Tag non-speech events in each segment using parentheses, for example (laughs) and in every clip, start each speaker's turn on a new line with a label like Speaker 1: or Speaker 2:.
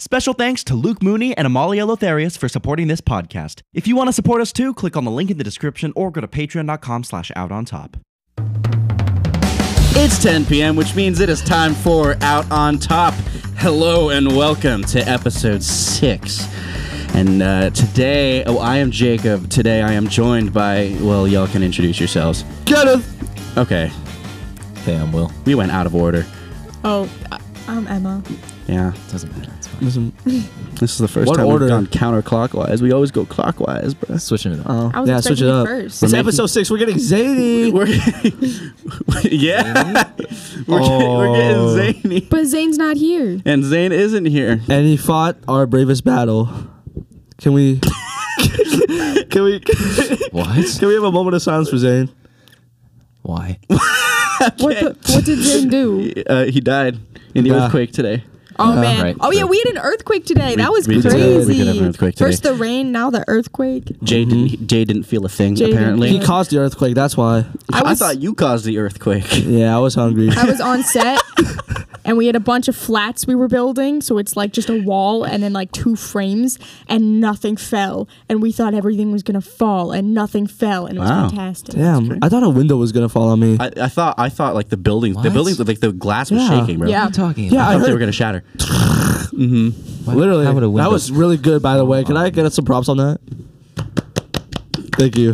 Speaker 1: Special thanks to Luke Mooney and Amalia Lotharius for supporting this podcast. If you want to support us too, click on the link in the description or go to patreon.com slash out on top.
Speaker 2: It's 10 p.m., which means it is time for Out on Top. Hello and welcome to episode six. And uh, today, oh, I am Jacob. Today, I am joined by, well, y'all can introduce yourselves. Kenneth! Okay,
Speaker 3: Damn, Will.
Speaker 2: we went out of order.
Speaker 4: Oh, I- I'm Emma.
Speaker 2: Yeah.
Speaker 3: Doesn't matter. It's fine.
Speaker 2: Listen, this is the first
Speaker 3: What
Speaker 2: time
Speaker 3: order?
Speaker 2: we've gone counterclockwise. We always go clockwise, bro.
Speaker 3: Switching it up.
Speaker 5: (laughs)
Speaker 2: Oh.
Speaker 4: I was
Speaker 3: Yeah,
Speaker 4: expecting
Speaker 3: switch it
Speaker 4: you
Speaker 3: up.
Speaker 4: first.
Speaker 3: it's episode six. We're getting zany.
Speaker 2: (laughs) We're, (laughs) yeah. we're, getting,
Speaker 3: Oh.
Speaker 2: we're getting zany.
Speaker 4: But Zane's not here.
Speaker 2: And Zane isn't here.
Speaker 3: and he fought our bravest battle. Can we? (laughs)
Speaker 2: Can we
Speaker 3: What? Can we have a moment of silence for Zane? Why?
Speaker 4: What, the, what did Zane (laughs) do?
Speaker 2: uh, he died in the
Speaker 3: Yeah.
Speaker 2: earthquake today.
Speaker 4: Oh man!
Speaker 3: right.
Speaker 4: Oh yeah, we had an earthquake today. that was
Speaker 2: we did.
Speaker 4: crazy.
Speaker 2: We did have an earthquake today.
Speaker 4: First the rain, now the earthquake.
Speaker 2: Jay didn't. Jay didn't feel a thing.
Speaker 4: Jay didn't
Speaker 2: apparently,
Speaker 3: He
Speaker 4: Yeah.
Speaker 3: caused the earthquake. That's why.
Speaker 2: I,
Speaker 4: I was
Speaker 2: thought you caused the earthquake.
Speaker 3: Yeah, I was hungry.
Speaker 4: I was on (laughs) set, and we had a bunch of flats we were building. So it's like just a wall and then like two frames, and nothing fell. And we thought everything was gonna fall, and nothing fell, and it was
Speaker 2: Wow.
Speaker 4: fantastic.
Speaker 3: Damn, I thought a window was gonna fall on me.
Speaker 2: (laughs) I, I thought. I thought like the buildings. The
Speaker 3: What?
Speaker 2: buildings. Like the glass was
Speaker 3: Yeah.
Speaker 2: shaking, bro.
Speaker 4: Yeah.
Speaker 5: talking
Speaker 3: yeah,
Speaker 2: I
Speaker 3: I
Speaker 2: thought they
Speaker 3: heard.
Speaker 2: were gonna shatter. (laughs)
Speaker 3: literally,
Speaker 5: How would a
Speaker 3: that
Speaker 5: window-
Speaker 3: was really good. By the way, can I get some props on that?
Speaker 2: (laughs)
Speaker 3: Thank you.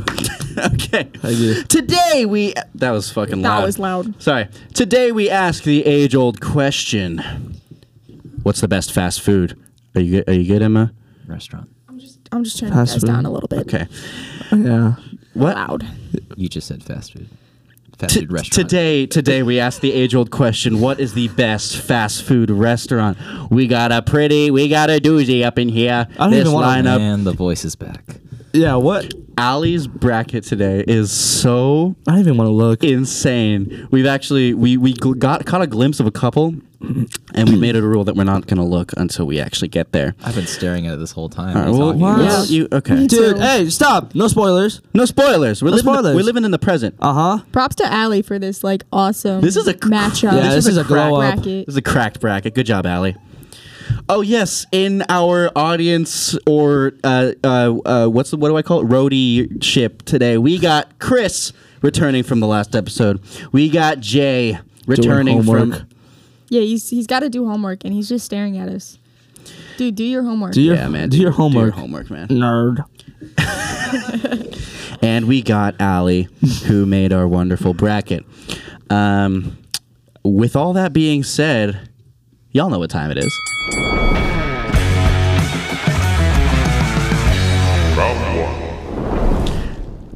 Speaker 2: okay.
Speaker 3: Thank you.
Speaker 2: Today we. That was fucking
Speaker 4: That
Speaker 2: loud.
Speaker 4: was loud.
Speaker 2: Sorry. Today we ask the age-old question: What's the best fast food? Are you good? Are you good, Emma?
Speaker 5: restaurant.
Speaker 4: I'm just turning
Speaker 3: Fast
Speaker 4: you guys
Speaker 3: food.
Speaker 4: down a little bit.
Speaker 2: Okay.
Speaker 3: Yeah.
Speaker 2: What?
Speaker 4: Loud.
Speaker 5: You just said fast food. Fast
Speaker 2: T-
Speaker 5: food restaurant.
Speaker 2: Today, today we asked the age-old question: What is the best fast food restaurant? We got a pretty, we got a doozy up in here.
Speaker 3: I don't
Speaker 2: this
Speaker 3: even wanna-
Speaker 2: lineup,
Speaker 5: and the voice is back.
Speaker 3: Yeah. What?
Speaker 2: Ali's bracket today is so
Speaker 3: I don't even want to look.
Speaker 2: insane. We've actually we we gl- got caught a glimpse of a couple, and we made it a rule that we're not going to look until we actually get there.
Speaker 5: I've been staring at it this whole time.
Speaker 2: All right,
Speaker 5: He's
Speaker 2: well,
Speaker 5: talking
Speaker 3: wow.
Speaker 5: about-
Speaker 2: yeah, you- okay.
Speaker 3: Dude,
Speaker 4: So-
Speaker 3: hey, stop! No spoilers.
Speaker 2: No spoilers. We're
Speaker 3: Mm-hmm. No
Speaker 2: living.
Speaker 3: spoilers.
Speaker 2: We're living in the present.
Speaker 3: Uh huh.
Speaker 4: Props to Allie for this like awesome.
Speaker 2: This is a cr-
Speaker 4: matchup.
Speaker 3: Yeah, this is a
Speaker 2: crack
Speaker 3: glow up.
Speaker 4: bracket.
Speaker 2: This is a cracked bracket. Good job, Allie. Oh yes, in our audience or uh, uh, uh, what's the, what do I call it? Roadie ship today. We got Chris returning from the last episode. We got Jay returning
Speaker 3: homework.
Speaker 2: from.
Speaker 4: Yeah, he's he's got to do homework, and he's just staring at us. Dude, do your homework.
Speaker 3: Do your
Speaker 2: Yeah, man.
Speaker 3: Do your
Speaker 2: Do your
Speaker 3: homework,
Speaker 2: homework, man.
Speaker 3: nerd.
Speaker 2: And we got Allie, who made our wonderful bracket. Um, with all that being said, y'all know what time it is.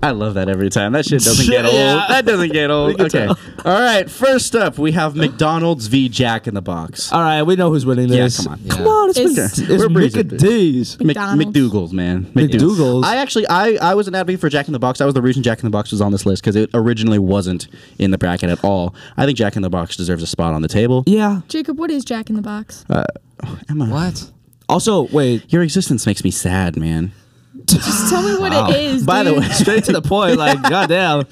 Speaker 2: I love that every time. That shit doesn't get old.
Speaker 3: (laughs) Yeah.
Speaker 2: That doesn't
Speaker 3: (laughs)
Speaker 2: get old. Okay. All right. First up, we have McDonald's v Jack in the Box.
Speaker 3: All right, we know who's winning
Speaker 2: Yeah,
Speaker 3: this.
Speaker 2: come on.
Speaker 3: come
Speaker 5: Yeah.
Speaker 3: on. It's,
Speaker 4: It's-
Speaker 3: Mc- it's
Speaker 2: We're breezing
Speaker 3: Mc- D's.
Speaker 2: Mc-
Speaker 4: McDonald's.
Speaker 2: McDougal's, man.
Speaker 3: McDougal's.
Speaker 2: I actually, I, I was an advocate for Jack in the Box. That was the reason Jack in the Box was on this list because it originally wasn't in the bracket at all. I think Jack in the Box deserves a spot on the table.
Speaker 3: Yeah.
Speaker 4: (laughs) Jacob, what is Jack in
Speaker 2: (laughs)
Speaker 4: the Box?
Speaker 2: Emma,
Speaker 5: What?
Speaker 3: Also, wait.
Speaker 2: your existence makes me sad, man.
Speaker 4: just tell me what it is.
Speaker 2: By the
Speaker 4: dude.
Speaker 2: way,
Speaker 3: (laughs) Straight to the point. Like, goddamn.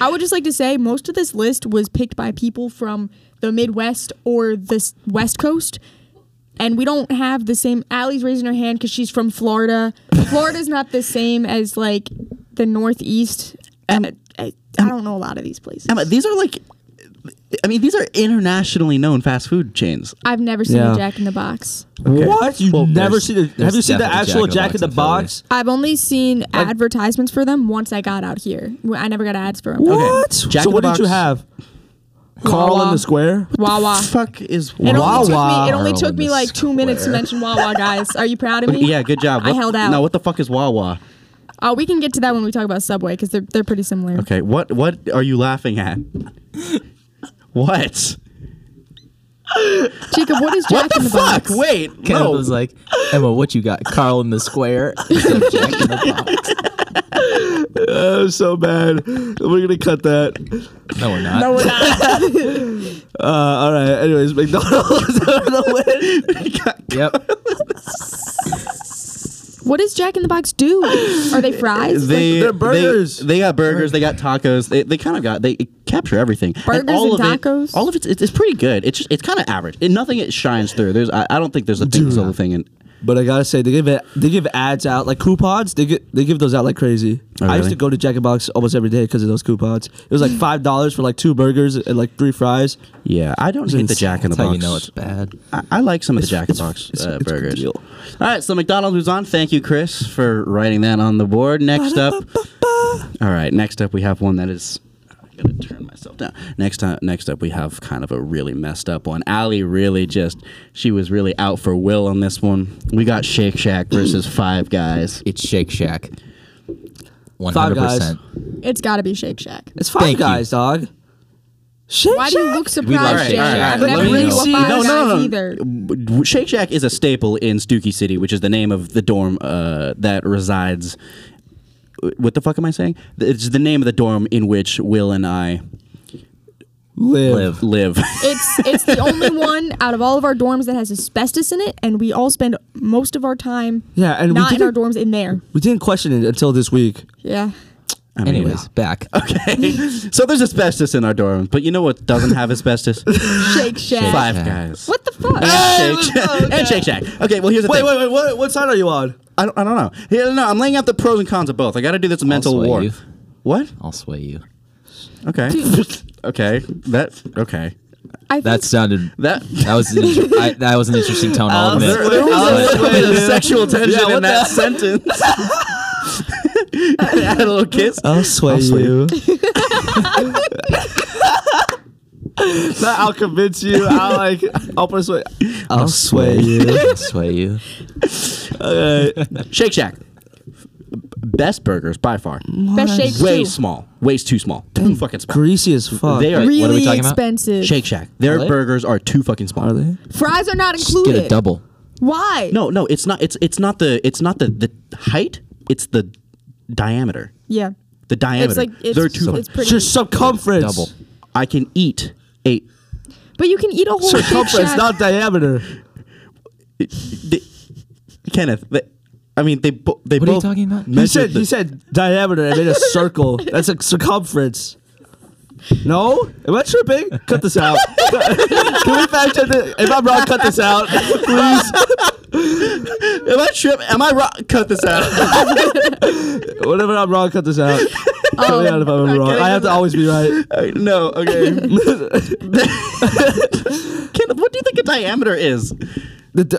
Speaker 4: I would just like to say most of this list was picked by people from the Midwest or the s- West Coast. And we don't have the same. Allie's raising her hand because she's from
Speaker 2: (laughs)
Speaker 4: Florida. Florida's not the same as like the Northeast. And it- I, I don't know a lot of these places.
Speaker 2: Emma, these are like, I mean, these are internationally known fast food chains.
Speaker 4: I've never seen
Speaker 3: Yeah.
Speaker 4: a Jack in the Box.
Speaker 3: What? You've
Speaker 2: Well,
Speaker 3: never
Speaker 5: there's-
Speaker 3: seen? A, have
Speaker 5: there's
Speaker 3: you seen the
Speaker 5: definitely
Speaker 3: actual Jack in the
Speaker 5: Box
Speaker 3: Box?
Speaker 4: I've only seen advertisements for them once I got out here. Wh- I never got ads for them.
Speaker 3: What?
Speaker 2: Jack
Speaker 3: so
Speaker 2: in
Speaker 3: what
Speaker 2: the
Speaker 3: did you
Speaker 2: Box.
Speaker 3: have? Carl in
Speaker 4: Wawa.
Speaker 3: the square.
Speaker 4: Wawa.
Speaker 2: Fuck is
Speaker 4: It only took
Speaker 3: Wawa.
Speaker 4: me. It only
Speaker 5: Carl
Speaker 4: took
Speaker 5: in
Speaker 4: me
Speaker 5: the
Speaker 4: like two minutes to
Speaker 5: square.
Speaker 4: mention Wawa, guys. Are you proud of me?
Speaker 2: Yeah, good job.
Speaker 4: I
Speaker 2: What-
Speaker 4: held out.
Speaker 2: Now, what the fuck is Wawa?
Speaker 4: Oh, we can get to that when we talk about Subway because they're they're pretty similar.
Speaker 2: Okay, what what are you laughing at? what?
Speaker 4: Jacob, what is Jack
Speaker 2: What the
Speaker 4: in the
Speaker 2: fuck?
Speaker 4: Box?
Speaker 2: Wait,
Speaker 5: Kenneth
Speaker 2: no.
Speaker 5: was like, Emma, what you got? Carl in the
Speaker 3: (laughs)
Speaker 5: square. Instead of Jack in the
Speaker 3: Oh, so bad. We're gonna cut that.
Speaker 5: box. No, we're not.
Speaker 4: No, we're not.
Speaker 3: Uh, all right.
Speaker 2: (laughs)
Speaker 3: Anyways, (laughs) McDonald's.
Speaker 5: Yep.
Speaker 4: (laughs) What does Jack in the Box do? Are they fries?
Speaker 2: They,
Speaker 3: They're
Speaker 2: they-
Speaker 3: burgers.
Speaker 2: They, got burgers. They got tacos. They, they kind of got they capture everything.
Speaker 4: Burgers
Speaker 2: all
Speaker 4: and
Speaker 2: of it-
Speaker 4: tacos?
Speaker 2: all of it's it's, it's pretty good. It's just, it's kind of average. It, nothing it shines through. There's I, I don't think there's a thing, solo thing in.
Speaker 3: But I gotta say, they give it, they give ads out like coupons. They get they give those out like crazy.
Speaker 2: Oh,
Speaker 3: I used
Speaker 2: really?
Speaker 3: to go to Jack in the Box almost every day because of those coupons. It was like five dollars for like two burgers and like three fries.
Speaker 2: Yeah, I don't hate the Jack in the
Speaker 5: That's how
Speaker 2: Box.
Speaker 5: you know it's bad.
Speaker 2: I, I like some of the Jack in the
Speaker 3: it's-
Speaker 2: Box
Speaker 3: it's-
Speaker 2: uh,
Speaker 3: it's a good
Speaker 2: burgers.
Speaker 3: deal.
Speaker 2: All right, so McDonald's was on. Thank you, Chris, for writing that on the board. Next up, all right. Next up, we have one that is. I gotta turn myself down. Next time, next up, we have kind of a really messed up one. Allie really just she was really out for Will on this one. We got Shake Shack versus Five Guys.
Speaker 5: It's Shake Shack. One
Speaker 3: Five
Speaker 5: hundred
Speaker 3: Guys.
Speaker 5: percent.
Speaker 4: it's got to be Shake Shack.
Speaker 3: It's Five
Speaker 5: Thank you.
Speaker 3: Guys, dog. Shake
Speaker 4: Why do
Speaker 3: Shack.
Speaker 4: you look
Speaker 5: We love
Speaker 4: surprised,
Speaker 5: Shake
Speaker 4: Jay?
Speaker 5: Shack.
Speaker 4: I've
Speaker 5: Let
Speaker 4: never
Speaker 5: me
Speaker 4: been to
Speaker 5: know.
Speaker 4: a Five
Speaker 2: No, no,
Speaker 4: Guys
Speaker 2: no, no.
Speaker 4: either.
Speaker 2: W- Shake Shack is a staple in Stuckey City, which is the name of the dorm uh, that resides. uh, What the fuck am I saying? It's the name of the dorm in which Will and I
Speaker 5: Live.
Speaker 3: live.
Speaker 2: live.
Speaker 4: It's it's the only one out of all of our dorms that has asbestos in it, and we all spend most of our time
Speaker 3: Yeah, and we
Speaker 4: not in our
Speaker 3: didn't,
Speaker 4: dorms in there.
Speaker 3: we didn't question it until this week.
Speaker 4: Yeah.
Speaker 2: I
Speaker 5: (laughs)
Speaker 2: mean,
Speaker 5: Anyways, back.
Speaker 2: okay. so there's asbestos in our dorm, but you know what doesn't
Speaker 5: (laughs)
Speaker 2: have asbestos?
Speaker 4: Shake Shack.
Speaker 2: Five Uh,
Speaker 5: Shack.
Speaker 2: guys.
Speaker 4: What the fuck?
Speaker 2: And Shake Shack. And Shake Shack. Okay, well here's the
Speaker 3: Wait,
Speaker 2: thing.
Speaker 3: wait, wait. What, what side are you on?
Speaker 2: I don't, I don't know. Here, no, I'm laying out the pros and cons of both. I got to do this mental
Speaker 5: sway
Speaker 2: war.
Speaker 5: you.
Speaker 2: What?
Speaker 5: I'll sway you.
Speaker 2: Okay.
Speaker 5: (laughs)
Speaker 2: okay. That. Okay.
Speaker 4: I think
Speaker 5: That sounded
Speaker 2: That.
Speaker 5: that was an inter- I, that was an interesting tone. I'll admit.
Speaker 2: There, there was a
Speaker 3: I'll
Speaker 2: little
Speaker 3: explain
Speaker 2: bit of
Speaker 3: it.
Speaker 2: sexual tension
Speaker 3: Yeah,
Speaker 2: in
Speaker 3: what
Speaker 2: that sentence. I (laughs) had a little kiss.
Speaker 3: I'll sway
Speaker 2: sleep.
Speaker 3: you. (laughs) Not I'll convince you. I'll like. I'll persuade. I'll sway you.
Speaker 5: I'll sway you.
Speaker 2: Shake Shack. Best burgers by far.
Speaker 4: best Shake
Speaker 2: Way
Speaker 4: too.
Speaker 2: small. Way too small. Too fucking small.
Speaker 3: Greasy as fuck.
Speaker 2: They are
Speaker 4: Really
Speaker 5: What are we talking about?
Speaker 4: expensive.
Speaker 2: Shake Shack. Their
Speaker 5: they?
Speaker 2: burgers are too fucking small.
Speaker 3: Are they?
Speaker 4: Fries are not
Speaker 5: Just
Speaker 4: included.
Speaker 5: get a double.
Speaker 4: Why?
Speaker 2: No, no, it's not. It's it's not the it's not the the height. It's the diameter.
Speaker 4: Yeah.
Speaker 2: The diameter.
Speaker 4: It's like it's,
Speaker 2: They're too.
Speaker 4: it's pretty.
Speaker 3: Just circumference.
Speaker 5: Double.
Speaker 2: I can eat a.
Speaker 4: but you can eat a whole Shake
Speaker 3: Circumference,
Speaker 4: Shack.
Speaker 3: not diameter.
Speaker 2: the- Kenneth, the- I mean they bo- they
Speaker 5: What are you
Speaker 2: both.
Speaker 5: talking about?
Speaker 3: He
Speaker 2: measured
Speaker 3: said.
Speaker 2: the-
Speaker 3: He said diameter and then a circle. That's a circumference. No, am I tripping? Cut this out. (laughs) Can we fact check this? If I'm wrong, cut this out, please.
Speaker 2: Am I tripping? Am I wrong? Cut this out. (laughs)
Speaker 3: Whenever I'm wrong, cut this out. Cut me out if I'm wrong. I have to always be right.
Speaker 2: Uh, no, okay. (laughs) Kenneth, what do you think a diameter is?
Speaker 3: The di-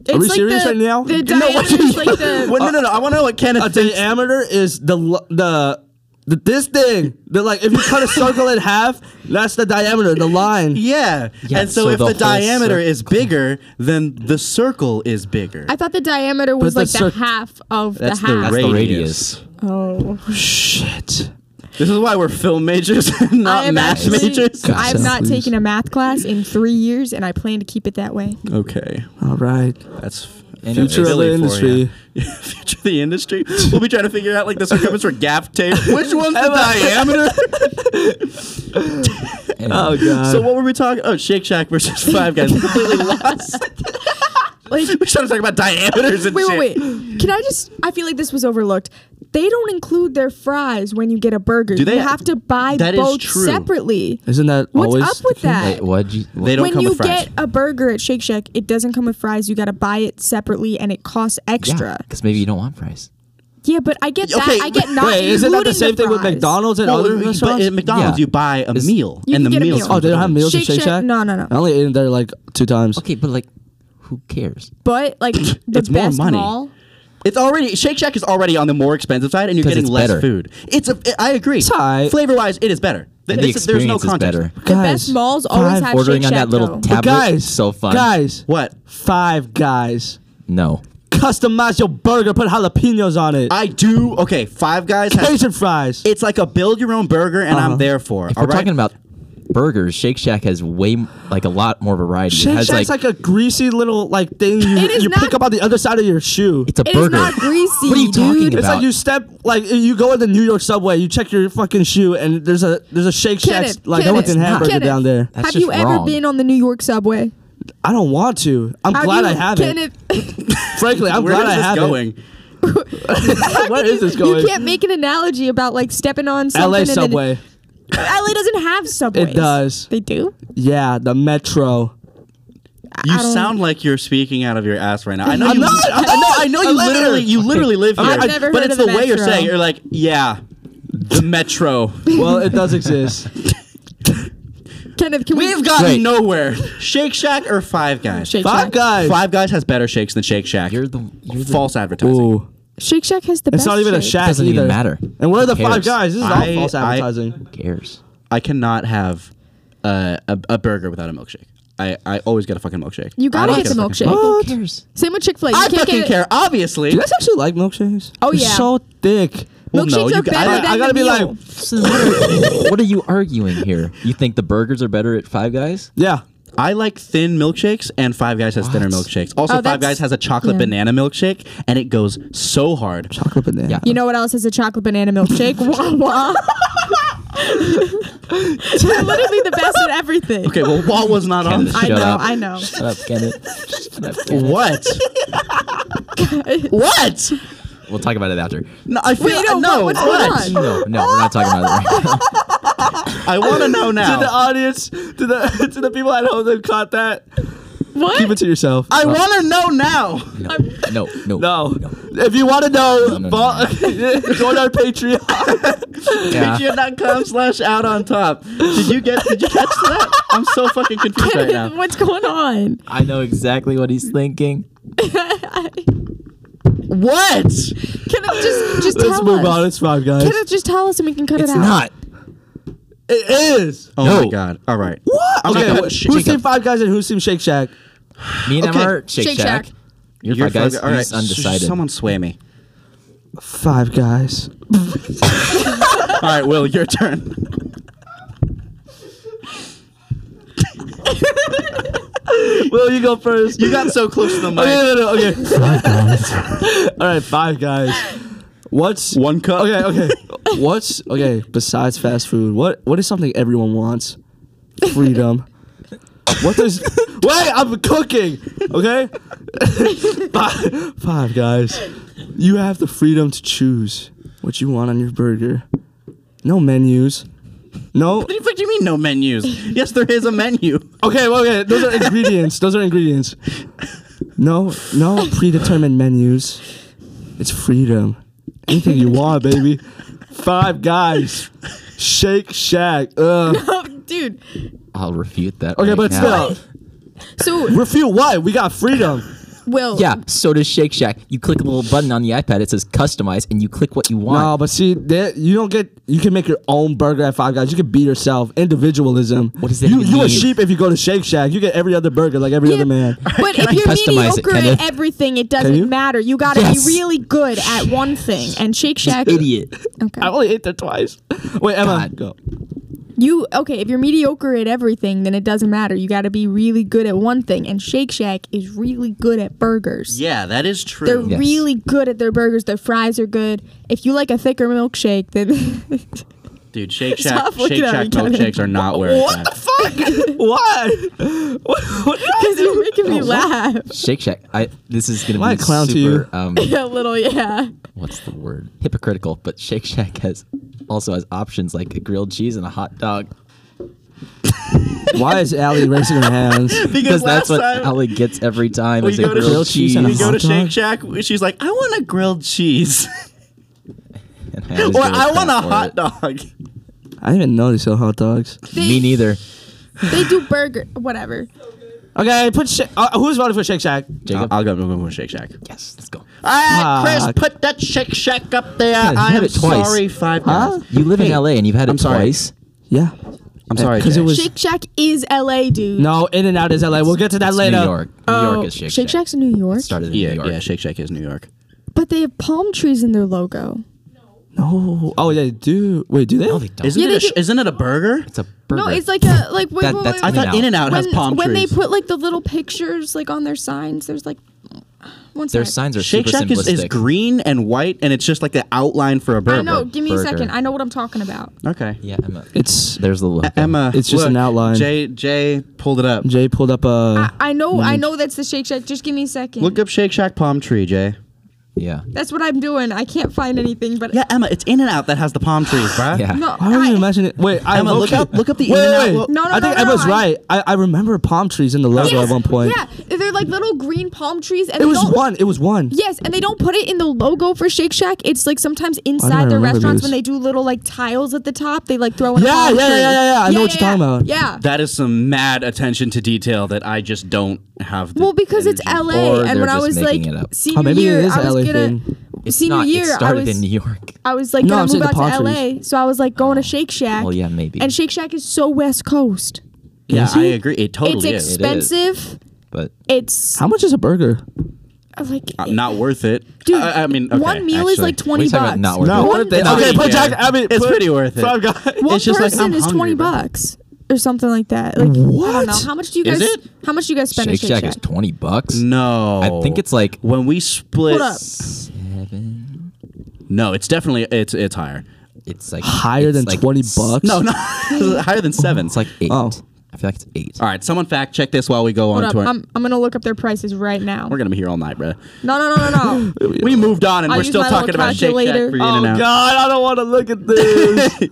Speaker 4: It's
Speaker 3: Are we
Speaker 4: like
Speaker 3: serious
Speaker 4: the,
Speaker 3: right now?
Speaker 4: The
Speaker 3: No,
Speaker 4: diameter is like the.
Speaker 2: Well, no, no, no. I want to know what Kenneth
Speaker 3: a
Speaker 2: thinks.
Speaker 3: diameter is the l- the. the This thing, that like if you cut a circle in half, that's the diameter, the line.
Speaker 2: Yeah.
Speaker 5: Yeah,
Speaker 2: and so,
Speaker 5: so
Speaker 2: if
Speaker 5: the
Speaker 2: the,
Speaker 5: whole
Speaker 2: diameter
Speaker 5: circle.
Speaker 2: is bigger, then the circle is bigger.
Speaker 4: I thought the diameter was
Speaker 3: But
Speaker 4: like
Speaker 3: the
Speaker 4: the
Speaker 3: cir-
Speaker 4: half of the
Speaker 2: That's the
Speaker 5: That's
Speaker 4: half.
Speaker 2: rate.
Speaker 5: the
Speaker 2: Radius.
Speaker 5: radius.
Speaker 4: oh.
Speaker 3: Shit.
Speaker 2: this is why we're film majors, (laughs) and
Speaker 4: I
Speaker 2: not
Speaker 4: am
Speaker 2: math
Speaker 4: actually-
Speaker 2: majors.
Speaker 4: I have
Speaker 5: Gotcha.
Speaker 4: not taken a math class in three years, and I plan to keep it that way.
Speaker 2: Okay,
Speaker 3: All right.
Speaker 2: that's
Speaker 5: And
Speaker 3: Future of
Speaker 2: Billy
Speaker 3: the
Speaker 2: for
Speaker 3: industry.
Speaker 2: ya. (laughs) Future of the industry. We'll be trying to figure out like the circumference for gaff tape. Which one's the diameter?
Speaker 3: Oh
Speaker 5: Anyway,
Speaker 3: god.
Speaker 2: so what were we talking? Oh, Shake Shack versus (laughs) Five Guys. We're completely
Speaker 4: (laughs)
Speaker 2: lost.
Speaker 4: Like,
Speaker 2: We started talking about diameters and
Speaker 4: wait,
Speaker 2: shit.
Speaker 4: wait, wait. Can I just? I feel like this was overlooked. They don't include their fries when you get a burger.
Speaker 2: Do they?
Speaker 4: You have to buy
Speaker 2: That is
Speaker 4: both
Speaker 2: true.
Speaker 4: separately.
Speaker 3: Isn't that
Speaker 4: What's
Speaker 3: always
Speaker 4: up
Speaker 3: the
Speaker 4: with
Speaker 3: case?
Speaker 4: that?
Speaker 5: Wait, what'd you?
Speaker 2: They don't
Speaker 4: when
Speaker 2: come
Speaker 4: you
Speaker 2: with fries.
Speaker 4: get a burger at Shake Shack, it doesn't come with fries. You got to buy it separately, and it costs
Speaker 5: yeah,
Speaker 4: extra. Yeah,
Speaker 5: because maybe you don't want fries.
Speaker 4: but I get
Speaker 2: Okay,
Speaker 4: that. I get not
Speaker 3: Wait, isn't that
Speaker 4: including
Speaker 3: the same thing with
Speaker 4: fries.
Speaker 3: McDonald's and
Speaker 2: Well,
Speaker 3: other
Speaker 2: but
Speaker 3: restaurants?
Speaker 2: at McDonald's,
Speaker 5: Yeah.
Speaker 2: you buy a
Speaker 5: It's-
Speaker 2: meal,
Speaker 4: You
Speaker 2: and
Speaker 4: can
Speaker 2: the
Speaker 4: get a
Speaker 2: meals.
Speaker 4: meal.
Speaker 3: oh, they don't have meals
Speaker 4: Shake
Speaker 3: at Shake
Speaker 4: Shack-
Speaker 3: Shack?
Speaker 4: no, no, no.
Speaker 3: I only ate in there like two times.
Speaker 5: Okay, but like, who cares?
Speaker 4: But like the
Speaker 2: It's more
Speaker 4: best
Speaker 2: money.
Speaker 4: mall.
Speaker 2: It's already Shake Shack is already on the more expensive side, and you're
Speaker 5: 'Cause
Speaker 2: getting
Speaker 5: it's
Speaker 2: less
Speaker 5: better.
Speaker 2: food. It's a. I agree.
Speaker 3: alright.
Speaker 2: Flavor wise, it is better. Th-
Speaker 5: And the
Speaker 2: this is- there's no
Speaker 5: experience is
Speaker 2: context.
Speaker 5: better.
Speaker 4: The
Speaker 3: Guys,
Speaker 4: best malls always
Speaker 3: five-
Speaker 4: have
Speaker 5: Ordering
Speaker 4: Shake
Speaker 5: on
Speaker 4: Shack,
Speaker 5: that little
Speaker 4: though.
Speaker 5: tab-
Speaker 3: But
Speaker 5: Tablet
Speaker 3: guys,
Speaker 5: is so fun.
Speaker 3: Guys,
Speaker 2: What?
Speaker 3: Five guys.
Speaker 5: No.
Speaker 3: Customize your burger, put jalapenos on it.
Speaker 2: I do. Okay, Five Guys
Speaker 3: (laughs)
Speaker 2: has.
Speaker 3: Cajun fries.
Speaker 2: It's like a build your own burger, and
Speaker 3: Uh-huh.
Speaker 2: I'm there for.
Speaker 5: If
Speaker 2: all
Speaker 5: we're
Speaker 2: right?
Speaker 5: talking about burgers, Shake Shack has way m- like a lot more variety. it
Speaker 3: Shake
Speaker 5: has
Speaker 3: Shack's like, a greasy little like thing you,
Speaker 4: It is
Speaker 3: you
Speaker 4: not-
Speaker 3: pick up on the other side of your shoe.
Speaker 5: it's a
Speaker 4: It is
Speaker 5: burger.
Speaker 4: not greasy,
Speaker 5: What are you talking
Speaker 4: dude.
Speaker 5: about?
Speaker 3: It's like you step like you go in the New York subway, you check your fucking shoe, and there's a there's a Shake Shack
Speaker 4: Kenneth,
Speaker 3: like
Speaker 4: Kenneth,
Speaker 3: fucking hamburger
Speaker 4: Kenneth,
Speaker 3: down there.
Speaker 5: That's
Speaker 4: have you
Speaker 5: just
Speaker 4: ever
Speaker 5: wrong.
Speaker 4: been on the New York subway?
Speaker 3: I don't want to. I'm
Speaker 4: How do
Speaker 3: glad
Speaker 4: you,
Speaker 3: I haven't.
Speaker 4: Kenneth,
Speaker 3: (laughs) Frankly, I'm
Speaker 2: Where
Speaker 3: glad
Speaker 2: is
Speaker 3: I
Speaker 2: this
Speaker 3: haven't. (laughs)
Speaker 2: going?
Speaker 3: Where is this
Speaker 4: You
Speaker 3: going?
Speaker 4: can't make an analogy about like stepping on something.
Speaker 3: LA
Speaker 4: and then- (laughs)
Speaker 3: subway.
Speaker 4: LA doesn't have subways.
Speaker 3: does.
Speaker 4: They do.
Speaker 3: Yeah, the metro.
Speaker 2: You
Speaker 4: I don't-
Speaker 2: sound like you're speaking out of your ass right now. I know
Speaker 3: I'm
Speaker 2: you.
Speaker 3: not. I'm
Speaker 2: I know. I know you
Speaker 3: I live
Speaker 2: literally. (laughs)
Speaker 3: here.
Speaker 2: You literally live here.
Speaker 4: I've never
Speaker 2: but
Speaker 4: heard
Speaker 2: it's
Speaker 4: of the
Speaker 2: the way you're
Speaker 4: metro.
Speaker 2: saying. it. You're like, yeah, the metro.
Speaker 3: Well, it
Speaker 4: (laughs)
Speaker 3: does exist.
Speaker 4: Kenneth, can we?
Speaker 2: We've gotten
Speaker 3: Wait.
Speaker 2: nowhere. Shake Shack or Five Guys?
Speaker 4: Shake
Speaker 3: Five
Speaker 4: Shack.
Speaker 3: guys.
Speaker 2: Five Guys has better shakes than Shake Shack.
Speaker 5: You're the- you're the-
Speaker 2: false advertising.
Speaker 3: Ooh.
Speaker 4: Shake Shack has the
Speaker 3: It's
Speaker 4: best.
Speaker 3: not even a
Speaker 4: shake.
Speaker 3: shack
Speaker 5: Doesn't
Speaker 3: either.
Speaker 5: even matter.
Speaker 3: And what are
Speaker 5: Who
Speaker 3: the five
Speaker 5: cares?
Speaker 3: guys? This is
Speaker 2: I-
Speaker 3: all false
Speaker 2: I-
Speaker 3: advertising.
Speaker 5: Who cares?
Speaker 2: I cannot have uh, a, a burger without a milkshake. I, I always get a fucking milkshake.
Speaker 4: You
Speaker 2: I
Speaker 4: gotta
Speaker 2: don't
Speaker 4: get the
Speaker 2: a fucking-
Speaker 4: milkshake.
Speaker 5: Who
Speaker 3: What?
Speaker 5: cares?
Speaker 4: Same with Chick Fil A.
Speaker 2: I fucking care, obviously.
Speaker 3: Do you guys actually like milkshakes?
Speaker 4: Oh,
Speaker 3: They're
Speaker 4: yeah.
Speaker 3: so thick.
Speaker 2: Well,
Speaker 4: Milkshakes
Speaker 2: no, you
Speaker 4: are
Speaker 2: ca-
Speaker 4: better
Speaker 2: I-
Speaker 4: than
Speaker 3: I gotta
Speaker 4: the
Speaker 3: be
Speaker 4: meal.
Speaker 3: like,
Speaker 5: So what are- what are you arguing here? You think the burgers are better at Five Guys?
Speaker 3: (laughs) yeah.
Speaker 2: I like thin milkshakes, and Five Guys has thinner
Speaker 5: What?
Speaker 2: milkshakes. Also,
Speaker 4: Oh,
Speaker 2: Five
Speaker 4: that's-
Speaker 2: Guys has a chocolate
Speaker 4: yeah.
Speaker 2: banana milkshake, and it goes so hard.
Speaker 3: Chocolate banana.
Speaker 5: Yeah.
Speaker 4: you know what else is a chocolate banana
Speaker 3: (laughs)
Speaker 4: milkshake? wah wah. They're literally the best at everything.
Speaker 2: Okay, well, Walt was not on.
Speaker 5: Kenneth,
Speaker 4: I
Speaker 5: shut
Speaker 4: know,
Speaker 5: up.
Speaker 4: I know.
Speaker 5: Shut up, Kenneth. Shut up, Kenneth.
Speaker 2: What? (laughs) what?
Speaker 5: We'll talk about it after.
Speaker 2: No, I feel
Speaker 4: Wait, no,
Speaker 2: no.
Speaker 4: what's
Speaker 2: what?
Speaker 4: going on?
Speaker 5: No, no, we're not talking about it. Right now.
Speaker 2: I want (laughs) to know
Speaker 3: To the
Speaker 2: now.
Speaker 3: audience, to the (laughs) to the people at home that caught that,
Speaker 4: What?
Speaker 3: keep it to yourself.
Speaker 2: I want to know now.
Speaker 5: No, no,
Speaker 3: no. If you want to know,
Speaker 5: no,
Speaker 3: vol- (laughs) join our Patreon.
Speaker 5: Yeah.
Speaker 2: Patreon.com slash out on top. Did you get? Did you catch that? I'm so fucking confused right now.
Speaker 4: (laughs) What's going on?
Speaker 5: I know exactly what he's thinking.
Speaker 2: What?
Speaker 4: Kenneth, just just
Speaker 3: Let's
Speaker 4: tell
Speaker 3: move
Speaker 4: us.
Speaker 3: on. It's five guys.
Speaker 4: Kenneth, just tell us and we can cut it out.
Speaker 3: It is.
Speaker 2: (laughs) Oh
Speaker 5: No.
Speaker 2: my god! All right.
Speaker 3: What?
Speaker 2: I'm
Speaker 3: okay.
Speaker 2: talking
Speaker 3: wh-
Speaker 2: about
Speaker 3: who's
Speaker 2: Jacob.
Speaker 3: team Five Guys and who's team Shake Shack?
Speaker 5: Me and
Speaker 2: Okay.
Speaker 5: Emma are Shake,
Speaker 4: Shake
Speaker 5: Shack.
Speaker 4: Shack.
Speaker 5: You're,
Speaker 2: You're
Speaker 5: five guys.
Speaker 2: fucking- all right.
Speaker 5: he's undecided.
Speaker 2: S- Someone sway me.
Speaker 3: Five Guys.
Speaker 2: All right, Will, your turn. (laughs)
Speaker 3: Will you go first?
Speaker 2: You got so close to the mic.
Speaker 3: Okay, no, no, Oh, no, okay. (laughs) Five guys. (laughs) All right, five guys. What's
Speaker 2: One cup.
Speaker 3: Okay, okay. What's okay? Besides fast food, what what is something everyone wants? Freedom. What does? Wait, I'm cooking. Okay. (laughs) five, five guys. You have the freedom to choose what you want on your burger. No menus. No.
Speaker 2: What do you- What do you mean no menus? yes, there is a menu.
Speaker 3: Okay, well, okay. Those are ingredients. Those are ingredients. No, no predetermined menus. It's freedom. Anything you want, baby. Five guys. Shake Shack. Ugh.
Speaker 4: Oh, (laughs) dude.
Speaker 5: I'll refute that.
Speaker 3: Okay,
Speaker 5: right
Speaker 3: but
Speaker 5: now.
Speaker 3: still,
Speaker 4: So,
Speaker 3: refute what? We got freedom.
Speaker 4: Will.
Speaker 5: Yeah, so does Shake Shack. You click a little button on the iPad. It says customize, and you click what you want.
Speaker 3: No, but see, that you don't get. You can make your own burger at Five Guys. You can be yourself. Individualism.
Speaker 5: What does that
Speaker 3: You,
Speaker 5: even
Speaker 3: you a
Speaker 5: mean?
Speaker 3: sheep if you go to Shake Shack. You get every other burger like every
Speaker 4: Yeah,
Speaker 3: other man.
Speaker 4: But if you're
Speaker 5: customize it,
Speaker 4: mediocre
Speaker 5: Kenneth?
Speaker 4: at everything, it doesn't
Speaker 3: you?
Speaker 4: matter. You gotta
Speaker 5: Yes.
Speaker 4: be really good at one thing. And Shake Shack.
Speaker 5: Idiot.
Speaker 4: Okay.
Speaker 3: I only ate there twice. Wait, Emma,
Speaker 5: God.
Speaker 3: go.
Speaker 4: You okay? If you're mediocre at everything, then it doesn't matter. You got to be really good at one thing, and Shake Shack is really good at burgers.
Speaker 2: Yeah, that is
Speaker 4: They're
Speaker 2: true.
Speaker 5: Yes.
Speaker 4: really good at their burgers. Their fries are good. If you like a thicker milkshake, then (laughs)
Speaker 2: Dude, Shake Shack,
Speaker 4: Stop looking
Speaker 2: Shake
Speaker 4: at
Speaker 2: Shack
Speaker 4: me, Kevin.
Speaker 2: milkshakes are not where it's at.
Speaker 4: (laughs)
Speaker 3: Why? (laughs) What, what did I
Speaker 4: because you're
Speaker 5: (laughs)
Speaker 4: making me laugh (laughs)
Speaker 5: Shake Shack. I. This is gonna
Speaker 3: Am I
Speaker 5: be
Speaker 3: a clown to
Speaker 5: super,
Speaker 3: you?
Speaker 5: Um,
Speaker 4: a little. Yeah,
Speaker 5: what's the word? Hypocritical. But Shake Shack has also has options like a grilled cheese and a hot dog.
Speaker 3: Why is Allie raising her hands?
Speaker 5: Because that's what Allie gets every time
Speaker 2: we
Speaker 5: is
Speaker 2: go
Speaker 5: a
Speaker 2: to
Speaker 5: grilled
Speaker 3: Shake-
Speaker 5: cheese.
Speaker 3: we
Speaker 5: And
Speaker 2: we go to
Speaker 3: hot dog?
Speaker 2: Shake Shack, she's like, I want a grilled cheese.
Speaker 5: I
Speaker 2: (laughs)
Speaker 5: always give
Speaker 2: or
Speaker 5: her
Speaker 2: I want
Speaker 5: crap
Speaker 2: a
Speaker 5: for
Speaker 2: hot
Speaker 5: it.
Speaker 2: dog.
Speaker 3: I didn't even know they sell hot dogs.
Speaker 5: Me neither.
Speaker 4: they do burger. Whatever.
Speaker 3: Okay, put sh- uh, who's voting for Shake Shack?
Speaker 5: Jacob.
Speaker 2: I'll go move with Shake Shack.
Speaker 5: yes, let's go.
Speaker 2: Ah,
Speaker 3: Fuck.
Speaker 2: Chris, put that Shake Shack up there.
Speaker 5: Yeah, you
Speaker 2: I
Speaker 5: had
Speaker 2: am
Speaker 5: it twice.
Speaker 2: sorry, Five
Speaker 3: Huh?
Speaker 2: Guys.
Speaker 5: You live in
Speaker 2: Hey,
Speaker 5: LA and you've had it
Speaker 2: I'm sorry.
Speaker 5: twice.
Speaker 3: Yeah.
Speaker 2: I'm sorry,
Speaker 3: Because it
Speaker 2: Jay.
Speaker 3: was
Speaker 4: Shake Shack is L.A. dude.
Speaker 3: no In and Out is LA. We'll get to that
Speaker 5: It's
Speaker 3: later.
Speaker 5: New York. New
Speaker 4: Oh,
Speaker 5: York is Shake,
Speaker 4: Shake
Speaker 5: Shack.
Speaker 4: Shack's in New York,
Speaker 5: Started in
Speaker 2: Yeah,
Speaker 5: New York.
Speaker 2: yeah, Shake Shack is New York.
Speaker 4: but they have palm trees in their logo.
Speaker 3: No. Oh yeah, do wait? Do they?
Speaker 5: No, they don't.
Speaker 2: Isn't,
Speaker 4: Yeah,
Speaker 2: it a,
Speaker 4: they
Speaker 2: sh-
Speaker 4: do-
Speaker 2: isn't it a burger?
Speaker 5: It's a burger.
Speaker 4: No, it's like a like. Wait,
Speaker 5: That-
Speaker 4: wait,
Speaker 5: that's
Speaker 4: wait,
Speaker 2: I
Speaker 4: wait.
Speaker 2: thought In and Out has
Speaker 4: when,
Speaker 2: palm
Speaker 4: when
Speaker 2: trees.
Speaker 4: they put like the little pictures like on their signs, there's like one
Speaker 5: Their
Speaker 4: side.
Speaker 5: signs are
Speaker 2: Shake
Speaker 5: super
Speaker 2: Shack is,
Speaker 5: simplistic.
Speaker 2: is green and white, and it's just like the outline for a burger.
Speaker 4: I know. Give me
Speaker 5: burger.
Speaker 4: a second. I know what I'm talking about.
Speaker 2: Okay.
Speaker 5: Yeah, Emma.
Speaker 3: It's
Speaker 5: There's the logo.
Speaker 2: Emma,
Speaker 3: It's just
Speaker 2: look,
Speaker 3: an outline.
Speaker 2: Jay, Jay pulled it up.
Speaker 3: Jay pulled up a.
Speaker 5: Mm.
Speaker 4: I, I know. I know that's the Shake Shack. Just give me a second.
Speaker 2: Look up Shake Shack palm tree, Jay.
Speaker 5: Yeah.
Speaker 4: That's what I'm doing. I can't find anything, but
Speaker 2: Yeah, Emma, it's In and Out that has the palm trees, bruh.
Speaker 5: Yeah.
Speaker 4: no.
Speaker 3: Why don't
Speaker 4: I-
Speaker 3: you imagine it? Wait, I
Speaker 2: Emma, look
Speaker 3: okay.
Speaker 2: up- look up the
Speaker 3: wait,
Speaker 2: in and
Speaker 3: wait,
Speaker 2: out-
Speaker 3: wait.
Speaker 4: No, no,
Speaker 3: I think
Speaker 4: no, no,
Speaker 3: Emma's
Speaker 4: I-
Speaker 3: right. I, I remember palm trees in the logo
Speaker 4: Yes,
Speaker 3: at one point.
Speaker 4: Yeah, they're like little green palm trees, and they
Speaker 3: It was
Speaker 4: don't-
Speaker 3: one. It was one.
Speaker 4: Yes, and they don't put it in the logo for Shake Shack. It's like sometimes inside their
Speaker 3: remember
Speaker 4: restaurants when
Speaker 3: this?
Speaker 4: they do little like tiles at the top, they like throw in a
Speaker 3: Yeah,
Speaker 4: palm
Speaker 3: yeah,
Speaker 4: tree.
Speaker 3: yeah, yeah, yeah. I know what you're talking about.
Speaker 4: Yeah.
Speaker 2: That is some mad attention to detail that I just don't have. The
Speaker 4: well, because it's
Speaker 2: energy for.
Speaker 4: LA,
Speaker 5: Or
Speaker 4: and
Speaker 5: they're
Speaker 4: when I
Speaker 5: just
Speaker 4: was
Speaker 5: making
Speaker 4: like
Speaker 5: it up.
Speaker 4: senior
Speaker 3: Oh, maybe it
Speaker 4: year,
Speaker 3: is
Speaker 4: I was
Speaker 3: LA
Speaker 4: gonna
Speaker 3: thing.
Speaker 5: It's
Speaker 4: senior
Speaker 5: not,
Speaker 4: year,
Speaker 5: It started
Speaker 4: I was
Speaker 5: in New York.
Speaker 4: I was like
Speaker 3: No, I'm
Speaker 4: gonna
Speaker 3: saying
Speaker 4: move
Speaker 3: the
Speaker 4: out to
Speaker 3: palm
Speaker 4: LA, so I was like going to Shake Shack.
Speaker 5: Oh. Well, yeah, maybe.
Speaker 4: And Shake Shack is so West Coast.
Speaker 2: yeah,
Speaker 3: Is
Speaker 2: I
Speaker 3: it?
Speaker 2: agree. It totally
Speaker 4: it's
Speaker 2: is.
Speaker 5: exp- is.
Speaker 4: expensive.
Speaker 5: But
Speaker 4: It's
Speaker 3: How much is a burger?
Speaker 4: like
Speaker 2: Uh, not worth it,
Speaker 4: Dude,
Speaker 2: I, I mean, okay,
Speaker 4: one meal is
Speaker 2: actually.
Speaker 4: like twenty
Speaker 5: We're talking about
Speaker 4: bucks.
Speaker 5: not worth No, it.
Speaker 4: One-
Speaker 5: what
Speaker 2: they-
Speaker 3: okay,
Speaker 2: pretty
Speaker 3: put
Speaker 2: good.
Speaker 3: Jack. I mean,
Speaker 2: It's
Speaker 3: put
Speaker 2: pretty worth it.
Speaker 3: Five Guys.
Speaker 4: One
Speaker 2: It's just like,
Speaker 4: person
Speaker 2: I'm
Speaker 4: is
Speaker 2: hungry,
Speaker 4: twenty
Speaker 2: bro.
Speaker 4: bucks or something like that. Like I don't
Speaker 3: What?
Speaker 4: know. How much do you
Speaker 2: Is
Speaker 4: guys?
Speaker 2: it?
Speaker 4: How much do you guys spend
Speaker 5: Shake
Speaker 4: at
Speaker 5: Shack is 20 bucks.
Speaker 2: No,
Speaker 5: I think it's like
Speaker 2: when we split.
Speaker 4: Hold up.
Speaker 5: seven.
Speaker 2: No, it's definitely it's it's higher.
Speaker 5: It's like
Speaker 3: Higher
Speaker 5: it's
Speaker 3: than
Speaker 5: like
Speaker 3: twenty
Speaker 5: s-
Speaker 3: bucks?
Speaker 2: No, (laughs)
Speaker 4: (laughs)
Speaker 2: no, higher than seven.
Speaker 5: It's like eight.
Speaker 3: Oh.
Speaker 5: I feel like it's eight.
Speaker 2: all right. Someone fact check this while we go
Speaker 4: Hold
Speaker 2: on
Speaker 4: up.
Speaker 2: to our.
Speaker 4: I'm, I'm gonna look up their prices right now.
Speaker 2: we're gonna be here all night, bro.
Speaker 4: No, no, no, no, no.
Speaker 2: We moved on, and
Speaker 4: I'll
Speaker 2: we're
Speaker 4: use
Speaker 2: still
Speaker 4: my
Speaker 2: talking
Speaker 4: little
Speaker 2: about Shake Shack
Speaker 4: calculator.
Speaker 2: for you
Speaker 4: Oh,
Speaker 2: to know.
Speaker 3: God, I don't want to look
Speaker 4: (laughs)
Speaker 3: at this.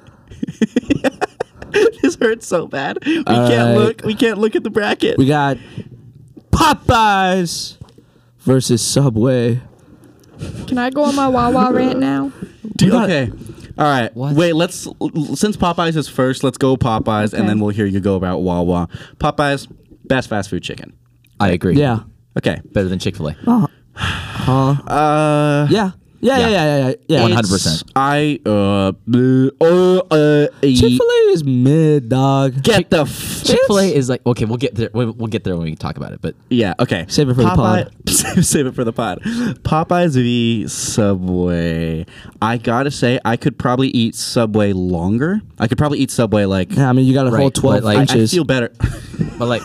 Speaker 2: (laughs) this hurts so bad. We
Speaker 3: right.
Speaker 2: can't look. We can't look at the bracket.
Speaker 3: we got Popeyes versus Subway.
Speaker 2: (laughs)
Speaker 4: Can I go on my Wawa rant now?
Speaker 2: Do-
Speaker 3: got-
Speaker 2: okay. All right.
Speaker 5: What?
Speaker 2: Wait. Let's since Popeyes is first. Let's go Popeyes,
Speaker 4: Okay.
Speaker 2: and then we'll hear you go about Wawa. Popeyes, best fast food chicken.
Speaker 5: I agree.
Speaker 3: Yeah.
Speaker 2: Okay.
Speaker 5: Better than Chick fil A.
Speaker 4: Uh-huh.
Speaker 2: Uh.
Speaker 3: Yeah. Yeah. Yeah. Yeah. Yeah. Yeah. yeah.
Speaker 5: It's- 100%.
Speaker 2: I uh. bleh, uh, uh
Speaker 3: Chick Fil A is mid dog.
Speaker 2: Get the f-
Speaker 5: Chick fil A is like, okay, we'll get there. We'll we'll get there when we talk about it. But
Speaker 2: Yeah, okay.
Speaker 3: Save it for the pod.
Speaker 2: pod. (laughs) Save it for the pod. Popeyes v Subway. I gotta say, I could probably eat Subway longer. I could probably eat Subway like
Speaker 3: Yeah, I mean, you got a whole
Speaker 5: Right, but,
Speaker 3: twelve
Speaker 5: like, I
Speaker 2: I
Speaker 3: inches.
Speaker 2: feel better.
Speaker 5: but
Speaker 2: (laughs)
Speaker 5: like,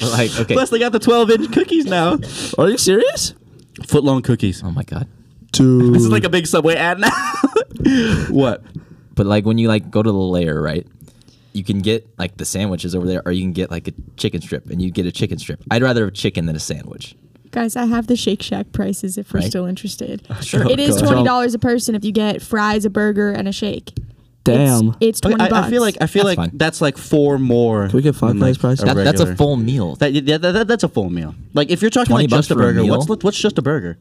Speaker 5: but like okay.
Speaker 2: Plus, they got the 12 inch cookies now.
Speaker 3: Are you serious?
Speaker 2: Foot long cookies.
Speaker 5: oh my god.
Speaker 3: Dude.
Speaker 2: This is like a big Subway ad now. (laughs) what?
Speaker 5: But like when you like go to the layer, right? You can get like the sandwiches over there, or you can get like a chicken strip, and you get a chicken strip. I'd rather have chicken than a sandwich.
Speaker 4: Guys, I have the Shake Shack prices if we're
Speaker 5: Right.
Speaker 4: still interested.
Speaker 2: Oh,
Speaker 5: Sure.
Speaker 4: It is
Speaker 5: Go.
Speaker 4: twenty dollars a person if you get fries, a burger, and a shake. It's-
Speaker 3: Damn.
Speaker 4: It's, twenty
Speaker 2: I,
Speaker 4: bucks.
Speaker 2: I feel like I feel
Speaker 5: That's
Speaker 2: like
Speaker 5: fine.
Speaker 2: that's like four more.
Speaker 3: we get five
Speaker 2: than, like,
Speaker 3: price price?
Speaker 5: That, that's a
Speaker 2: regular-
Speaker 5: full meal.
Speaker 2: That, yeah, that, that- that's a full meal. Like if you're talking
Speaker 5: 20
Speaker 2: like just
Speaker 5: bucks
Speaker 2: a
Speaker 5: for a
Speaker 2: burger,
Speaker 5: meal?
Speaker 2: what's what's just a burger?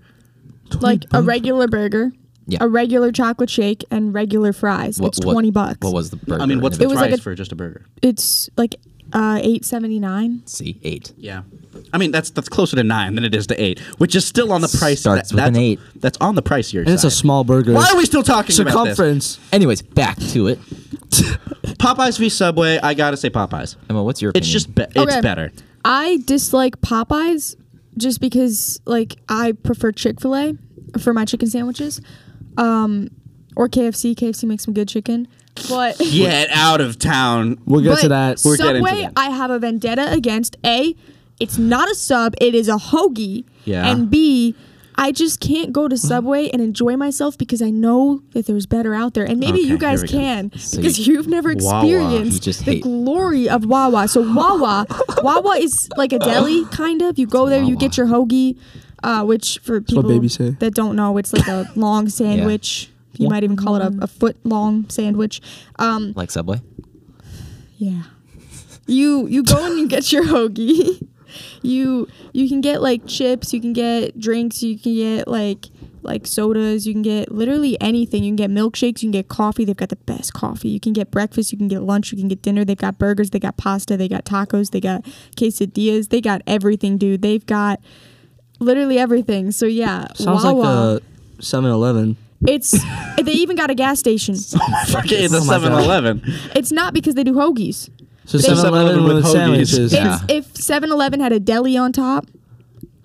Speaker 4: like a regular burger,
Speaker 5: Yeah.
Speaker 4: a regular chocolate shake, and regular fries.
Speaker 5: What-
Speaker 4: it's
Speaker 5: what-
Speaker 4: twenty bucks.
Speaker 5: What was the burger?
Speaker 2: I mean, what's
Speaker 5: in
Speaker 2: the
Speaker 5: it?
Speaker 4: was
Speaker 2: price
Speaker 4: like a-
Speaker 2: for just a burger?
Speaker 4: It's like uh, eight seventy nine.
Speaker 5: See eight.
Speaker 2: Yeah, I mean that's that's closer to nine than it is to eight, which is still on the price.
Speaker 5: Starts with
Speaker 2: that's,
Speaker 5: an eight.
Speaker 2: That's on the price year.
Speaker 3: and it's a small burger.
Speaker 2: Why are we still talking about
Speaker 3: Circumference.
Speaker 5: Anyways, back to it.
Speaker 2: this? Popeyes v Subway. I gotta say Popeyes.
Speaker 5: Emma, what's your? Opinion?
Speaker 2: It's just be- it's
Speaker 4: Okay.
Speaker 2: better.
Speaker 4: I dislike Popeyes just because like I prefer Chick Fil A for my chicken sandwiches, um, or KFC. KFC makes some good chicken, but
Speaker 2: Get out of town.
Speaker 3: We'll get
Speaker 4: but
Speaker 3: to that.
Speaker 2: We're getting to
Speaker 4: Subway,
Speaker 2: that.
Speaker 4: I have a vendetta against a. It's not a sub; it is a hoagie.
Speaker 2: Yeah.
Speaker 4: And B, I just can't go to Subway and enjoy myself because I know that there's better out there, and maybe
Speaker 2: Okay,
Speaker 4: you guys
Speaker 2: here we go.
Speaker 4: can
Speaker 5: So
Speaker 4: because
Speaker 5: you-
Speaker 4: you've never
Speaker 2: Wawa.
Speaker 4: experienced
Speaker 5: You just
Speaker 4: the
Speaker 5: hate-
Speaker 4: glory of Wawa. So Wawa, Wawa is like a deli kind of. You go there, you
Speaker 5: Wawa.
Speaker 4: get your hoagie, uh, which for people
Speaker 3: babies say.
Speaker 4: that don't know, it's like a long sandwich. You might even call it a, a foot long sandwich. Um,
Speaker 5: like Subway.
Speaker 4: yeah. You you go and you get your hoagie. (laughs) you you can get like chips, you can get drinks, you can get like like sodas, you can get literally anything. You can get milkshakes, you can get coffee. They've got the best coffee. You can get breakfast, you can get lunch, you can get dinner. They've got burgers, they got pasta, they got tacos, they got quesadillas, they got everything, dude. They've got literally everything. So yeah,
Speaker 3: Sounds
Speaker 4: Wawa.
Speaker 3: like uh, a 7-Eleven.
Speaker 4: it's they even got a gas
Speaker 3: (laughs)
Speaker 4: station.
Speaker 2: Okay, it's a
Speaker 3: Oh my God.
Speaker 2: 7-Eleven.
Speaker 4: It's not because they do hoagies.
Speaker 3: So
Speaker 4: They-
Speaker 3: 7-Eleven
Speaker 2: 7-Eleven
Speaker 3: with,
Speaker 2: with hoagies.
Speaker 3: sandwiches.
Speaker 5: Yeah.
Speaker 4: It's if 7-Eleven had a deli on top,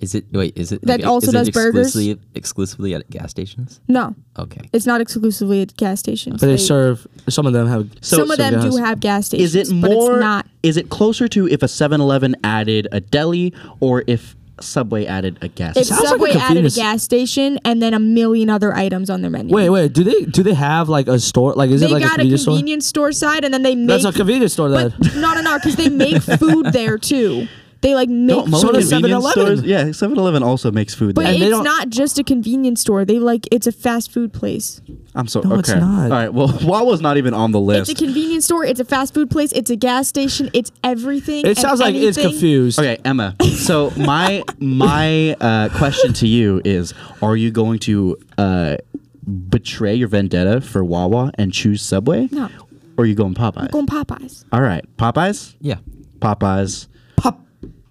Speaker 5: Is it wait? Is it
Speaker 4: That
Speaker 5: is
Speaker 4: also
Speaker 5: it
Speaker 4: does burgers?
Speaker 5: exclusively, exclusively at gas stations?
Speaker 4: no.
Speaker 5: Okay.
Speaker 4: It's not exclusively at gas stations.
Speaker 3: But they serve. Some of them have.
Speaker 2: So-
Speaker 4: some of them
Speaker 3: gas.
Speaker 4: do have gas stations.
Speaker 2: Is it
Speaker 4: But
Speaker 2: more?
Speaker 4: it's not.
Speaker 2: Is it closer to if a 7-Eleven added a deli or if Subway added a gas?
Speaker 4: If
Speaker 2: station?
Speaker 3: Sounds like
Speaker 4: Subway
Speaker 3: a
Speaker 4: added a
Speaker 3: convenience-
Speaker 4: gas station and then a million other items on their menu.
Speaker 3: Wait, wait. Do they do they have like a store? Like is
Speaker 4: They
Speaker 3: it like
Speaker 4: got
Speaker 3: a convenience
Speaker 4: store?
Speaker 3: store?
Speaker 4: side and then they make.
Speaker 3: That's a convenience store.
Speaker 4: But
Speaker 3: Then (laughs)
Speaker 4: no, no, no, because they make food there too. they like make
Speaker 2: Don't most
Speaker 3: So does
Speaker 2: convenience
Speaker 3: 7-Eleven.
Speaker 2: stores? Yeah, 7-Eleven also makes food.
Speaker 4: But
Speaker 2: there.
Speaker 3: And they
Speaker 4: it's
Speaker 3: don't-
Speaker 4: not just a convenience store. They like it's a fast food place.
Speaker 2: I'm so
Speaker 3: No,
Speaker 2: okay.
Speaker 3: it's not.
Speaker 2: All right. Well, (laughs) Wawa's not even on the
Speaker 4: It's
Speaker 2: list.
Speaker 4: a convenience store. It's a fast food place. It's a gas station. It's everything.
Speaker 3: It
Speaker 4: and
Speaker 3: sounds like it's
Speaker 4: anything.
Speaker 3: confused.
Speaker 2: Okay, Emma. So my my uh, question to you is: Are you going to uh, betray your vendetta for Wawa and choose Subway?
Speaker 4: No.
Speaker 2: Or are you going Popeyes?
Speaker 4: Going Popeyes.
Speaker 2: All right, Popeyes.
Speaker 5: Yeah.
Speaker 2: Popeyes.
Speaker 3: Pop.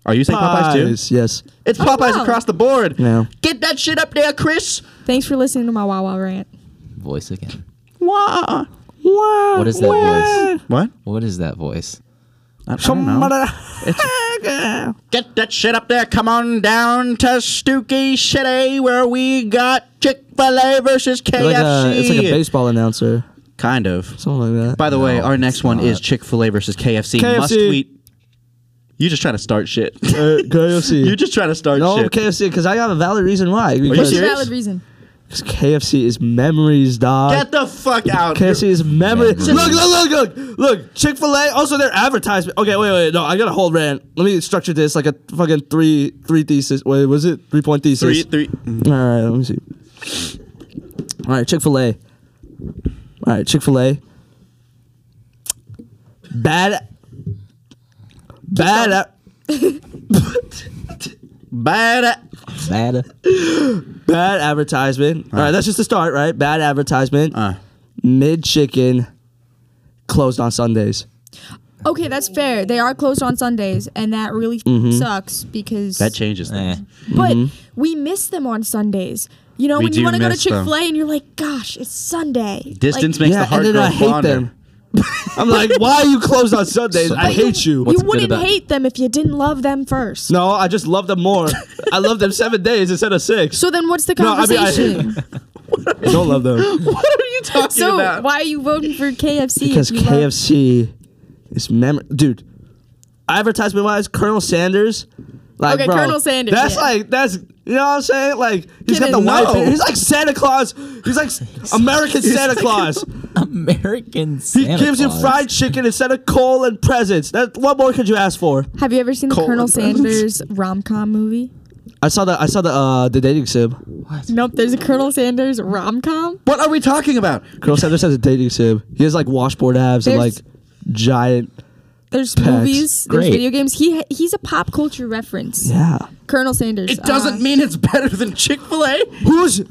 Speaker 2: Are you saying Popeyes, too?
Speaker 3: Yes.
Speaker 2: It's
Speaker 4: Oh,
Speaker 2: Popeyes
Speaker 4: no.
Speaker 2: across the board.
Speaker 3: No.
Speaker 2: Get that shit up there, Chris.
Speaker 4: Thanks for listening to my Wawa rant.
Speaker 5: Voice again.
Speaker 2: Wah.
Speaker 4: Oh,
Speaker 3: What
Speaker 5: What is that voice?
Speaker 2: What?
Speaker 5: What is that voice?
Speaker 2: I, I don't know.
Speaker 4: (laughs)
Speaker 2: Get that shit up there. Come on down to Stookie City where we got Chick fil A versus KFC.
Speaker 3: Like a, it's like a baseball announcer,
Speaker 2: kind of.
Speaker 3: something like that.
Speaker 2: By the way, our next one
Speaker 5: not.
Speaker 2: is Chick fil A versus KFC.
Speaker 3: KFC.
Speaker 2: Must we. You just trying to start shit. (laughs)
Speaker 3: (laughs) Uh, KFC.
Speaker 2: you just trying to start
Speaker 3: no
Speaker 2: shit.
Speaker 3: KFC because I have a valid reason why.
Speaker 4: What's a
Speaker 2: serious?
Speaker 3: Because
Speaker 4: valid reason?
Speaker 3: 'cause KFC is memories, dog.
Speaker 2: Get the fuck out.
Speaker 3: KFC is memory.
Speaker 5: Memories.
Speaker 3: Look, look, look, look, look. Chick Fil A. Also, their advertisement. Okay, wait, wait. No, I got a whole rant. Let me structure this like a fucking three, three thesis. Wait, was it three point
Speaker 2: Three,
Speaker 3: thesis?
Speaker 2: three.
Speaker 3: All right, let me see. All right, Chick Fil A. All right, Chick Fil A. Bad. Bad.
Speaker 2: Bad.
Speaker 5: Bad. (laughs)
Speaker 3: Bad advertisement. All right, that's just the start, right? Bad advertisement.
Speaker 2: Uh,
Speaker 3: Mid chicken closed on Sundays.
Speaker 4: Okay, that's fair. They are closed on Sundays, and that really sucks because.
Speaker 2: that changes
Speaker 5: Eh.
Speaker 2: things.
Speaker 4: but we miss them on Sundays. You know,
Speaker 2: We
Speaker 4: when you
Speaker 2: do
Speaker 4: want to go to
Speaker 2: miss
Speaker 4: Chick
Speaker 2: them.
Speaker 4: Fil A and you're like, "Gosh, it's Sunday."
Speaker 2: Distance
Speaker 4: Like,
Speaker 2: makes the heart
Speaker 3: and then
Speaker 2: grow
Speaker 3: I hate
Speaker 2: fonder.
Speaker 3: them. (laughs) I'm like, why are you closed on Sundays? I hate you.
Speaker 5: What's
Speaker 4: you
Speaker 5: good
Speaker 4: wouldn't
Speaker 5: about-
Speaker 4: hate them if you didn't love them first.
Speaker 3: No, I just love them more. I love them seven days instead of six.
Speaker 4: So then, what's the
Speaker 3: No, I mean, I-
Speaker 4: conversation?
Speaker 3: Don't love them
Speaker 2: What are you talking
Speaker 4: so why are you voting for KFC? if
Speaker 3: because
Speaker 4: you love-
Speaker 3: KFC is memory, dude. Advertisement wise, Colonel Sanders, like
Speaker 4: Okay,
Speaker 3: bro,
Speaker 4: Colonel Sanders,
Speaker 3: That's
Speaker 4: yeah.
Speaker 3: like that's you know what I'm saying. Like he's
Speaker 4: Kidding.
Speaker 3: got the white.
Speaker 4: No.
Speaker 3: beard. He's like Santa Claus. He's (laughs) like American Santa (laughs) Claus.
Speaker 5: American
Speaker 3: He
Speaker 5: Santa
Speaker 3: gives you
Speaker 5: Claus.
Speaker 3: fried chicken instead of coal and presents. That what more could you ask for?
Speaker 4: Have you ever seen the
Speaker 2: Colon
Speaker 4: Colonel
Speaker 2: presence.
Speaker 4: Sanders rom com movie?
Speaker 3: I saw the I saw the uh, the dating sim.
Speaker 4: Nope, there's a Colonel Sanders rom com.
Speaker 2: What are we talking about?
Speaker 3: Colonel Sanders has a dating sim. He has like washboard abs and like
Speaker 4: There's-
Speaker 3: giant.
Speaker 4: There's
Speaker 3: Packs.
Speaker 4: movies,
Speaker 5: Great.
Speaker 4: there's video games. He he's a pop culture reference.
Speaker 3: Yeah.
Speaker 4: Colonel Sanders.
Speaker 2: It doesn't
Speaker 4: uh,
Speaker 2: mean it's better than Chick fil A.
Speaker 3: Who's
Speaker 2: All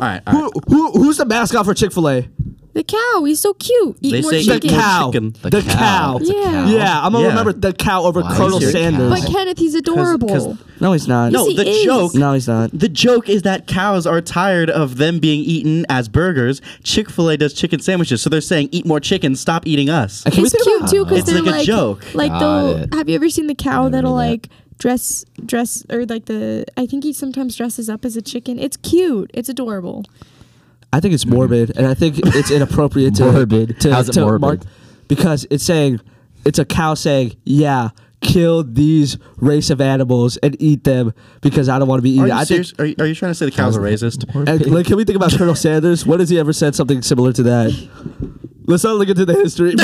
Speaker 2: right, all
Speaker 3: who,
Speaker 2: right.
Speaker 3: who who's the mascot for Chick Fil A?
Speaker 4: the cow. He's so cute. Eat
Speaker 2: They
Speaker 4: more
Speaker 2: say eat
Speaker 3: The
Speaker 4: chicken.
Speaker 2: more
Speaker 3: cow.
Speaker 2: chicken.
Speaker 3: The, cow.
Speaker 5: It's a
Speaker 4: Yeah.
Speaker 5: cow.
Speaker 3: Yeah, I'm gonna
Speaker 2: Yeah.
Speaker 3: remember the cow over
Speaker 5: Why is
Speaker 3: Colonel
Speaker 5: there a
Speaker 3: Sanders.
Speaker 4: But
Speaker 5: cow?
Speaker 4: Kenneth, he's adorable.
Speaker 2: 'cause-
Speaker 3: No, he's not.
Speaker 2: No,
Speaker 4: Yes,
Speaker 2: the
Speaker 4: he is.
Speaker 2: joke.
Speaker 3: no, he's not.
Speaker 2: The joke is that cows are tired of them being eaten as burgers. Chick fil A does chicken sandwiches, so they're saying, eat more chicken, stop eating us.
Speaker 3: Can we
Speaker 4: it's
Speaker 3: think
Speaker 4: cute
Speaker 3: about-
Speaker 4: too because
Speaker 2: It's
Speaker 4: they're
Speaker 2: like a
Speaker 4: like,
Speaker 2: joke.
Speaker 4: like
Speaker 5: Got
Speaker 4: they'll
Speaker 5: it.
Speaker 4: have you ever seen the cow
Speaker 5: Never
Speaker 4: that'll
Speaker 5: knew that.
Speaker 4: like dress dress or like the I think he sometimes dresses up as a chicken. It's cute. It's adorable.
Speaker 3: I think it's morbid, and I think it's inappropriate to
Speaker 5: Morbid.
Speaker 3: To,
Speaker 5: How's it
Speaker 3: to
Speaker 5: morbid?
Speaker 3: because it's saying it's a cow saying, "Yeah, kill these race of animals and eat them because I don't want to be
Speaker 2: Are
Speaker 3: eaten."
Speaker 2: you
Speaker 3: I think.
Speaker 2: serious? Are you, are you trying to say the cows are racist?
Speaker 5: (laughs)
Speaker 3: and, like, can we think about Colonel Sanders? When has he ever said something similar to that? Let's not look into the history.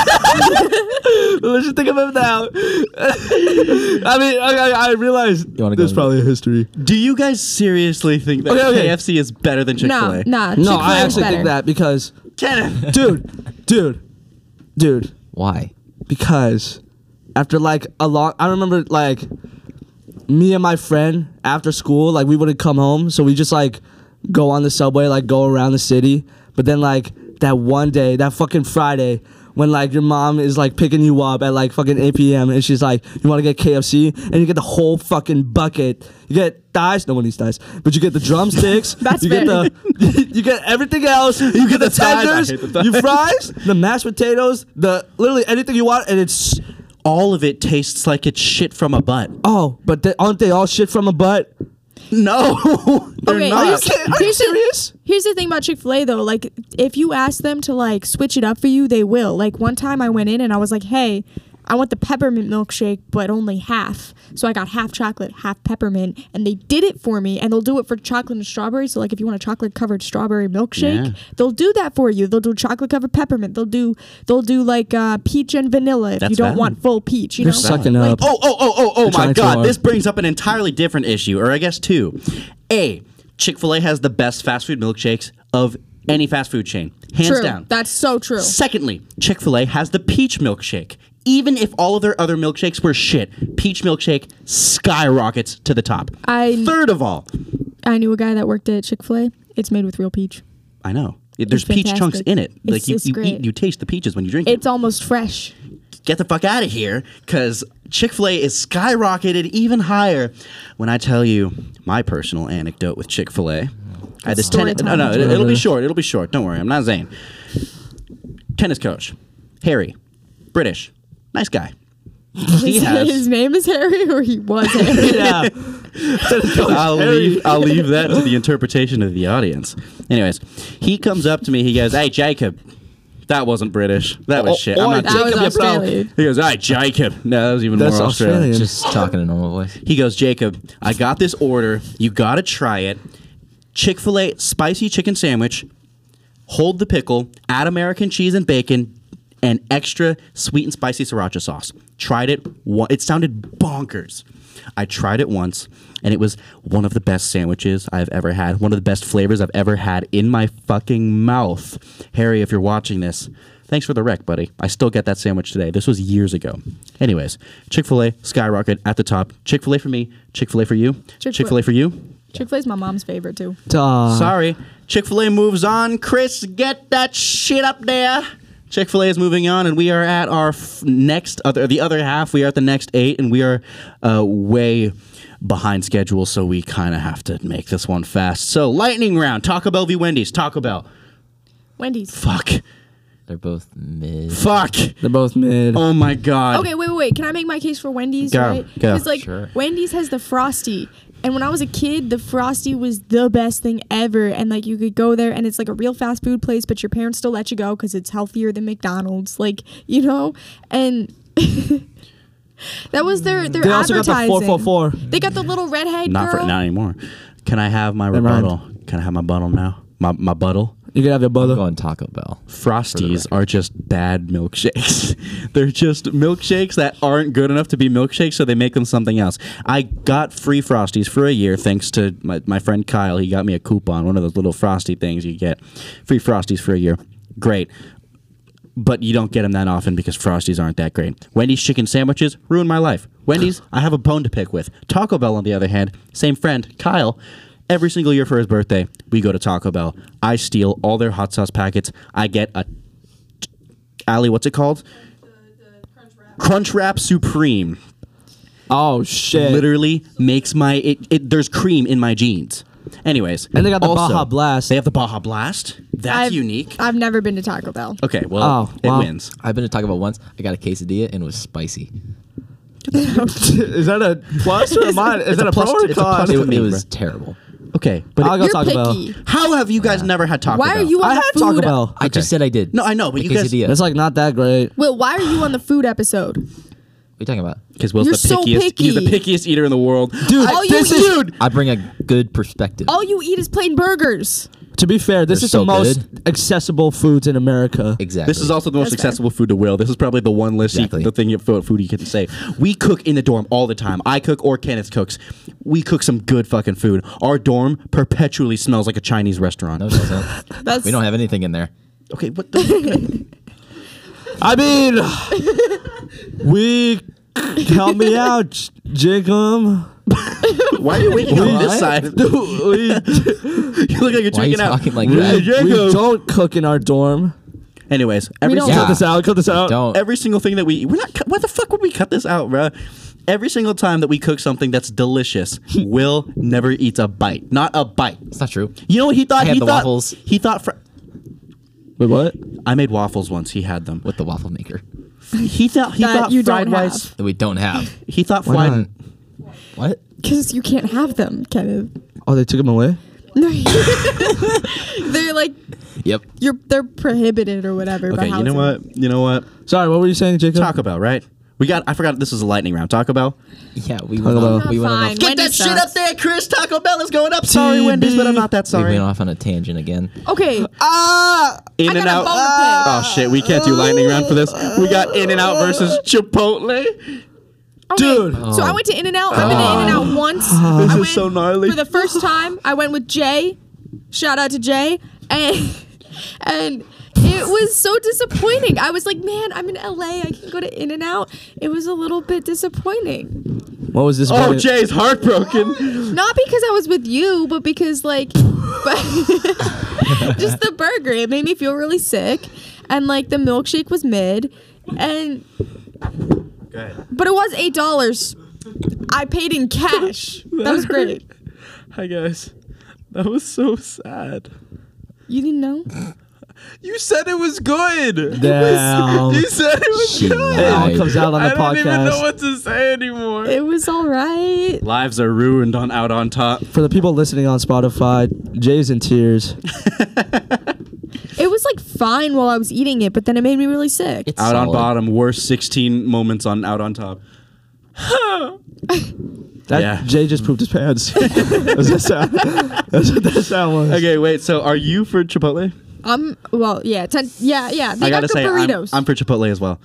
Speaker 3: (laughs) Let's just think of him now. (laughs) I mean, I, I, I realize
Speaker 5: wanna go
Speaker 3: there's
Speaker 5: into-
Speaker 3: probably a history.
Speaker 2: Do you guys seriously think that
Speaker 3: Okay, okay.
Speaker 2: KFC is better than Chick fil
Speaker 4: No,
Speaker 2: A?
Speaker 4: nah.
Speaker 3: No,
Speaker 4: Chick-fil-A
Speaker 3: I
Speaker 4: is
Speaker 3: actually
Speaker 4: better.
Speaker 3: think that because,
Speaker 2: Kenneth.
Speaker 3: dude, dude, dude,
Speaker 5: Why?
Speaker 3: because after like a long, I remember like me and my friend after school, like we wouldn't come home, so we just like go on the subway, like go around the city. But then like that one day, that fucking Friday, when like your mom is like picking you up at like fucking 8 p.m. and she's like, you want to get KFC, and you get the whole fucking bucket. You get thighs, no one eats thighs, but you get the drumsticks.
Speaker 4: That's
Speaker 3: you get
Speaker 4: fair.
Speaker 3: the, (laughs) you get everything else. You, get, the,
Speaker 2: thighs, I
Speaker 3: tenders,
Speaker 2: hate the
Speaker 3: you fries, (laughs) the mashed potatoes, the literally anything you want, and it's
Speaker 2: All of it tastes like it's shit from a butt.
Speaker 3: oh, but they, aren't they all shit from a (laughs) butt?
Speaker 2: No. (laughs) they're
Speaker 4: Okay,
Speaker 2: not.
Speaker 4: are you kidding?
Speaker 3: Are you
Speaker 4: Here's the-
Speaker 3: serious?
Speaker 4: Here's the thing about Chick Fil A though, like if you ask them to like switch it up for you, they will. Like one time I went in and I was like, "Hey, I want the peppermint milkshake, but only half. So I got half chocolate, half peppermint, and they did it for me. And they'll do it for chocolate and strawberry. So like if you want a chocolate covered strawberry milkshake,
Speaker 2: Yeah.
Speaker 4: they'll do that for you. They'll do chocolate covered peppermint. They'll do they'll do like uh, peach and vanilla if you
Speaker 2: That's
Speaker 4: don't
Speaker 2: valid.
Speaker 4: want full peach. You
Speaker 3: They're
Speaker 4: know,
Speaker 3: sucking
Speaker 4: Like,
Speaker 3: up.
Speaker 2: Oh, oh, oh, oh, oh my
Speaker 3: trying too
Speaker 2: God.
Speaker 3: hard.
Speaker 2: This brings up an entirely different issue, or I guess two. A, Chick fil A has the best fast food milkshakes of any fast food chain, hands
Speaker 4: true.
Speaker 2: down.
Speaker 4: That's so true.
Speaker 2: Secondly, Chick fil A has the peach milkshake. Even if all of their other milkshakes were shit, peach milkshake skyrockets to the top.
Speaker 4: I-
Speaker 2: Third of all,
Speaker 4: I knew a guy that worked at Chick Fil A. It's made with real peach.
Speaker 2: I know. There's peach chunks
Speaker 4: fantastic.
Speaker 2: in it.
Speaker 4: It's-
Speaker 2: like you,
Speaker 4: it's
Speaker 2: you
Speaker 4: great.
Speaker 2: eat, you taste the peaches when you drink it.
Speaker 4: It's almost fresh.
Speaker 2: get the fuck out of here because Chick fil A is skyrocketed even higher. When I tell you my personal anecdote with Chick fil A, I had this
Speaker 4: Story
Speaker 2: tennis. No, no,
Speaker 4: time.
Speaker 2: it, it'll be short. It'll be short. Don't worry. I'm not Zane. Tennis coach, Harry, British, nice guy. He
Speaker 4: His,
Speaker 2: has.
Speaker 4: his name is Harry, or he was Harry. (laughs)
Speaker 3: yeah.
Speaker 2: I'll leave, I'll leave that to the interpretation of the audience. Anyways, he comes up to me. He goes, Hey, Jacob. That wasn't British. That was shit. I'm
Speaker 3: Oi,
Speaker 2: not
Speaker 4: That was
Speaker 3: Jacob, yourself.
Speaker 4: Australian.
Speaker 2: He goes, Hey, Jacob. No, that was even
Speaker 3: That's
Speaker 2: more Australian.
Speaker 3: Australian.
Speaker 5: Just talking in a normal voice.
Speaker 2: He goes, Jacob, I got this order. You got to try it. Chick fil A spicy chicken sandwich. Hold the pickle, add American cheese and bacon, and extra sweet and spicy sriracha sauce. Tried it. wa- It sounded bonkers. I tried it once, and it was one of the best sandwiches I've ever had. One of the best flavors I've ever had in my fucking mouth. Harry, if you're watching this, thanks for the rec, buddy. I still get that sandwich today. This was years ago. Anyways, Chick fil A, skyrocket at the top. Chick fil A for me, Chick fil A for you,
Speaker 4: Chick-fil-A.
Speaker 2: Chick fil A for you.
Speaker 4: Chick Fil A's my mom's favorite too.
Speaker 3: Duh.
Speaker 2: Sorry. Chick fil A moves on. Chris, get that shit up there. Chick fil A is moving on, and we are at our f- next, other, the other half. We are at the next eight, and we are uh, way behind schedule, so we kind of have to make this one fast. So, lightning round Taco Bell v. Wendy's. Taco Bell.
Speaker 4: Wendy's.
Speaker 2: Fuck.
Speaker 5: They're both mid.
Speaker 2: Fuck.
Speaker 3: They're both mid.
Speaker 2: Oh my God.
Speaker 4: Okay, wait, wait, wait. Can I make my case for Wendy's?
Speaker 2: Go,
Speaker 4: right?
Speaker 2: go.
Speaker 4: Because like
Speaker 5: Sure.
Speaker 4: Wendy's has the frosty, and when I was a kid, the frosty was the best thing ever. And like you could go there, and it's like a real fast food place, but your parents still let you go because it's healthier than McDonald's. Like (laughs) you know, and. (laughs) That was their their
Speaker 3: They also got
Speaker 4: advertising.
Speaker 3: the 444.
Speaker 4: They got the little redhead
Speaker 2: Not,
Speaker 4: girl.
Speaker 2: for, not anymore. Can I have my
Speaker 3: mind.
Speaker 2: rebuttal? Can I have my buttle now? My, my buttle?
Speaker 3: You can have your
Speaker 5: I'm
Speaker 3: brother.
Speaker 5: going Taco Bell.
Speaker 2: Frosties are just bad milkshakes. (laughs) They're just milkshakes that aren't good enough to be milkshakes, so they make them something else. I got free Frosties for a year thanks to my, my friend Kyle. He got me a coupon, one of those little Frosty things you get. Free Frosties for a year. Great. But you don't get them that often because Frosties aren't that great. Wendy's chicken sandwiches ruined my life. Wendy's, I have a bone to pick with. Taco Bell, on the other hand, same friend, Kyle. Every single year for his birthday, we go to Taco Bell. I steal all their hot sauce packets. I get a Ali, what's it called? Crunch Wrap Supreme.
Speaker 3: Oh shit. (laughs)
Speaker 2: Literally makes my it, it. There's cream in my jeans. Anyways,
Speaker 3: And they got the
Speaker 2: also,
Speaker 3: Baja Blast.
Speaker 2: They have the Baja Blast. That's
Speaker 4: I've-
Speaker 2: unique.
Speaker 4: I've never been to Taco Bell.
Speaker 2: Okay, well,
Speaker 3: Oh,
Speaker 2: it
Speaker 3: wow.
Speaker 2: wins.
Speaker 5: I've been to Taco Bell once. I got a quesadilla and it was spicy.
Speaker 3: is that a plus or a minus? Is that a,
Speaker 2: plus-
Speaker 3: pro or a
Speaker 2: it's a
Speaker 3: con?
Speaker 2: plus
Speaker 5: It,
Speaker 2: two.
Speaker 5: it
Speaker 2: mean,
Speaker 5: was terrible.
Speaker 2: Okay, but
Speaker 3: I'll
Speaker 2: it-
Speaker 3: go
Speaker 4: You're
Speaker 3: Taco Bell.
Speaker 4: picky.
Speaker 2: how have you guys never had Taco
Speaker 4: Why
Speaker 2: Bell?
Speaker 4: are you on
Speaker 3: I
Speaker 4: the
Speaker 3: had
Speaker 4: food?
Speaker 3: Taco Bell.
Speaker 5: I just said I did.
Speaker 2: No, I know, but
Speaker 5: The
Speaker 2: you guys-
Speaker 5: quesadilla.
Speaker 3: It's like not that great.
Speaker 4: Will, why are you on the food episode?
Speaker 5: what are you talking about?
Speaker 2: Because Will's
Speaker 4: You're
Speaker 2: the
Speaker 4: so
Speaker 2: pickiest. He's the
Speaker 4: picky.
Speaker 2: pickiest eater in the world,
Speaker 3: Dude,
Speaker 4: All Oh, you
Speaker 3: this
Speaker 4: eat-
Speaker 3: is
Speaker 2: Dude,
Speaker 5: I bring a good perspective.
Speaker 2: Oh.
Speaker 4: All you eat is plain burgers.
Speaker 3: to be fair, this
Speaker 5: They're
Speaker 3: is the
Speaker 5: so
Speaker 3: most
Speaker 5: good.
Speaker 3: accessible foods in America.
Speaker 5: exactly.
Speaker 2: This is also the most
Speaker 4: That's fair.
Speaker 2: accessible food to Will. This is probably the one list
Speaker 5: Exactly.
Speaker 2: he, the thing you- food food he can say. We cook in the dorm all the time. I cook or Kenneth cooks. We cook some good fucking food. Our dorm perpetually smells like a Chinese restaurant.
Speaker 5: No, it doesn't.
Speaker 4: That's
Speaker 5: we don't have anything in there.
Speaker 2: Okay, what the
Speaker 3: I mean, we help me out, J- Jacob.
Speaker 2: (laughs) Why are you winking on this
Speaker 3: What?
Speaker 2: side? (laughs)
Speaker 3: Dude, (laughs) we,
Speaker 2: you look like you're
Speaker 5: Why are you
Speaker 2: drinking out.
Speaker 5: talking like
Speaker 2: Really,
Speaker 5: that?
Speaker 3: we
Speaker 2: Jacob.
Speaker 3: don't cook in our dorm.
Speaker 2: Anyways, every
Speaker 4: don't-
Speaker 2: single,
Speaker 3: Cut this out. Cut this out.
Speaker 5: Don't.
Speaker 2: every single thing that we eat, we're not. cut- Why the fuck would we cut this out, bruh? Every single time that we cook something that's delicious, Will never eats a bite. Not a bite.
Speaker 5: it's not true.
Speaker 2: You know what he thought?
Speaker 5: I had
Speaker 2: he
Speaker 5: the
Speaker 2: thought
Speaker 5: waffles.
Speaker 2: he thought. Fr-
Speaker 3: Wait, what?
Speaker 2: I made waffles once. He had them.
Speaker 5: With the waffle maker
Speaker 2: He thought he
Speaker 4: That
Speaker 2: thought
Speaker 4: you
Speaker 2: fried
Speaker 4: don't
Speaker 2: rice.
Speaker 4: have.
Speaker 5: that we don't have.
Speaker 2: (laughs) He thought
Speaker 3: Why
Speaker 2: fried.
Speaker 3: not?
Speaker 5: What?
Speaker 4: because you can't have them, Kenneth. (laughs)
Speaker 3: Oh, they took him away.
Speaker 4: No, they're like
Speaker 5: Yep.
Speaker 4: you're they're prohibited or whatever. by
Speaker 2: Okay, you know
Speaker 4: housing.
Speaker 2: what? You know what?
Speaker 3: Sorry, what were you saying, Jacob?
Speaker 2: Taco Bell, right? We got. I forgot this was a lightning round. Taco Bell.
Speaker 5: Yeah, we went
Speaker 3: Hello.
Speaker 5: off, we went
Speaker 4: Fine.
Speaker 5: off,
Speaker 2: Get
Speaker 4: Wendy's
Speaker 2: that shit
Speaker 4: sucks.
Speaker 2: up there, Chris. Taco Bell is going up. Sorry, Wendy's, but I'm not that
Speaker 5: we
Speaker 2: sorry.
Speaker 5: went off on a tangent again.
Speaker 4: Okay.
Speaker 2: In
Speaker 4: I
Speaker 2: and
Speaker 4: got a
Speaker 2: out.
Speaker 4: bone to pick.
Speaker 2: Oh shit, we can't do lightning round for this. We got In and Out versus Chipotle.
Speaker 3: Dude.
Speaker 4: So I went to In and Out. I've been to In and Out once.
Speaker 2: Ah. (laughs) This
Speaker 4: I
Speaker 2: is
Speaker 4: went
Speaker 2: so gnarly.
Speaker 4: For
Speaker 2: (laughs)
Speaker 4: the first time, I went with Jay. Shout out to Jay. And (laughs) and it was so disappointing. I was like, man, I'm in LA. I can go to In and Out. It was a little bit disappointing.
Speaker 3: What was this?
Speaker 2: Oh,
Speaker 3: about?
Speaker 2: Jay's (laughs) heartbroken.
Speaker 4: Not because I was with you, but because like (laughs) but just the burger. It made me feel really sick. And like the milkshake was mid. And but it was eight dollars. I paid in cash. That was great.
Speaker 2: Hi guys. That was so sad.
Speaker 4: You didn't know?
Speaker 2: You said it was good.
Speaker 3: Damn.
Speaker 2: You said it was
Speaker 5: She
Speaker 2: good.
Speaker 5: lied.
Speaker 3: It comes out on
Speaker 2: I
Speaker 3: the
Speaker 2: don't even know
Speaker 3: podcast.
Speaker 2: what to say anymore.
Speaker 4: It was all right.
Speaker 2: Lives are ruined on Out on Top.
Speaker 3: For the people listening on Spotify, Jay's in tears.
Speaker 4: It was like fine while I was eating it, but then it made me really sick.
Speaker 5: It's
Speaker 2: Out on
Speaker 5: solid.
Speaker 2: bottom, worst 16 moments on Out on Top.
Speaker 3: That
Speaker 2: Yeah.
Speaker 3: Jay just pooped his pants. (laughs) That's that sound. That's what that sound was.
Speaker 2: Okay, wait. So, are you for Chipotle?
Speaker 4: Um, well, yeah, ten, yeah, yeah. They
Speaker 2: I
Speaker 4: got
Speaker 2: gotta
Speaker 4: good
Speaker 2: say, I'm,
Speaker 4: burritos.
Speaker 2: I'm for Chipotle as well.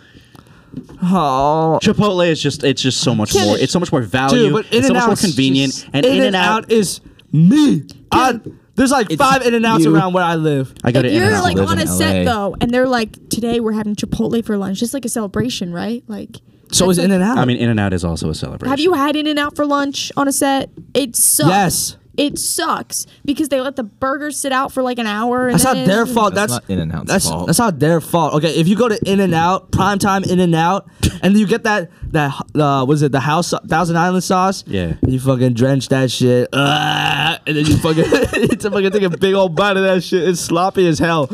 Speaker 3: Oh.
Speaker 2: Chipotle is just it's just so much
Speaker 4: Dude,
Speaker 2: more. It's so much more value.
Speaker 3: Dude, but in
Speaker 2: it's so
Speaker 3: and
Speaker 2: much
Speaker 3: out
Speaker 2: more convenient. and in, and out,
Speaker 3: is me. I, there's like five in and outs
Speaker 5: you.
Speaker 3: around where I live.
Speaker 2: I go
Speaker 4: if
Speaker 2: to in and
Speaker 4: you're
Speaker 2: out.
Speaker 4: like
Speaker 5: Live
Speaker 4: on
Speaker 5: in
Speaker 4: a set
Speaker 5: LA.
Speaker 4: though, and they're like, today we're having Chipotle for lunch, just like a celebration, right? Like,
Speaker 3: So is
Speaker 4: that's
Speaker 3: in and
Speaker 4: like-
Speaker 3: out.
Speaker 2: I mean, in and out is also a celebration.
Speaker 4: Have you had In and Out for lunch on a set? It sucks.
Speaker 3: Yes.
Speaker 4: It sucks because they let the burgers sit out for like an hour. And
Speaker 3: that's
Speaker 4: then
Speaker 3: not
Speaker 4: it-
Speaker 3: their fault.
Speaker 5: That's
Speaker 3: That's,
Speaker 5: not In-N-Out's
Speaker 3: that's,
Speaker 5: fault.
Speaker 3: That's not their fault. Okay, if you go to In and Out, prime time In and Out, and you get that that uh, was it the house Thousand Island sauce?
Speaker 2: Yeah.
Speaker 3: You fucking drench that shit, (laughs) uh, and then you fucking (laughs) it's a fucking take a big old bite of that shit. It's sloppy as hell, but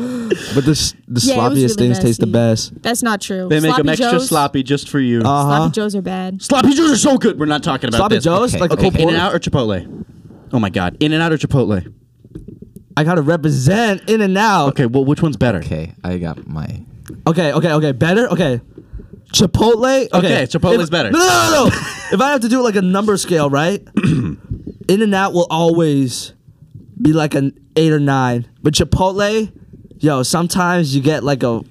Speaker 3: the s- the
Speaker 4: Yeah, it
Speaker 3: sloppiest
Speaker 4: was really
Speaker 3: things taste the
Speaker 4: messy.
Speaker 3: best.
Speaker 4: That's not true.
Speaker 2: They make
Speaker 4: sloppy
Speaker 2: them extra
Speaker 4: Joes,
Speaker 2: sloppy just for you.
Speaker 3: Uh-huh.
Speaker 4: Sloppy Joes are bad.
Speaker 2: sloppy Joes are so good. We're not talking about
Speaker 3: Sloppy
Speaker 2: this.
Speaker 3: Joe's
Speaker 5: Okay,
Speaker 3: like
Speaker 5: okay.
Speaker 3: a
Speaker 2: In
Speaker 3: couple.
Speaker 2: and out or Chipotle? Oh my God! In and out or Chipotle?
Speaker 3: I gotta represent In and Out.
Speaker 2: Okay, well, which one's better?
Speaker 5: Okay, I got my.
Speaker 3: Okay, okay, okay. Better? Okay. Chipotle? Okay,
Speaker 2: Okay, Chipotle's
Speaker 3: If-
Speaker 2: better.
Speaker 3: No, no,
Speaker 5: (laughs)
Speaker 3: no, no. if I have to do like a number scale, right? (clears throat) In and out will always be like an eight or nine. But Chipotle, yo, sometimes you get like a.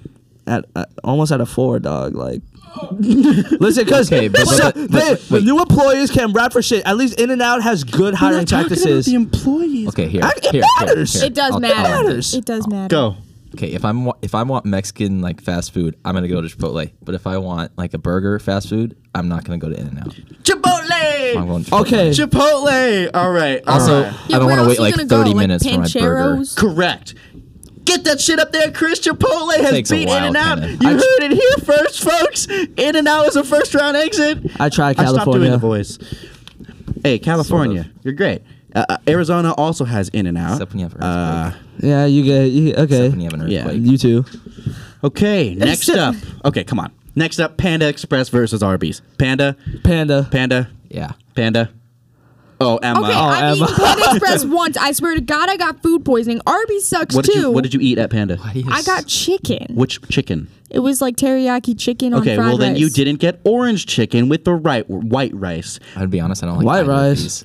Speaker 3: At, at, almost at a four, dog. Like, (laughs) listen, because
Speaker 5: Okay, but- but- but- but- wait.
Speaker 3: new employers can rap for shit. At least In and Out has good hiring practices.
Speaker 2: employees.
Speaker 5: Okay, here.
Speaker 3: I- it
Speaker 5: here, here,
Speaker 3: matters.
Speaker 5: here.
Speaker 4: It does
Speaker 5: I'll-
Speaker 4: matter.
Speaker 5: I'll-
Speaker 3: matters.
Speaker 4: It does matter.
Speaker 2: Go.
Speaker 5: Okay, if I'm wa- if I want Mexican like fast food, I'm gonna go to Chipotle. But if I want like a burger fast food, I'm not gonna go to In and Out. I'm
Speaker 2: Chipotle.
Speaker 5: going to Chipotle.
Speaker 3: okay,
Speaker 2: Chipotle. All right. all
Speaker 5: Also,
Speaker 2: right.
Speaker 4: Yeah,
Speaker 5: I don't
Speaker 4: where
Speaker 5: want to
Speaker 4: else
Speaker 5: wait
Speaker 4: you
Speaker 5: like 30
Speaker 4: gonna go? Like
Speaker 5: minutes for my burger.
Speaker 4: Pancheros?
Speaker 2: correct. Get that shit up there, Chris. Chipotle has
Speaker 5: takes a
Speaker 2: beat
Speaker 5: while,
Speaker 2: In and Out.
Speaker 5: Kenneth.
Speaker 2: You
Speaker 3: I-
Speaker 2: heard it here first, folks. In and Out is a first round exit.
Speaker 3: I tried
Speaker 2: I stopped doing
Speaker 3: California.
Speaker 2: the voice. Hey, California, you're great. Uh, uh, Arizona also has In and Out.
Speaker 5: Except when you have an
Speaker 2: Uh,
Speaker 3: yeah, you get you, okay.
Speaker 5: Except when you have an
Speaker 2: Yeah.
Speaker 5: earthquake.
Speaker 3: You too.
Speaker 2: (laughs) okay, next up. Okay, come on. Next up, Panda Express versus Arby's. Panda,
Speaker 3: Panda.
Speaker 2: Panda,
Speaker 5: Yeah.
Speaker 2: Panda. Oh, Emma.
Speaker 4: Okay,
Speaker 2: Oh, (laughs)
Speaker 4: I've
Speaker 3: Emma.
Speaker 4: eaten Panda Express once. I swear to God, I got food poisoning. Arby's sucks
Speaker 2: what
Speaker 4: too.
Speaker 2: did you What did you eat at Panda?
Speaker 5: Why do you
Speaker 4: I
Speaker 5: s-
Speaker 4: got chicken.
Speaker 2: Which chicken?
Speaker 4: It was like teriyaki chicken on
Speaker 2: Okay,
Speaker 4: fried
Speaker 2: well then you
Speaker 4: rice.
Speaker 2: didn't get orange chicken with the right white rice.
Speaker 5: I'd be honest. I don't like
Speaker 3: White
Speaker 5: either of
Speaker 3: rice.
Speaker 5: these.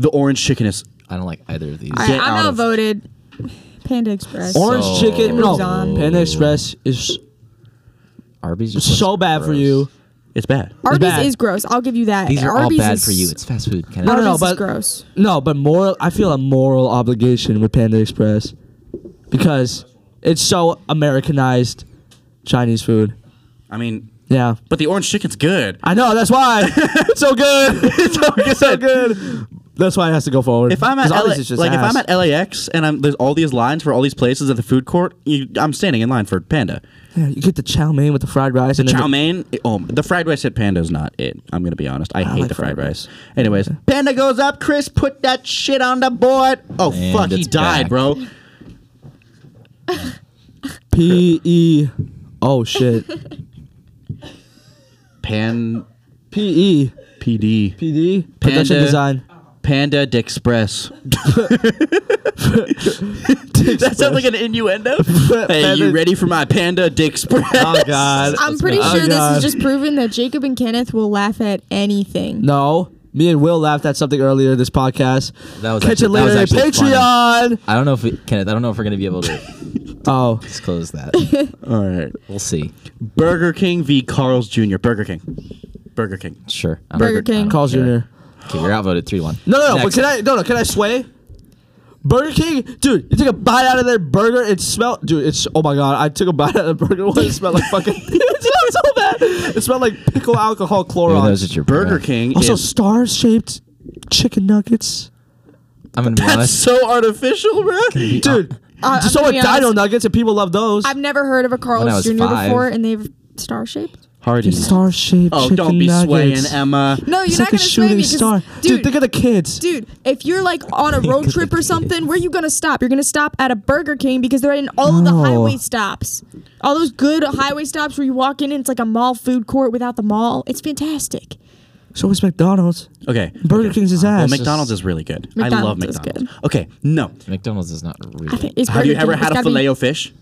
Speaker 2: The orange chicken is
Speaker 5: I don't like either of these.
Speaker 4: All right,
Speaker 2: Get out of-
Speaker 4: I'm outvoted. Panda Express.
Speaker 3: Orange
Speaker 5: So-
Speaker 3: chicken. No,
Speaker 4: Parmesan.
Speaker 3: Panda Express is
Speaker 5: Arby's just
Speaker 3: so
Speaker 5: looks
Speaker 3: bad for
Speaker 5: gross.
Speaker 3: you.
Speaker 2: it's bad.
Speaker 4: Arby's
Speaker 3: bad.
Speaker 4: is gross. I'll give you that.
Speaker 5: These are
Speaker 4: Arby's
Speaker 5: all bad
Speaker 4: is-
Speaker 5: for you. It's fast food. Can
Speaker 3: No,
Speaker 5: I?
Speaker 3: no, no,
Speaker 4: Arby's is
Speaker 3: but
Speaker 4: gross.
Speaker 3: No, but moral. I feel a moral obligation with Panda Express because it's so Americanized Chinese food.
Speaker 2: I mean,
Speaker 3: Yeah,
Speaker 2: but the orange chicken's good.
Speaker 3: I know. That's why it's so good. (laughs) It's so good.
Speaker 2: (laughs)
Speaker 3: so good. That's why it has to go forward.
Speaker 2: If I'm at
Speaker 3: 'Cause
Speaker 2: LA,
Speaker 3: Arby's is just
Speaker 2: like if
Speaker 3: ass.
Speaker 2: I'm at LAX and I'm there's all these lines for all these places at the food court, you, I'm standing in line for Panda.
Speaker 3: yeah, you get the chow mein with the fried rice and then
Speaker 2: Chow mein, oh, the fried rice at Panda's not it. I'm gonna be honest. I, hate
Speaker 3: like
Speaker 2: the fried,
Speaker 3: fried
Speaker 2: rice. Anyways, Panda goes up. Chris, put that shit on the board. Oh
Speaker 5: And
Speaker 2: fuck, he
Speaker 5: it's
Speaker 2: died,
Speaker 5: back.
Speaker 2: bro.
Speaker 3: the P E.
Speaker 2: (laughs)
Speaker 3: Oh shit.
Speaker 2: Pan
Speaker 3: P E
Speaker 2: PD
Speaker 3: P D production
Speaker 2: Panda. (laughs)
Speaker 3: design.
Speaker 2: Panda
Speaker 3: (laughs)
Speaker 2: Express. that sounds like an innuendo. (laughs) hey, you
Speaker 3: Panda-
Speaker 2: ready for my Panda Express?
Speaker 3: Oh God.
Speaker 4: I'm pretty
Speaker 3: Oh,
Speaker 4: sure this
Speaker 3: God.
Speaker 4: is just proving that Jacob and Kenneth will laugh at anything.
Speaker 3: No. Me and Will laughed at something earlier this podcast.
Speaker 5: That was
Speaker 3: Catch
Speaker 5: actually-
Speaker 3: it later
Speaker 5: that was
Speaker 3: at
Speaker 5: actually
Speaker 3: Patreon.
Speaker 5: I don't know if we, Kenneth. I don't know if we're gonna be able
Speaker 3: (laughs)
Speaker 5: to
Speaker 3: Oh,
Speaker 5: disclose
Speaker 3: (laughs)
Speaker 5: that.
Speaker 2: (laughs) All right.
Speaker 5: We'll see.
Speaker 2: Burger King v. Carl's Jr. Burger King. Burger King.
Speaker 5: Sure. I don't-
Speaker 4: Burger
Speaker 5: I
Speaker 4: King.
Speaker 5: don't
Speaker 3: Carl's Jr.
Speaker 5: care.
Speaker 3: No,
Speaker 5: Okay, you're outvoted three one.
Speaker 3: no, no. But can I? No, no. Can I sway? Burger King, dude. You took a bite out of their burger. It smelled, dude. It's oh my god. I took a (laughs) bite out of the burger. One, it smelled like fucking. (laughs) it smelled so bad. It smelled like pickle alcohol
Speaker 5: Maybe
Speaker 3: chloride.
Speaker 5: those at your
Speaker 2: Burger
Speaker 5: breath.
Speaker 2: King.
Speaker 3: Also,
Speaker 2: is-
Speaker 3: star shaped chicken nuggets.
Speaker 5: I'm gonna be
Speaker 2: that's
Speaker 5: honest.
Speaker 2: so artificial, bro.
Speaker 3: Dude,
Speaker 4: Uh,
Speaker 3: just
Speaker 4: I'm
Speaker 3: so
Speaker 4: gonna
Speaker 3: like
Speaker 4: be
Speaker 3: dino
Speaker 4: honest.
Speaker 3: nuggets and people love those.
Speaker 4: I've never heard of a
Speaker 5: When I
Speaker 4: Carl's
Speaker 5: was
Speaker 4: Jr.
Speaker 5: five.
Speaker 4: before, and they've star shaped.
Speaker 2: Hardee's.
Speaker 3: star-shaped
Speaker 2: Oh,
Speaker 3: chicken
Speaker 2: don't be swaying,
Speaker 3: nuggets.
Speaker 2: Emma.
Speaker 4: No, you're
Speaker 3: It's
Speaker 4: not
Speaker 3: like a
Speaker 4: gonna sway me
Speaker 3: shooting
Speaker 4: 'cause-
Speaker 3: star. Dude,
Speaker 4: dude.
Speaker 3: think of the kids.
Speaker 4: Dude, if you're like on a road trip or something, where you gonna stop? You're gonna stop at a Burger King because they're in all of the
Speaker 3: No.
Speaker 4: highway stops. All those good highway stops where you walk in and it's like a mall food court without the mall. It's fantastic.
Speaker 3: So is McDonald's.
Speaker 2: Okay.
Speaker 3: Burger King's his
Speaker 2: Well,
Speaker 3: ass.
Speaker 2: McDonald's is really good. I love
Speaker 4: McDonald's is
Speaker 2: McDonald's.
Speaker 4: good.
Speaker 2: Okay, no.
Speaker 5: McDonald's is not real.
Speaker 4: I think it's
Speaker 2: Have
Speaker 4: Burger
Speaker 2: you ever
Speaker 4: King.
Speaker 2: had
Speaker 4: It's
Speaker 2: a
Speaker 4: gotta be-
Speaker 2: filet o fish?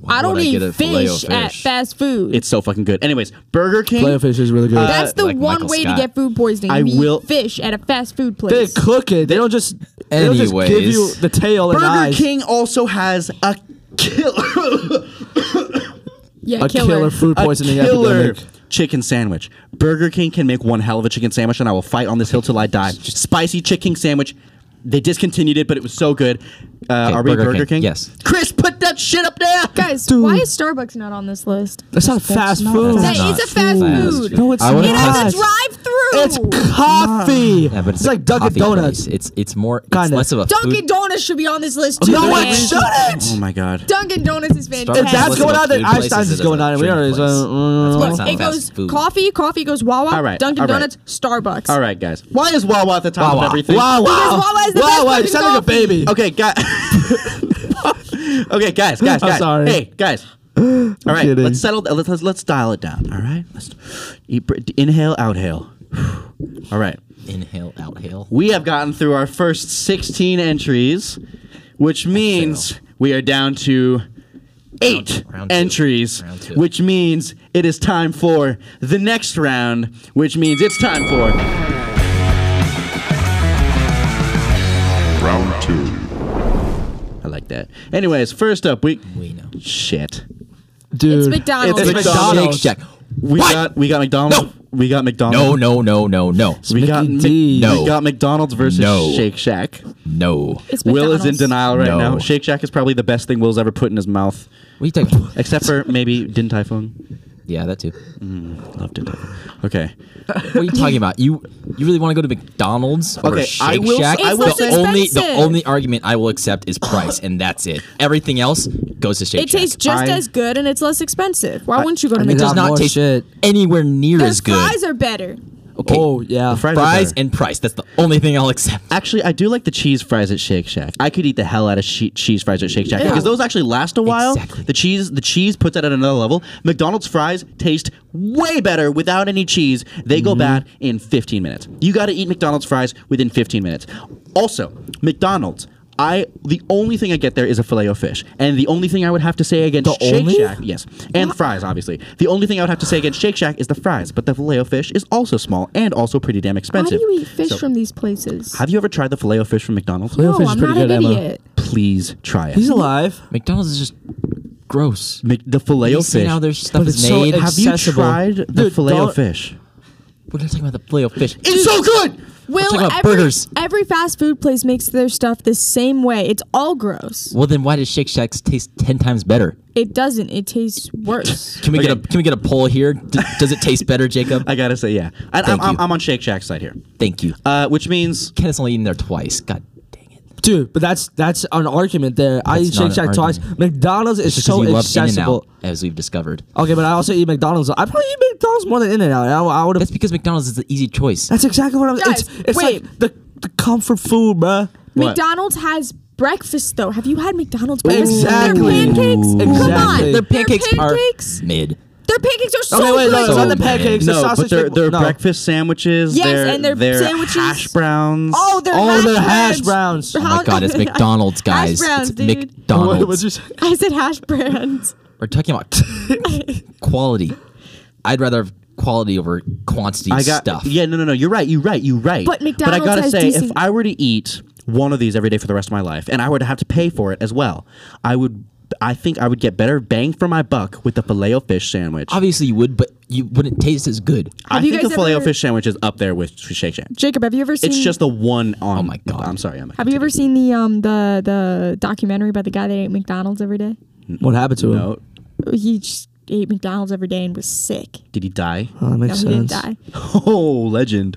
Speaker 5: Why
Speaker 4: I don't
Speaker 5: would
Speaker 4: eat
Speaker 5: get a
Speaker 4: fish,
Speaker 5: filet-o-fish?
Speaker 4: at fast food.
Speaker 2: It's so fucking good. Anyways, Burger King.
Speaker 3: Filet fish is really good.
Speaker 4: That's the
Speaker 5: like
Speaker 4: one
Speaker 5: Michael
Speaker 4: way
Speaker 5: Scott.
Speaker 4: to get food poisoning.
Speaker 2: I
Speaker 4: You eat
Speaker 2: will-
Speaker 4: fish at a fast food
Speaker 3: they
Speaker 4: place.
Speaker 3: cook it. They don't just. They don't just give
Speaker 5: Anyways.
Speaker 3: you the tail and
Speaker 2: Burger
Speaker 3: eyes.
Speaker 2: King also has a kill (laughs)
Speaker 4: yeah,
Speaker 3: A killer food
Speaker 2: a
Speaker 3: poisoning
Speaker 2: killer
Speaker 3: epidemic.
Speaker 2: chicken sandwich. Burger King can make one hell of a chicken sandwich, and I will fight on this hill till I die. Spicy chicken sandwich. They discontinued it, but it was so good. Uh,
Speaker 5: Okay,
Speaker 2: are we
Speaker 5: Burger
Speaker 2: Burger,
Speaker 5: King,
Speaker 2: King?
Speaker 5: yes.
Speaker 2: Chris, put that shit up there.
Speaker 4: Guys,
Speaker 3: Dude.
Speaker 4: why is Starbucks not on this list?
Speaker 3: That's not fast food.
Speaker 4: That
Speaker 5: That's
Speaker 4: is
Speaker 5: not
Speaker 4: a fast
Speaker 5: fast
Speaker 4: food.
Speaker 5: food.
Speaker 3: No, it's
Speaker 5: I
Speaker 3: not.
Speaker 5: would've
Speaker 4: It has
Speaker 5: Guys.
Speaker 4: a drive
Speaker 3: It's
Speaker 4: through.
Speaker 3: coffee.
Speaker 5: Yeah, but it's,
Speaker 3: it's like Dunkin'
Speaker 5: coffee place.
Speaker 3: Donuts.
Speaker 5: It's it's more it's
Speaker 3: Kinda.
Speaker 5: less of a food-
Speaker 4: Dunkin' Donuts should be on this list too.
Speaker 3: No,
Speaker 4: man.
Speaker 3: it
Speaker 2: Oh
Speaker 3: shouldn't.
Speaker 2: my god.
Speaker 4: Dunkin' Donuts is
Speaker 5: Starbucks
Speaker 4: fantastic.
Speaker 3: If that's
Speaker 5: is
Speaker 3: going
Speaker 5: a
Speaker 3: on, then
Speaker 5: food place,
Speaker 3: Einstein's
Speaker 5: it
Speaker 3: is going
Speaker 5: a
Speaker 3: on, and we
Speaker 5: drink
Speaker 3: already-
Speaker 5: place.
Speaker 3: uh,
Speaker 5: That's why it's
Speaker 4: Look,
Speaker 5: not
Speaker 4: it
Speaker 5: fast
Speaker 4: goes
Speaker 5: food.
Speaker 4: coffee, coffee goes Wawa,
Speaker 2: All right,
Speaker 4: Dunkin'
Speaker 2: all right.
Speaker 4: Donuts, Starbucks.
Speaker 2: All right, guys. Why is Wawa at the top of
Speaker 5: Wawa.
Speaker 2: everything?
Speaker 3: Wow, wow.
Speaker 4: Because Wawa is the best
Speaker 3: Wow, you
Speaker 4: fucking
Speaker 3: sound like a
Speaker 4: coffee.
Speaker 3: baby.
Speaker 2: Okay, guys. (laughs) okay, guys, guys, guys.
Speaker 3: I'm sorry.
Speaker 2: Hey, guys. All right,
Speaker 3: kidding.
Speaker 2: let's settle. Let's, let's let's dial it down. All right, let's eat, br- inhale, outhale. All right,
Speaker 5: Inhale, outhale.
Speaker 2: we have gotten through our first sixteen entries, which means we are down to eight
Speaker 5: round two.
Speaker 2: entries,
Speaker 5: Round two.
Speaker 2: which means it is time for the next round, which means it's time for
Speaker 6: Round two.
Speaker 2: I like that. Anyways, first up, we
Speaker 5: We know.
Speaker 2: shit.
Speaker 4: It's
Speaker 3: Dude.
Speaker 4: McDonald's.
Speaker 2: It's
Speaker 3: McDonald's.
Speaker 5: Shake Shack.
Speaker 2: We got we got McDonald's. We got McDonald's.
Speaker 5: No, no, no, no, no,
Speaker 2: We got
Speaker 3: Mickey
Speaker 2: Mc-
Speaker 3: D's.
Speaker 5: No.
Speaker 2: We got McDonald's versus
Speaker 5: No.
Speaker 2: Shake Shack.
Speaker 5: no.
Speaker 4: It's
Speaker 2: Will is in
Speaker 4: McDonald's.
Speaker 2: denial right
Speaker 5: No.
Speaker 2: now. Shake Shack is probably the best thing Will's ever put in his mouth,
Speaker 5: What are you talking?
Speaker 2: except for maybe Din Tai Fung.
Speaker 5: Yeah, that too.
Speaker 2: Love Din Tai Fung. Okay.
Speaker 5: What are you talking about? You you really want to go to McDonald's or
Speaker 2: Okay, I
Speaker 5: Shake
Speaker 2: will-
Speaker 5: Shack?
Speaker 2: I It's will less
Speaker 5: the only the
Speaker 4: expensive.
Speaker 5: only argument I will accept is price, and that's it. Everything else goes to Shake
Speaker 4: It
Speaker 5: Shack.
Speaker 4: tastes just
Speaker 2: I-
Speaker 4: as good and it's less expensive. Why wouldn't you go to
Speaker 3: I mean,
Speaker 5: it
Speaker 4: McDonald's?
Speaker 5: does not
Speaker 3: Got more
Speaker 5: taste
Speaker 3: shit.
Speaker 5: anywhere near
Speaker 4: Their
Speaker 5: as good.
Speaker 4: fries are better.
Speaker 5: okay.
Speaker 3: Oh yeah.
Speaker 2: Fries are
Speaker 5: fries
Speaker 2: better.
Speaker 5: and price. That's the only thing I'll accept.
Speaker 2: Actually, I do like the cheese fries at Shake Shack. I could eat the hell out of she- cheese fries at Shake Shack
Speaker 4: Yeah.
Speaker 2: because those actually last a while.
Speaker 5: Exactly.
Speaker 2: The cheese, the cheese puts that at another level. McDonald's fries taste way better without any cheese. They
Speaker 4: Mm-hmm.
Speaker 2: go bad in 15 minutes. You got to eat McDonald's fries within 15 minutes. Also, McDonald's. I the only thing I get there is a filet o fish, and the only thing I would have to say against
Speaker 3: The
Speaker 2: Shake
Speaker 3: only?
Speaker 2: Shack, yes, and fries obviously. The only thing I would have to say against Shake Shack is the fries, but the filet o fish is also small and also pretty damn
Speaker 4: Why
Speaker 2: expensive.
Speaker 4: do you eat fish
Speaker 2: So-
Speaker 4: from these places?
Speaker 2: have you ever tried the filet o fish from McDonald's?
Speaker 3: Filet-O-Fish
Speaker 4: no,
Speaker 3: is
Speaker 4: I'm
Speaker 3: pretty
Speaker 4: not an
Speaker 3: good, Emma.
Speaker 4: idiot.
Speaker 2: Please try it.
Speaker 3: He's alive.
Speaker 5: McDonald's is just gross.
Speaker 2: Mc- the filet
Speaker 5: You
Speaker 2: o
Speaker 5: see
Speaker 2: fish.
Speaker 5: how their stuff
Speaker 3: But
Speaker 5: is
Speaker 3: it's so
Speaker 5: made.
Speaker 3: ex-
Speaker 2: Have you
Speaker 3: accessible.
Speaker 2: tried the
Speaker 3: Dude,
Speaker 2: filet o
Speaker 3: don't-
Speaker 2: fish?
Speaker 5: We're not talking about the filet fish.
Speaker 2: It's so good.
Speaker 4: Will
Speaker 5: talking about
Speaker 4: every,
Speaker 5: burgers.
Speaker 4: every fast food place makes their stuff the same way. It's all gross.
Speaker 5: Well, then why does Shake Shack taste ten times better?
Speaker 4: It doesn't. It tastes
Speaker 3: (laughs)
Speaker 4: worse.
Speaker 5: Can we get a
Speaker 2: Okay.
Speaker 5: Can we get a poll here? D- does it taste better, Jacob?
Speaker 2: I gotta say, yeah. I, I'm,
Speaker 5: Thank
Speaker 2: I'm,
Speaker 5: you.
Speaker 2: I'm on Shake Shack's side here,
Speaker 5: Thank you.
Speaker 2: uh, which means
Speaker 5: Kenneth's only eaten there twice. God dang it.
Speaker 3: Dude, but that's that's an argument there. I
Speaker 5: That's
Speaker 3: eat
Speaker 5: not
Speaker 3: Shake
Speaker 5: an
Speaker 3: Shack twice.
Speaker 5: argument.
Speaker 3: McDonald's is
Speaker 5: Just 'cause
Speaker 3: so
Speaker 5: you love
Speaker 3: accessible.
Speaker 5: In-N-Out, as we've discovered.
Speaker 3: Okay, but I also eat McDonald's. I probably eat McDonald's more than In and Out. I, I would have.
Speaker 5: That's because McDonald's is the easy choice.
Speaker 3: That's exactly what I'm.
Speaker 4: Guys,
Speaker 3: it's it's like
Speaker 4: wait.
Speaker 3: the, the comfort food, bruh.
Speaker 2: What?
Speaker 4: McDonald's has breakfast though. Have you had McDonald's breakfast?
Speaker 3: Exactly.
Speaker 4: Their pancakes.
Speaker 3: Exactly.
Speaker 4: Come on.
Speaker 3: Their
Speaker 4: Their
Speaker 5: pancakes
Speaker 4: pancakes.
Speaker 5: are- Mid.
Speaker 4: Their pancakes are so
Speaker 3: Okay, wait,
Speaker 4: good.
Speaker 3: no, it's
Speaker 5: So
Speaker 3: not the
Speaker 5: bad.
Speaker 3: pancakes. the
Speaker 2: no, but
Speaker 3: sausage
Speaker 2: their,
Speaker 3: McMu-
Speaker 2: their
Speaker 3: no.
Speaker 2: breakfast sandwiches.
Speaker 4: Yes,
Speaker 2: their,
Speaker 4: and their sandwiches.
Speaker 2: hash browns.
Speaker 4: Oh, they're
Speaker 3: Oh,
Speaker 4: hash
Speaker 3: they're
Speaker 4: browns.
Speaker 3: hash browns. Oh
Speaker 5: Oh my god,
Speaker 4: (laughs)
Speaker 5: it's McDonald's, guys.
Speaker 4: Hash browns,
Speaker 5: it's
Speaker 4: dude.
Speaker 5: McDonald's.
Speaker 3: (laughs) What- what'd you say?
Speaker 4: I said hash browns.
Speaker 5: We're talking about quality. I'd rather have quality over quantity
Speaker 2: I got
Speaker 5: stuff.
Speaker 2: Yeah, no, no, no. You're right. You're right. You're right.
Speaker 4: But
Speaker 2: But I
Speaker 4: McDonald's
Speaker 2: gotta
Speaker 4: has
Speaker 2: say,
Speaker 4: decent-
Speaker 2: if I were to eat one of these every day for the rest of my life, and I were to have to pay for it as well, I would. I think I would get better bang for my buck with the filet o fish sandwich.
Speaker 5: Obviously, you would, but you wouldn't taste as good.
Speaker 2: I
Speaker 4: Have you
Speaker 2: think the
Speaker 4: guys
Speaker 2: filet o
Speaker 4: ever-
Speaker 2: fish sandwich is up there with Shake Shack.
Speaker 4: Jacob, have you ever seen?
Speaker 2: It's just the one on. Oh
Speaker 5: my God.
Speaker 2: I'm sorry. I'm
Speaker 4: Have you ever seen the um the the documentary about the guy that ate McDonald's every day?
Speaker 3: What happened to him?
Speaker 2: No.
Speaker 4: He just ate McDonald's every day and was sick.
Speaker 2: Did he die? (laughs)
Speaker 3: Oh,
Speaker 4: No,
Speaker 3: that makes
Speaker 4: he didn't
Speaker 3: sense.
Speaker 4: die.
Speaker 2: Oh, legend.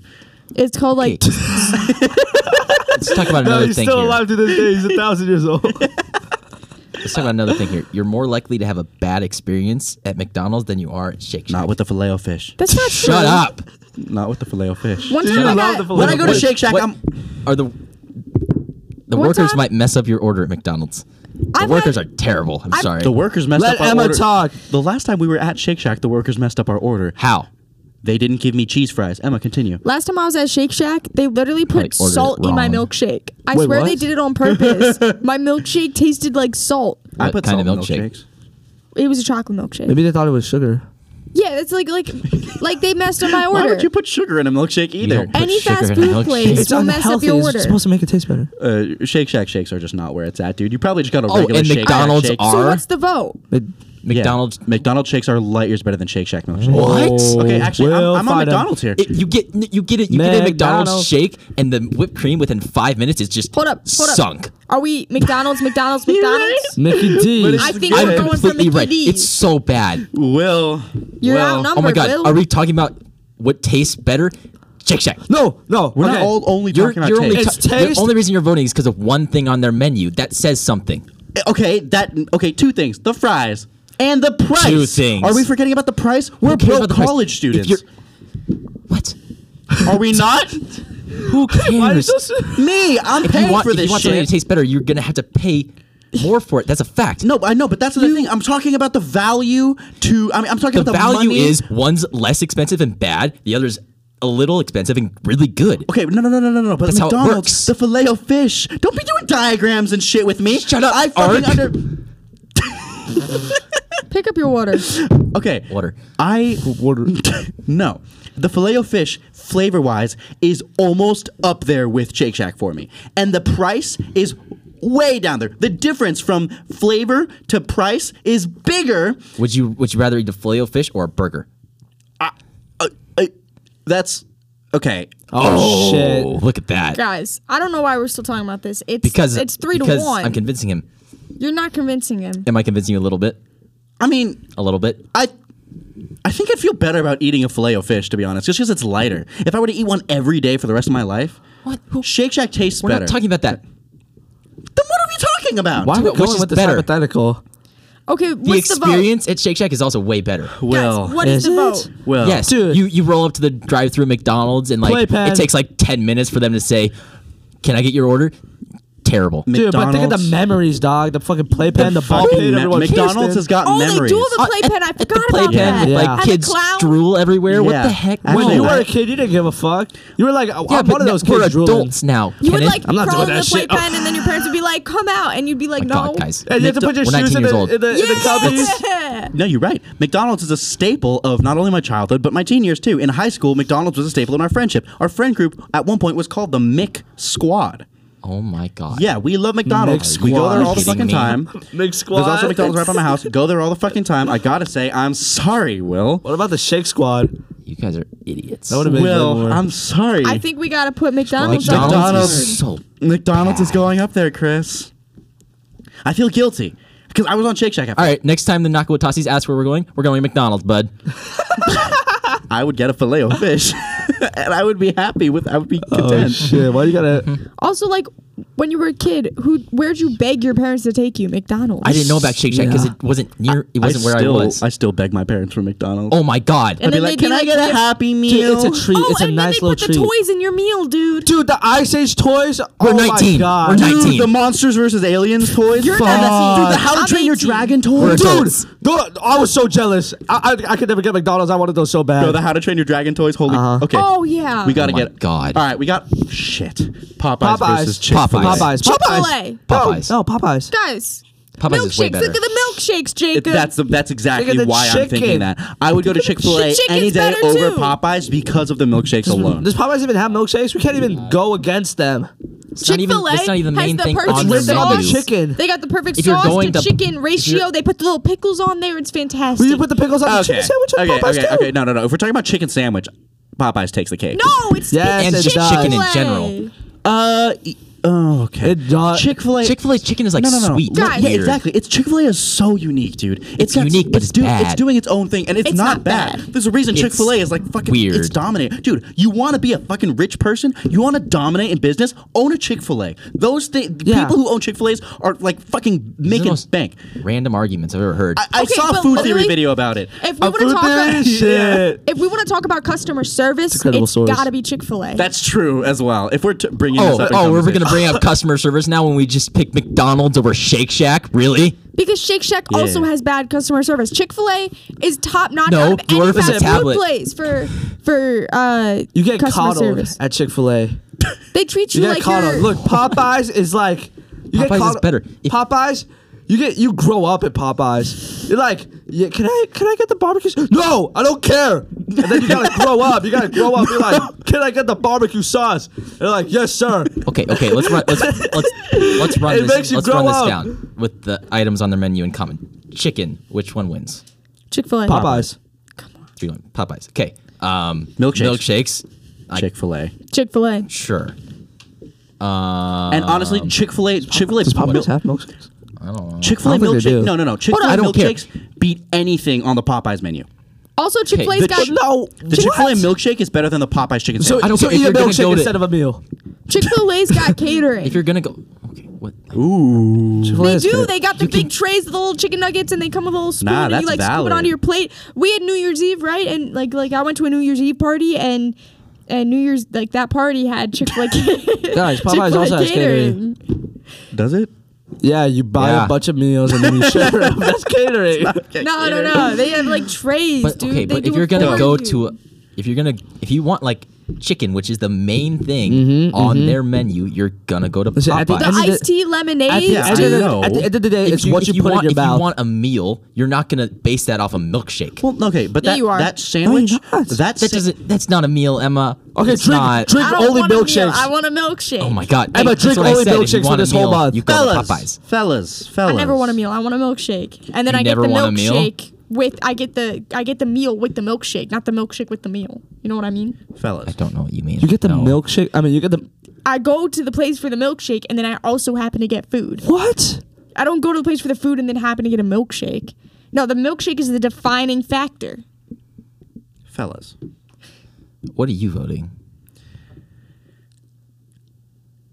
Speaker 4: It's called like
Speaker 5: Okay.
Speaker 4: (laughs)
Speaker 5: Let's talk about another thing here.
Speaker 3: to this day. He's a thousand years (laughs) old.
Speaker 5: Let's talk about another thing here. You're more likely to have a bad experience at McDonald's than you are at Shake Shack.
Speaker 2: Not with the filet o fish.
Speaker 4: that's not true.
Speaker 5: Shut up.
Speaker 2: Not with the filet o fish.
Speaker 4: One time
Speaker 5: Shut
Speaker 4: I
Speaker 5: up.
Speaker 4: got
Speaker 3: Love the
Speaker 2: When I go to
Speaker 5: Wait,
Speaker 2: Shake Shack,
Speaker 5: what-
Speaker 2: I'm.
Speaker 5: Are the the
Speaker 4: One
Speaker 5: workers
Speaker 4: time-
Speaker 5: might mess up your order at McDonald's. The
Speaker 4: I've
Speaker 5: workers
Speaker 4: had-
Speaker 5: are terrible. I'm
Speaker 4: I've-
Speaker 5: sorry.
Speaker 2: The workers messed
Speaker 3: Let
Speaker 2: up our
Speaker 3: Emma
Speaker 2: order.
Speaker 3: talk.
Speaker 2: The last time we were at Shake Shack, the workers messed up our order.
Speaker 5: How?
Speaker 2: They didn't give me cheese fries. Emma, continue.
Speaker 4: Last time I was at Shake Shack, they literally put
Speaker 5: Probably ordered it
Speaker 4: salt in my
Speaker 5: wrong.
Speaker 4: milkshake. I
Speaker 3: Wait,
Speaker 4: swear
Speaker 3: what?
Speaker 4: they did it on purpose. my milkshake tasted like salt.
Speaker 2: I
Speaker 5: What
Speaker 2: put
Speaker 5: kind of
Speaker 2: salt in
Speaker 5: milkshake?
Speaker 2: milkshakes.
Speaker 4: It was a chocolate milkshake.
Speaker 3: Maybe they thought it was sugar.
Speaker 4: Yeah, it's like like like they messed up my order.
Speaker 2: Why would you put sugar in a milkshake either?
Speaker 5: don't put
Speaker 4: Any
Speaker 5: sugar in
Speaker 4: fast
Speaker 5: a
Speaker 4: food
Speaker 5: milkshake?
Speaker 4: place
Speaker 5: It's
Speaker 4: will mess up your order.
Speaker 3: It's supposed to make it taste better.
Speaker 2: Uh, Shake Shack shakes are just not where it's at, dude. You probably just got a
Speaker 5: Oh,
Speaker 2: regular
Speaker 5: and
Speaker 2: Shake
Speaker 5: McDonald's
Speaker 2: Shack shake.
Speaker 5: are-
Speaker 4: so what's the vote?
Speaker 3: It,
Speaker 2: Yeah.
Speaker 5: McDonald's.
Speaker 2: McDonald's shakes are light years better than Shake Shack milkshakes.
Speaker 5: What?
Speaker 2: Okay, actually, I'm-
Speaker 3: We'll
Speaker 2: I'm, on
Speaker 3: find out.
Speaker 2: McDonald's here.
Speaker 5: It- you get you get it. You get a McDonald's
Speaker 3: McDonald's.
Speaker 5: shake, and the whipped cream within five minutes is just
Speaker 4: Hold up, hold up.
Speaker 5: sunk.
Speaker 4: Are we McDonald's, McDonald's,
Speaker 2: You're right.
Speaker 4: McDonald's?
Speaker 3: Mickey D.
Speaker 4: I think
Speaker 2: Yeah.
Speaker 4: we're
Speaker 2: I'm
Speaker 4: going for
Speaker 5: Completely
Speaker 4: Mickey
Speaker 5: right.
Speaker 4: D's.
Speaker 5: It's so bad.
Speaker 2: Will.
Speaker 4: You're
Speaker 2: Will.
Speaker 4: outnumbered.
Speaker 5: Oh my god.
Speaker 4: Will.
Speaker 5: Are we talking about what tastes better? Shake Shack.
Speaker 3: No, no.
Speaker 2: We're
Speaker 3: okay.
Speaker 2: not all only
Speaker 5: You're,
Speaker 2: talking about
Speaker 5: you're only
Speaker 2: shakes.
Speaker 3: It's
Speaker 5: ta-
Speaker 3: taste.
Speaker 5: the only reason you're voting is because of one thing on their menu that says something.
Speaker 2: Okay, that okay. Two things: the fries and the price.
Speaker 5: Two things.
Speaker 2: Are we forgetting about the price? We're
Speaker 5: Who cares
Speaker 2: broke
Speaker 5: about the price?
Speaker 2: college
Speaker 5: If
Speaker 2: students.
Speaker 5: you're- What?
Speaker 2: Are
Speaker 5: (laughs)
Speaker 2: we not?
Speaker 5: Who cares?
Speaker 2: Me, I'm
Speaker 5: if
Speaker 2: paying
Speaker 5: you want,
Speaker 2: for
Speaker 5: if
Speaker 2: this
Speaker 5: you want something
Speaker 2: shit.
Speaker 5: to taste better, you're gonna have to pay more for it. That's a fact.
Speaker 2: no, I know, but that's the thing. I'm talking about the value to. I mean, I'm talking
Speaker 5: the,
Speaker 2: about the
Speaker 5: value
Speaker 2: money.
Speaker 5: is one's less expensive and bad, the other's a little expensive and really good.
Speaker 2: Okay, no, no, no, no, no, no. But
Speaker 5: That's how it
Speaker 2: McDonald's,
Speaker 5: works.
Speaker 2: the filet o fish. Don't be doing diagrams and shit with me.
Speaker 5: Shut up,
Speaker 2: I fucking
Speaker 5: Ark.
Speaker 2: under.
Speaker 4: Pick up your water.
Speaker 2: Okay.
Speaker 5: Water.
Speaker 2: I
Speaker 5: (laughs)
Speaker 2: water.
Speaker 5: Oh,
Speaker 2: no, the filet o fish flavor wise is almost up there with Shake Shack for me, and the price is way down there. The difference from flavor to price is bigger.
Speaker 5: Would you would you rather eat a filet fish or a burger?
Speaker 2: Uh, uh, that's okay.
Speaker 3: Oh, shit.
Speaker 5: look at that.
Speaker 4: Guys, I don't know why we're still talking about this. It's
Speaker 5: Because
Speaker 4: it's three
Speaker 5: because
Speaker 4: to one.
Speaker 5: I'm convincing him.
Speaker 4: You're not convincing him.
Speaker 5: Am I convincing you a little bit?
Speaker 2: I mean,
Speaker 5: A little bit.
Speaker 2: I. I think I'd feel better about eating a filet o fish, to be honest, just because it's lighter. If I were to eat one every day for the rest of my life,
Speaker 5: What? Who?
Speaker 2: Shake Shack tastes
Speaker 5: We're
Speaker 2: better.
Speaker 5: not talking about that.
Speaker 2: then what are we talking about?
Speaker 3: Why are we
Speaker 5: Which is
Speaker 3: going with this
Speaker 5: better?
Speaker 3: hypothetical?
Speaker 4: Okay, what's
Speaker 5: The
Speaker 4: the
Speaker 5: experience at Shake Shack is also way better.
Speaker 4: vote? Guys,
Speaker 2: Well,
Speaker 4: what is,
Speaker 3: Is
Speaker 4: the
Speaker 3: it?
Speaker 4: vote?
Speaker 2: well,
Speaker 5: yes,
Speaker 3: dude.
Speaker 5: you you roll up to the drive-through McDonald's and like
Speaker 3: Playpen.
Speaker 5: it takes like ten minutes for them to say, "Can I get your order?" Terrible.
Speaker 3: Dude, but think of
Speaker 2: McDonald's.
Speaker 3: the memories, dog. The fucking playpen, the, ball
Speaker 2: Fucking
Speaker 3: pit,
Speaker 2: me-
Speaker 3: everyone
Speaker 2: McDonald's
Speaker 3: kissed
Speaker 2: has
Speaker 3: it.
Speaker 2: got
Speaker 4: Oh,
Speaker 2: memories.
Speaker 4: they do have a playpen. I
Speaker 5: Uh, At the
Speaker 4: forgot about
Speaker 5: playpen
Speaker 4: that.
Speaker 5: with
Speaker 3: Yeah.
Speaker 5: like
Speaker 4: And the
Speaker 5: kids
Speaker 4: clown.
Speaker 5: drool everywhere. What
Speaker 2: Yeah.
Speaker 5: the heck?
Speaker 2: When
Speaker 3: When
Speaker 2: No,
Speaker 3: you were
Speaker 2: I-
Speaker 3: a kid, you didn't give a fuck. You were like,
Speaker 5: Yeah,
Speaker 3: I'm
Speaker 5: but
Speaker 3: one of
Speaker 5: no-
Speaker 3: those
Speaker 5: we're
Speaker 3: kids drooling.
Speaker 5: adults now.
Speaker 4: You would
Speaker 5: Kenneth. Oh
Speaker 4: like
Speaker 3: I'm not
Speaker 4: crawl
Speaker 3: doing
Speaker 4: in the
Speaker 3: that shit.
Speaker 4: playpen, and then your
Speaker 5: (laughs)
Speaker 4: parents would be like, "Come out," and you'd be like,
Speaker 5: My
Speaker 4: "No."
Speaker 5: God, guys.
Speaker 3: And you have to put your
Speaker 5: We're
Speaker 3: shoes
Speaker 5: 19
Speaker 3: in
Speaker 5: years
Speaker 3: the,
Speaker 5: old.
Speaker 3: in the, in the cubbies.
Speaker 4: Yeah.
Speaker 2: No, you're right. McDonald's is a staple of not only my childhood, but my teen years too. In high school, McDonald's was a staple in our friendship. Our friend group at one point was called the Mick Squad.
Speaker 5: Oh my god.
Speaker 2: Yeah, we love McDonald's.
Speaker 3: Mick
Speaker 2: we go
Speaker 3: Squad.
Speaker 2: there all the
Speaker 5: Kidding
Speaker 2: fucking
Speaker 5: me?
Speaker 2: time.
Speaker 3: (laughs) Mick Squad.
Speaker 2: There's also McDonald's right by my house. Go there all the fucking time. I gotta say, I'm sorry, Will.
Speaker 3: What about the Shake Squad?
Speaker 5: (laughs) You guys are idiots.
Speaker 3: That would have been way
Speaker 2: Will,
Speaker 3: more.
Speaker 2: I'm sorry.
Speaker 4: (laughs) I think we gotta put McDonald's. on
Speaker 5: McDonald's,
Speaker 2: McDonald's.
Speaker 5: is so
Speaker 2: McDonald's is going up there, Chris. I feel guilty because I was on Shake Shack. After.
Speaker 5: All right, next time the Nakawatasis ask where we're going, we're going to McDonald's, bud.
Speaker 2: I would get a filet o (laughs) fish, and I would be happy with. I would be
Speaker 3: Oh
Speaker 2: content.
Speaker 5: Mm-hmm.
Speaker 3: shit! Why you gotta?
Speaker 4: Also, like, when you were a kid, who where'd you beg your parents to take you? McDonald's.
Speaker 5: I didn't know about Shake Shack because
Speaker 3: Yeah.
Speaker 5: it wasn't near. It wasn't where
Speaker 2: still,
Speaker 5: I was.
Speaker 2: still beg my parents for McDonald's.
Speaker 5: oh my god!
Speaker 2: I'd
Speaker 4: And
Speaker 2: be
Speaker 4: then
Speaker 2: like,
Speaker 4: they'd be
Speaker 2: can I
Speaker 4: like,
Speaker 2: get a
Speaker 4: "Give-
Speaker 2: happy
Speaker 3: Dude,
Speaker 2: meal?
Speaker 3: it's a treat.
Speaker 4: Oh,
Speaker 3: it's a
Speaker 4: and
Speaker 3: nice
Speaker 4: then they
Speaker 3: little
Speaker 4: put
Speaker 3: treat.
Speaker 4: the toys in your meal, dude.
Speaker 3: Dude, the Ice Age toys.
Speaker 5: We're
Speaker 3: oh
Speaker 5: 19.
Speaker 3: My God.
Speaker 5: We're
Speaker 3: Dude,
Speaker 5: 19.
Speaker 2: Dude, the Monsters versus Aliens toys.
Speaker 4: You're
Speaker 2: Fuck.
Speaker 4: not that
Speaker 2: Dude, the
Speaker 4: teen.
Speaker 2: How to
Speaker 4: I'm
Speaker 2: Train Your
Speaker 4: 18.
Speaker 2: Dragon toys.
Speaker 3: Dude, the- I was so jealous. I, I, I could never get McDonald's. I wanted those so bad.
Speaker 2: No, the How to Train Your Dragon toys. Holy. Okay.
Speaker 4: Oh yeah.
Speaker 2: We gotta
Speaker 5: Oh my
Speaker 2: get.
Speaker 5: God.
Speaker 2: All right, we got shit. Popeyes,
Speaker 3: Popeyes.
Speaker 2: versus Chick-fil-A.
Speaker 5: Popeyes.
Speaker 3: Popeyes.
Speaker 4: Chick-fil-A.
Speaker 3: Popeyes.
Speaker 5: Popeyes.
Speaker 3: No, no, Popeyes.
Speaker 4: guys.
Speaker 5: Popeyes is way
Speaker 4: milkshakes.
Speaker 5: better.
Speaker 4: Look at the milkshakes,
Speaker 2: It-
Speaker 4: Jacob.
Speaker 2: that's the, that's exactly
Speaker 3: Look at the
Speaker 2: why I'm thinking
Speaker 3: chicken.
Speaker 2: that. I would go to Chick Fil A
Speaker 4: Chicken's
Speaker 2: any day
Speaker 4: better,
Speaker 2: over
Speaker 4: too.
Speaker 2: Popeyes because of the milkshakes alone.
Speaker 3: Does Popeyes even have milkshakes? We can't even go against them.
Speaker 5: It's not even-
Speaker 4: Chick-fil-A
Speaker 5: that's not even the
Speaker 4: has
Speaker 5: main
Speaker 4: the
Speaker 5: thing
Speaker 4: perfect
Speaker 5: on
Speaker 3: It's
Speaker 5: the
Speaker 3: written on the
Speaker 5: menu.
Speaker 3: chicken.
Speaker 4: They got the perfect
Speaker 5: If you're
Speaker 4: sauce
Speaker 5: going
Speaker 4: to
Speaker 5: to-
Speaker 4: chicken ratio. They put the little pickles on there. It's fantastic.
Speaker 3: We didn't put the pickles on the chicken sandwich on
Speaker 2: okay,
Speaker 3: Popeyes
Speaker 2: okay,
Speaker 3: too.
Speaker 2: okay. No, no, no. If we're talking about chicken sandwich, Popeyes takes the cake.
Speaker 4: no, it's it's
Speaker 3: Yes,
Speaker 5: and
Speaker 3: it
Speaker 5: just
Speaker 3: does.
Speaker 5: chicken in
Speaker 4: Chick-fil-A.
Speaker 5: general.
Speaker 2: Uh, e- oh, okay.
Speaker 3: It does-
Speaker 2: Chick Fil A.
Speaker 5: Chick Fil A chicken is like
Speaker 2: no, no, no.
Speaker 5: sweet.
Speaker 2: No,
Speaker 5: and
Speaker 4: Guys.
Speaker 2: yeah,
Speaker 5: weird.
Speaker 2: exactly. It's Chick Fil A is so unique, dude.
Speaker 5: It's unique, but it's
Speaker 2: do-
Speaker 5: bad.
Speaker 2: It's doing its own thing, and it's,
Speaker 4: It's
Speaker 2: not,
Speaker 4: not
Speaker 2: bad.
Speaker 4: bad.
Speaker 2: There's a reason
Speaker 5: It's
Speaker 2: Chick Fil A is like fucking.
Speaker 5: weird.
Speaker 2: It's dominating, dude. You want to be a fucking rich person? You want to dominate in business? Own a Chick Fil A. Those thi-
Speaker 3: Yeah.
Speaker 2: people who own Chick Fil A's are like fucking
Speaker 5: These are the
Speaker 2: making
Speaker 5: most
Speaker 2: bank.
Speaker 5: Random arguments I've ever heard.
Speaker 2: I, I
Speaker 4: Okay,
Speaker 2: saw a
Speaker 4: but
Speaker 2: food theory
Speaker 4: literally-
Speaker 2: video about it.
Speaker 4: If we
Speaker 2: A
Speaker 4: want to
Speaker 2: food
Speaker 4: talk
Speaker 2: theory?
Speaker 4: about
Speaker 2: Yeah.
Speaker 3: Shit.
Speaker 4: if we want to talk about customer service, it's
Speaker 3: Incredible Source.
Speaker 4: gotta be Chick Fil A.
Speaker 2: That's true as well. If we're t- bringing this
Speaker 5: Oh,
Speaker 2: up, in
Speaker 5: oh, we're
Speaker 2: conversation.
Speaker 5: going to bring up customer service now when we just pick McDonald's over Shake Shack? Really?
Speaker 4: because Shake Shack also has bad customer service. Chick Fil A is top notch.
Speaker 5: No,
Speaker 4: out of
Speaker 5: you order
Speaker 4: any
Speaker 5: from the
Speaker 4: fast food
Speaker 5: tablet.
Speaker 4: place for for uh
Speaker 3: You get
Speaker 4: customer
Speaker 3: coddled
Speaker 4: service.
Speaker 3: at Chick Fil A. You
Speaker 4: They treat you,
Speaker 3: get
Speaker 4: like (laughs)
Speaker 3: coddled.
Speaker 4: you're
Speaker 3: Look, Popeyes is like you get
Speaker 5: Popeyes is
Speaker 3: coddled.
Speaker 5: better. If-
Speaker 3: Popeyes, you get you grow up at Popeyes. You're like, yeah, can I can I get the barbecue? s- No, I don't care. And then
Speaker 5: (laughs)
Speaker 3: you gotta grow up. You gotta grow up. You're like, can I get the barbecue sauce? And they're like, yes, sir.
Speaker 5: Okay, okay, let's run let's let's let's run
Speaker 3: It
Speaker 5: this
Speaker 3: makes you
Speaker 5: let's
Speaker 3: grow
Speaker 5: run this
Speaker 3: up.
Speaker 5: down with the items on their menu in common. Chicken, which one wins?
Speaker 4: Chick Fil A.
Speaker 3: Popeyes.
Speaker 5: Three one. Popeyes. Okay. Um
Speaker 2: Milkshakes.
Speaker 5: milkshakes. I-
Speaker 2: Chick Fil A.
Speaker 4: Chick Fil A.
Speaker 5: sure.
Speaker 2: And honestly,
Speaker 5: um,
Speaker 2: Chick Fil A, Chick Fil A,
Speaker 3: milkshakes?
Speaker 2: Chick Fil A
Speaker 3: I don't think they
Speaker 2: milkshake.
Speaker 3: do.
Speaker 2: No, no, no. Chick Fil
Speaker 5: on,
Speaker 2: A
Speaker 5: I don't care.
Speaker 2: milkshakes beat anything on the Popeyes menu.
Speaker 4: Also, Chick Fil A's
Speaker 5: the
Speaker 4: got
Speaker 3: (laughs) No,
Speaker 2: The Chick Fil A milkshake is better than the Popeyes chicken
Speaker 3: So,
Speaker 2: sandwich.
Speaker 5: I don't
Speaker 3: so
Speaker 5: care if
Speaker 3: eat a
Speaker 5: you're gonna
Speaker 3: milkshake
Speaker 5: go to-
Speaker 3: instead of a meal.
Speaker 4: Chick Fil A's got catering.
Speaker 5: If you're gonna go okay, what
Speaker 4: They do. They got the big trays, the little chicken nuggets, and they come with a little spoon,
Speaker 2: Nah,
Speaker 4: and
Speaker 2: that's
Speaker 4: you like scoop
Speaker 2: valid.
Speaker 4: it onto your plate. We had New Year's Eve, right? And like, like I went to a New Year's Eve party, and and New Year's like that party had Chick
Speaker 3: (laughs)
Speaker 4: Fil A.
Speaker 3: Guys, Popeyes also has catering.
Speaker 2: Does it?
Speaker 3: Yeah, you buy
Speaker 5: Yeah.
Speaker 3: a bunch of meals and then you share them. That's catering.
Speaker 4: No, no, no. They have like trays,
Speaker 5: But
Speaker 4: dude.
Speaker 5: okay,
Speaker 4: They
Speaker 5: but
Speaker 4: do
Speaker 5: if
Speaker 4: it
Speaker 5: you're gonna
Speaker 4: for
Speaker 5: go
Speaker 4: you.
Speaker 5: to, a, if you're gonna, if you want like chicken, which is the main thing on their menu, you're gonna go to
Speaker 3: Mm-hmm, Listen, at the
Speaker 5: Popeyes.
Speaker 4: the
Speaker 3: end of the-
Speaker 4: iced tea lemonade,
Speaker 3: At the,
Speaker 2: Yeah,
Speaker 3: end of
Speaker 2: I
Speaker 3: the,
Speaker 2: know.
Speaker 3: at the end of the day,
Speaker 5: If
Speaker 3: it's what you, put
Speaker 5: want,
Speaker 3: in your
Speaker 5: if
Speaker 3: mouth.
Speaker 5: you want a meal, you're not gonna base that off a milkshake.
Speaker 2: Well, okay, but
Speaker 4: Yeah,
Speaker 2: that
Speaker 4: you are.
Speaker 2: that sandwich,
Speaker 3: No, you're not.
Speaker 2: that
Speaker 5: that
Speaker 2: sa-
Speaker 5: doesn't. That's not a meal, Emma.
Speaker 3: okay,
Speaker 5: it's
Speaker 3: drink,
Speaker 5: not.
Speaker 3: drink
Speaker 4: I don't
Speaker 3: only
Speaker 4: want a meal.
Speaker 3: milkshakes.
Speaker 4: I want a milkshake.
Speaker 5: Oh my god,
Speaker 3: Emma,
Speaker 5: that's
Speaker 3: drink
Speaker 5: what I
Speaker 3: only
Speaker 5: said. If you
Speaker 3: milkshakes for
Speaker 5: want a
Speaker 3: this whole
Speaker 5: meal,
Speaker 3: month.
Speaker 5: You go
Speaker 2: fellas,
Speaker 5: to Popeyes.
Speaker 2: fellas, fellas.
Speaker 4: I never want a meal. I want a milkshake, and then
Speaker 5: You
Speaker 4: I get the
Speaker 5: never want a meal?
Speaker 4: milkshake with. I get the I get the meal with the milkshake, not the milkshake with the meal. You know what I mean?
Speaker 2: fellas.
Speaker 5: I don't know what you mean.
Speaker 3: you get the
Speaker 5: No.
Speaker 3: milkshake. I mean, you get the
Speaker 4: I go to the place for the milkshake, and then I also happen to get food.
Speaker 3: what?
Speaker 4: I don't go to the place for the food and then happen to get a milkshake. No, the milkshake is the defining factor.
Speaker 2: Fellas.
Speaker 5: What are you voting?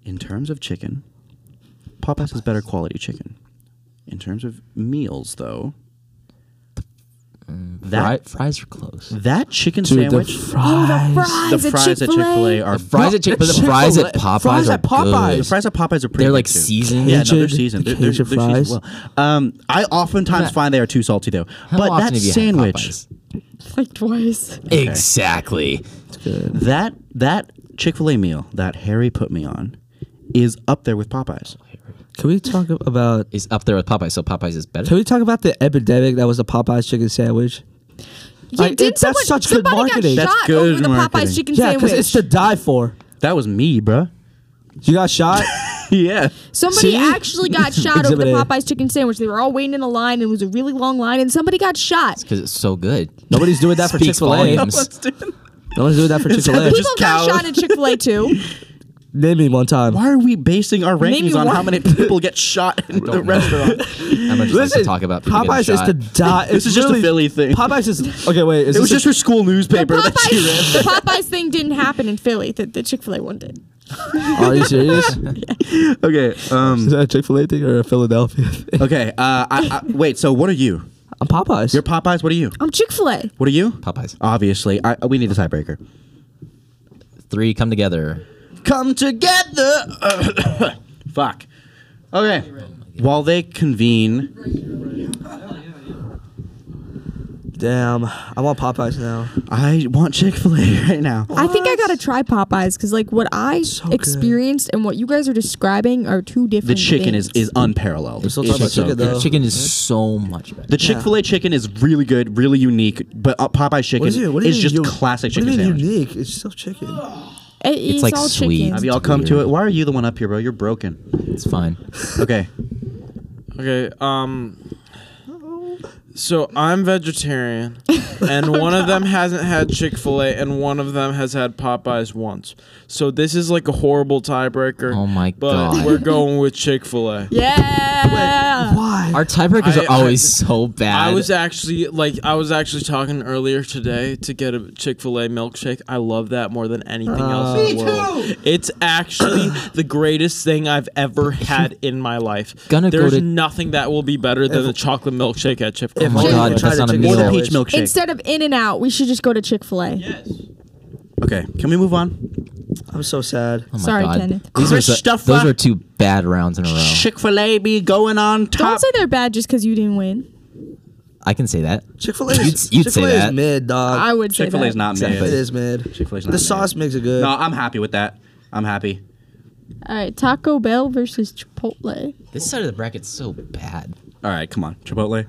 Speaker 2: In terms of chicken, Popeyes is better quality chicken. In terms of meals, though,
Speaker 5: Fri-
Speaker 2: that
Speaker 5: fries are close.
Speaker 2: that chicken
Speaker 3: Dude, the
Speaker 2: sandwich,
Speaker 3: fries.
Speaker 4: Oh, Fries,
Speaker 2: the fries at Chick
Speaker 4: Chick-fil-A.
Speaker 2: Fil A are
Speaker 5: Fries at Chick, but the fries at
Speaker 3: Chick-fil-A-
Speaker 5: Popeyes
Speaker 3: fries
Speaker 5: are
Speaker 3: at Popeyes.
Speaker 5: good.
Speaker 2: The fries at Popeyes are pretty.
Speaker 5: They're
Speaker 2: good,
Speaker 5: like
Speaker 2: too.
Speaker 5: seasoned.
Speaker 2: Yeah, no, they're
Speaker 3: Cajun-
Speaker 2: seasoned. They're,
Speaker 3: the
Speaker 2: they're,
Speaker 3: Cajun
Speaker 2: they're seasoned
Speaker 3: fries.
Speaker 2: well. Um, I oftentimes find they are too salty though.
Speaker 5: How
Speaker 2: but
Speaker 5: often
Speaker 2: that
Speaker 5: have you had
Speaker 2: sandwich,
Speaker 5: Popeyes?
Speaker 4: Like twice.
Speaker 5: Exactly.
Speaker 2: that that Chick Fil A meal that Harry put me on, is up there with Popeyes.
Speaker 3: Can we talk about?
Speaker 5: Is up there with Popeyes, so Popeyes is better.
Speaker 3: Can we talk about the epidemic that was the Popeyes chicken sandwich?
Speaker 4: Yeah,
Speaker 3: Like,
Speaker 4: didn't
Speaker 3: it- that's
Speaker 4: someone,
Speaker 3: such good
Speaker 4: somebody
Speaker 3: marketing.
Speaker 4: got
Speaker 2: That's
Speaker 4: shot
Speaker 2: good
Speaker 4: over the
Speaker 2: marketing.
Speaker 4: Popeyes chicken
Speaker 3: Yeah,
Speaker 4: sandwich?
Speaker 3: because it's to die for.
Speaker 2: That was me, bruh. (laughs)
Speaker 3: You got shot.
Speaker 2: yeah.
Speaker 4: somebody
Speaker 3: See?
Speaker 4: actually got shot over the
Speaker 3: Exhibit A.
Speaker 4: Popeyes chicken sandwich. They were all waiting in a line, and it was a really long line, and somebody got shot.
Speaker 5: Because it's so good.
Speaker 3: Nobody's doing that for Chick
Speaker 5: Speaks
Speaker 3: Fil A.
Speaker 5: volumes.
Speaker 3: Nobody's doing that for Chick Fil A.
Speaker 2: Just
Speaker 4: People got
Speaker 2: cows.
Speaker 4: shot at Chick
Speaker 2: (laughs)
Speaker 4: Fil A too.
Speaker 3: Name me one time.
Speaker 2: Why are we basing our
Speaker 4: Maybe
Speaker 2: rankings on how
Speaker 4: one.
Speaker 2: many people get shot in the
Speaker 5: know.
Speaker 2: restaurant?
Speaker 5: I'm just like to talk about people getting
Speaker 3: Popeyes is
Speaker 5: shot.
Speaker 3: to die.
Speaker 2: This
Speaker 3: it's
Speaker 2: is just a
Speaker 3: really-
Speaker 2: Philly thing.
Speaker 3: Popeyes is okay. Wait, is
Speaker 2: It was just
Speaker 3: this
Speaker 2: her school
Speaker 4: The
Speaker 2: newspaper that she read.
Speaker 4: Popeyes, the Popeyes thing didn't happen in Philly. The, the Chick Fil A one did.
Speaker 3: Are
Speaker 2: (laughs)
Speaker 3: you serious?
Speaker 2: Okay. Um.
Speaker 3: Is that a Chick Fil A thing or
Speaker 2: (laughs)
Speaker 3: a Philadelphia thing?
Speaker 2: Okay. Uh. I, I, wait. So what are you?
Speaker 3: I'm Popeyes.
Speaker 2: You're Popeyes. What are you?
Speaker 4: I'm Chick Fil A.
Speaker 2: What are you?
Speaker 5: Popeyes.
Speaker 2: Obviously. I, we need a tiebreaker.
Speaker 5: Three come together.
Speaker 2: Come together. (coughs) Fuck. Okay. While they convene,
Speaker 3: Damn, I want Popeyes now.
Speaker 2: I want Chick Fil A (laughs) right now.
Speaker 4: I think I gotta try Popeyes because like what I
Speaker 3: So good.
Speaker 4: experienced and what you guys are describing are two different.
Speaker 2: The chicken is,
Speaker 4: things.
Speaker 2: is unparalleled.
Speaker 3: still talking
Speaker 2: It's so
Speaker 3: about chicken,
Speaker 2: good.
Speaker 3: though.
Speaker 5: The chicken is so much better.
Speaker 2: The Chick Fil A chicken is really good, really unique, but uh, Popeye's chicken is, just classic chicken sandwich.
Speaker 3: unique? It's still chicken.
Speaker 4: It- it's,
Speaker 5: like
Speaker 4: all
Speaker 5: sweet.
Speaker 4: chicken.
Speaker 5: I
Speaker 2: Have
Speaker 5: mean,
Speaker 2: y'all come to
Speaker 5: weird.
Speaker 2: it? Why are you the one up here, bro? You're broken.
Speaker 5: It's fine.
Speaker 3: (laughs)
Speaker 2: Okay.
Speaker 6: Okay. Um. So
Speaker 5: (laughs)
Speaker 6: I'm vegetarian, and one of them hasn't had Chick Fil A, and one of them has had Popeyes once. So this is like a horrible tiebreaker.
Speaker 5: Oh my
Speaker 6: but
Speaker 5: God.
Speaker 6: We're going with Chick
Speaker 5: (laughs)
Speaker 6: Fil A.
Speaker 4: yeah.
Speaker 3: Why?
Speaker 5: Our tiebreakers
Speaker 6: I-
Speaker 5: are always
Speaker 6: I-
Speaker 5: so bad.
Speaker 6: I was actually like I was actually talking earlier today to get a Chick Fil A milkshake. I love that more than anything else in the
Speaker 5: Uh,
Speaker 6: world. It's
Speaker 5: (coughs)
Speaker 6: actually the greatest thing I've ever had in my life.
Speaker 5: Gonna go
Speaker 6: There's
Speaker 5: to-
Speaker 6: nothing that will be better than the chocolate milkshake at Chick Fil A.
Speaker 5: Oh my
Speaker 3: Chick-
Speaker 5: god,
Speaker 3: Try
Speaker 5: that's
Speaker 3: the
Speaker 5: not a
Speaker 3: chicken
Speaker 2: Or the
Speaker 5: meal.
Speaker 2: peach
Speaker 3: Sandwich.
Speaker 2: milkshake.
Speaker 4: Instead of In and Out, we should just go to Chick Fil A.
Speaker 2: okay. Can we move on?
Speaker 3: I'm so sad.
Speaker 5: Oh my
Speaker 4: Sorry,
Speaker 5: god.
Speaker 4: Kenneth.
Speaker 5: These are so-
Speaker 2: Christopher.
Speaker 5: those are two bad rounds in a row.
Speaker 2: Chick Fil A be going on
Speaker 4: Don't
Speaker 2: top.
Speaker 4: say they're bad just because you didn't win.
Speaker 5: I can say that.
Speaker 3: Chick Fil A.
Speaker 5: You'd-
Speaker 3: is
Speaker 5: you'd say
Speaker 3: Chick Fil A is
Speaker 5: that.
Speaker 3: mid, dog.
Speaker 4: I would say
Speaker 2: Chick Fil A is
Speaker 4: that.
Speaker 2: Uh, not
Speaker 5: Exactly.
Speaker 3: It
Speaker 2: mid.
Speaker 3: is mid.
Speaker 2: Chick-fil-A's not
Speaker 3: the
Speaker 2: mid.
Speaker 3: sauce makes it good.
Speaker 2: No, I'm happy with that. I'm happy.
Speaker 4: All right, Taco Bell versus Chipotle.
Speaker 5: This side of the bracket's so bad.
Speaker 2: All right, come on, Chipotle.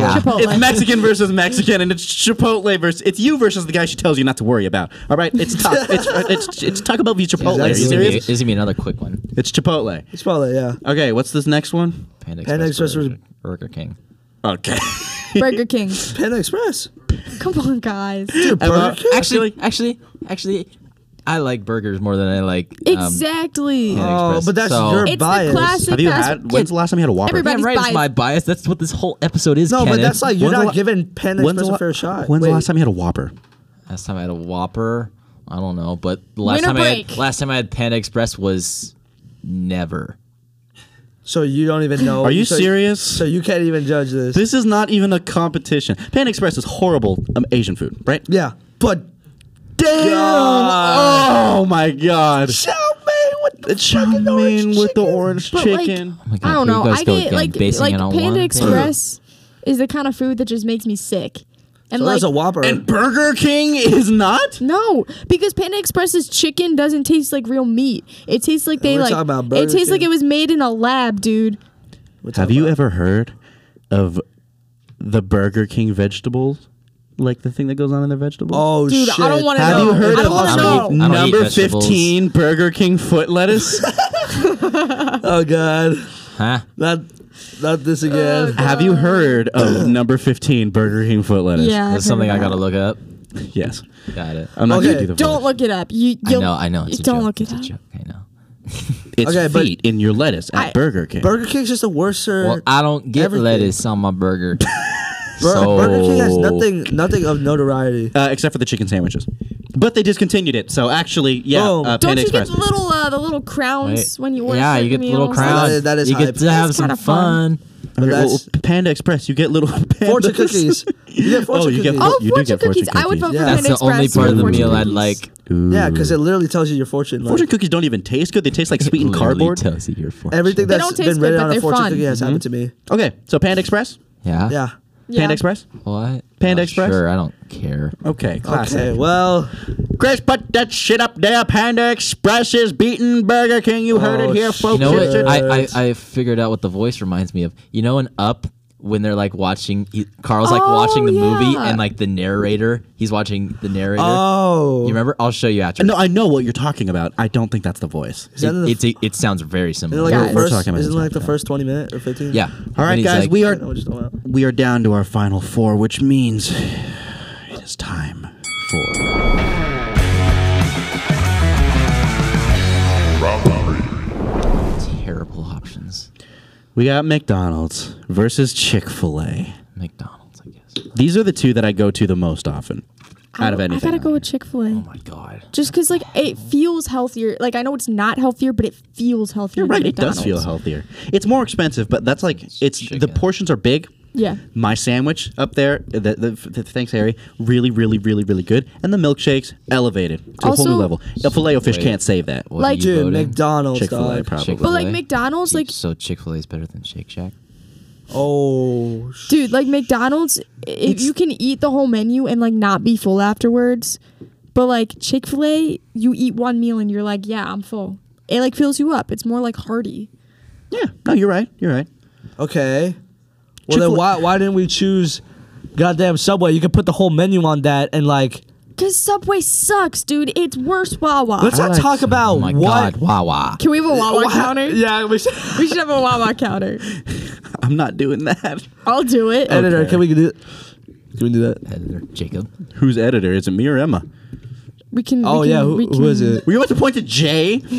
Speaker 2: Ah.
Speaker 5: Yeah.
Speaker 2: (laughs)
Speaker 4: Chipotle.
Speaker 2: It's Mexican versus Mexican, and it's Chipotle versus it's you versus the guy she tells you not to worry about. All right, it's tough.
Speaker 3: (laughs)
Speaker 2: it's, uh, it's it's Taco Bell v Chipotle. Are you
Speaker 5: This is gonna be-
Speaker 2: serious?
Speaker 5: this is gonna be another quick one.
Speaker 2: It's Chipotle.
Speaker 3: Chipotle, yeah.
Speaker 2: Okay, what's this next one?
Speaker 5: Panda
Speaker 3: Panda
Speaker 5: Express,
Speaker 3: Express
Speaker 5: Burger, Burger King.
Speaker 2: Okay.
Speaker 4: Burger King.
Speaker 3: Panda Express.
Speaker 4: Come on, guys.
Speaker 2: Emma,
Speaker 5: Actually, actually, actually, I like burgers more than I like. um,
Speaker 4: Exactly.
Speaker 2: uh,
Speaker 5: Panda
Speaker 3: Oh,
Speaker 5: Express.
Speaker 3: but that's
Speaker 5: So-
Speaker 3: your
Speaker 4: it's
Speaker 3: bias.
Speaker 4: the
Speaker 2: (laughs)
Speaker 4: classic
Speaker 2: have you
Speaker 4: fast
Speaker 2: had? When's the last time you had a Whopper?
Speaker 4: Everybody-
Speaker 5: Damn right,
Speaker 4: biased.
Speaker 5: it's my bias. That's what this whole episode is.
Speaker 3: No, but
Speaker 5: Kenneth.
Speaker 3: that's like you're
Speaker 2: When's the
Speaker 3: not
Speaker 2: la-
Speaker 3: giving Panda
Speaker 2: When's
Speaker 3: Express
Speaker 2: the
Speaker 3: a
Speaker 2: la-
Speaker 3: fair shot.
Speaker 2: When's
Speaker 3: Wait.
Speaker 2: the last time you had a Whopper?
Speaker 5: last time I had a Whopper. I don't know, but the last
Speaker 4: Winter
Speaker 5: time I
Speaker 4: break.
Speaker 5: had, last time I had Panda Express was never.
Speaker 3: So you
Speaker 2: (clears throat)
Speaker 3: don't even know.
Speaker 2: Are you
Speaker 3: so,
Speaker 2: serious?
Speaker 3: So you can't even judge this.
Speaker 2: This is not even a competition. Pan Express is horrible um, Asian food, right?
Speaker 3: yeah, but
Speaker 2: Damn! Oh my god!
Speaker 3: chow mein with the
Speaker 2: Chow
Speaker 3: fucking orange
Speaker 2: mein with the
Speaker 3: chicken.
Speaker 2: orange
Speaker 4: But, like,
Speaker 2: chicken.
Speaker 5: Oh my God,
Speaker 4: I don't
Speaker 5: here
Speaker 4: know.
Speaker 5: you guys
Speaker 4: I
Speaker 5: go
Speaker 4: get
Speaker 5: again,
Speaker 4: like
Speaker 5: basing
Speaker 4: like
Speaker 5: it on one
Speaker 4: Panda
Speaker 5: thing.
Speaker 4: Express is the kind of food that just makes me sick. And
Speaker 3: So
Speaker 4: like
Speaker 3: that's a Whopper.
Speaker 2: and Burger King is not.
Speaker 4: no, because Panda Express's chicken doesn't taste like real meat. It tastes like they
Speaker 3: we're
Speaker 4: like
Speaker 3: talking about
Speaker 4: it
Speaker 3: Burger
Speaker 4: tastes like
Speaker 3: King.
Speaker 4: it was made in a lab, dude.
Speaker 3: What's
Speaker 2: Have
Speaker 3: up,
Speaker 2: you
Speaker 3: bro?
Speaker 2: ever heard of the Burger King vegetables? Like the thing that goes on in their vegetables?
Speaker 3: Oh
Speaker 4: Dude,
Speaker 3: shit!
Speaker 4: I don't wanna
Speaker 2: Have
Speaker 4: no,
Speaker 2: you heard
Speaker 4: I
Speaker 2: of
Speaker 4: don't wanna know.
Speaker 5: I don't eat
Speaker 2: number
Speaker 5: vegetables.
Speaker 2: 15 Burger King foot
Speaker 3: (laughs)
Speaker 2: lettuce?
Speaker 3: Oh god,
Speaker 5: Huh?
Speaker 3: not not this again.
Speaker 2: Have you heard of number 15 Burger King foot lettuce?
Speaker 4: Yeah, I've heard
Speaker 5: That's something I
Speaker 4: about
Speaker 5: gotta look up.
Speaker 2: Yes.
Speaker 5: Got it.
Speaker 2: I'm not
Speaker 3: Okay,
Speaker 2: going to do the
Speaker 4: that. Don't look it up. You
Speaker 5: I
Speaker 4: you'll-
Speaker 5: know. I know. It's
Speaker 4: you
Speaker 5: a
Speaker 4: don't
Speaker 5: joke.
Speaker 4: look it
Speaker 5: it's
Speaker 4: up.
Speaker 5: a joke. I know.
Speaker 2: It's
Speaker 3: Okay, but-
Speaker 2: feet in your lettuce at
Speaker 4: I-
Speaker 2: Burger King.
Speaker 3: Burger King's just a worse.
Speaker 5: Well, I don't get
Speaker 3: Everything.
Speaker 5: lettuce on my
Speaker 4: (laughs)
Speaker 5: burger.
Speaker 3: Bur-
Speaker 5: so
Speaker 3: Burger King has nothing nothing of notoriety.
Speaker 2: uh, except for the chicken sandwiches. But they discontinued it. So actually, yeah,
Speaker 3: Oh.
Speaker 2: uh,
Speaker 4: Don't
Speaker 2: Panda
Speaker 4: you
Speaker 2: Express.
Speaker 4: get the little uh, the little crowns
Speaker 5: Right?
Speaker 4: when you order?
Speaker 5: yeah, you
Speaker 4: certain
Speaker 5: get the little
Speaker 4: meals?
Speaker 5: crowns.
Speaker 3: That is- that is
Speaker 5: you
Speaker 3: hype.
Speaker 5: get to have
Speaker 4: That's
Speaker 5: some
Speaker 4: kinda fun.
Speaker 5: fun.
Speaker 2: Okay, well,
Speaker 3: That's-
Speaker 2: Panda Express, you get little (laughs) pandas.
Speaker 3: Fortune cookies. You get
Speaker 2: (laughs)
Speaker 3: fortune
Speaker 2: Oh, you get
Speaker 3: cookies.
Speaker 4: Oh,
Speaker 2: You do
Speaker 4: fortune
Speaker 2: get fortune
Speaker 4: cookies. I
Speaker 2: cookies.
Speaker 4: would vote
Speaker 3: Yeah.
Speaker 4: for
Speaker 5: That's
Speaker 4: Panda
Speaker 5: the only
Speaker 4: Express
Speaker 5: part of
Speaker 4: over
Speaker 5: the
Speaker 4: fortune
Speaker 5: meal I'd
Speaker 4: cookies.
Speaker 5: like.
Speaker 3: yeah, because it literally tells you your fortune. Like,
Speaker 2: Fortune cookies don't even taste good. They taste like sweetened
Speaker 5: Literally
Speaker 2: cardboard.
Speaker 5: tells you your fortune.
Speaker 3: everything
Speaker 4: They
Speaker 3: that's
Speaker 4: don't taste
Speaker 3: been
Speaker 4: good,
Speaker 3: written
Speaker 4: but
Speaker 3: on a
Speaker 4: they're
Speaker 3: fortune
Speaker 4: fun.
Speaker 3: cookie has happened to
Speaker 2: Hmm?
Speaker 3: me.
Speaker 2: Okay, so Panda Express?
Speaker 5: Yeah.
Speaker 3: Yeah.
Speaker 4: Yeah.
Speaker 2: Panda Express?
Speaker 5: What? Uh,
Speaker 2: Panda Express?
Speaker 5: Sure. I don't care.
Speaker 2: Okay, classic.
Speaker 3: Okay. Well,
Speaker 2: Chris, put that shit up there. Panda Express is beating Burger King. You heard
Speaker 3: Oh,
Speaker 2: it here,
Speaker 3: sh-
Speaker 2: folks.
Speaker 5: You know
Speaker 2: It's
Speaker 5: what?
Speaker 2: a-
Speaker 5: I, I I figured out what the voice reminds me of. You know, in Up when they're like watching he, Carl's like
Speaker 4: Oh,
Speaker 5: watching the movie
Speaker 4: yeah.
Speaker 5: and like the narrator. He's watching the narrator.
Speaker 3: oh,
Speaker 5: you remember? I'll show you after.
Speaker 2: no, I know what you're talking about. I don't think that's the voice.
Speaker 3: is that in the
Speaker 5: It, it, it sounds very
Speaker 3: Isn't
Speaker 5: similar.
Speaker 3: it like
Speaker 4: Guys.
Speaker 3: the
Speaker 4: We're
Speaker 3: first,
Speaker 2: talking about
Speaker 3: isn't it
Speaker 2: this
Speaker 3: like the first 20 minute or 15?
Speaker 5: yeah.
Speaker 2: All
Speaker 5: And
Speaker 2: right,
Speaker 5: he's
Speaker 2: guys,
Speaker 5: like,
Speaker 2: we
Speaker 3: I
Speaker 2: are
Speaker 3: know what you're talking about.
Speaker 2: we are down to our final four, which means it is time for
Speaker 5: terrible options.
Speaker 2: we got McDonald's versus Chick Fil A.
Speaker 5: McDonald's, I guess.
Speaker 2: These are the two that I go to the most often. out of
Speaker 4: I-
Speaker 2: anything.
Speaker 4: I gotta go with Chick Fil A.
Speaker 5: Oh my god.
Speaker 4: Just because like it feels healthier. Like I know it's not healthier, but it feels healthier.
Speaker 2: You're
Speaker 4: than
Speaker 2: right. It does feel
Speaker 4: McDonald's.
Speaker 2: healthier. It's more expensive, but that's like it's the
Speaker 5: chicken.
Speaker 2: portions are big.
Speaker 4: Yeah.
Speaker 2: My sandwich up there, the, the, the, thanks Harry, really, really, really, really good, and the milkshakes elevated to a whole
Speaker 4: Also-
Speaker 2: new level. A filet o fish
Speaker 5: Wait.
Speaker 2: can't save that.
Speaker 5: What
Speaker 4: Like-
Speaker 5: are you
Speaker 3: Dude,
Speaker 5: voting?
Speaker 3: McDonald's.
Speaker 2: Chick Fil A
Speaker 3: dog.
Speaker 2: probably.
Speaker 4: But like
Speaker 5: Chick-fil-A?
Speaker 4: McDonald's, like
Speaker 5: so Chick Fil A is better than Shake Shack.
Speaker 3: Oh, sh-
Speaker 4: dude, like McDonald's, if you can eat the whole menu and like not be full afterwards. But like Chick Fil A, you eat one meal and you're like, yeah, I'm full. It like fills you up. It's more like hearty.
Speaker 2: Yeah. No, you're right. You're right.
Speaker 3: okay. Well,
Speaker 2: Chick-fil-A-
Speaker 3: then why why didn't we choose goddamn Subway? You could put the whole menu on that and like.
Speaker 4: Cause Subway sucks, dude. It's worse Wawa.
Speaker 3: Let's not talk about
Speaker 5: Oh my
Speaker 3: what.
Speaker 5: god, Wawa.
Speaker 4: can we have a Wawa
Speaker 3: Uh, what-
Speaker 4: counter?
Speaker 3: Yeah,
Speaker 5: (laughs)
Speaker 3: we should.
Speaker 4: We should have a Wawa counter.
Speaker 2: I'm not doing that. (laughs)
Speaker 4: I'll do it.
Speaker 3: Editor, can we do? Can we do that?
Speaker 5: Editor Jacob.
Speaker 2: Who's editor? Is it me or Emma?
Speaker 4: We can.
Speaker 3: Oh
Speaker 4: we can,
Speaker 3: yeah, who,
Speaker 4: we
Speaker 3: who is
Speaker 4: can-
Speaker 3: it? (laughs)
Speaker 2: Were you about to point to Jay? Jay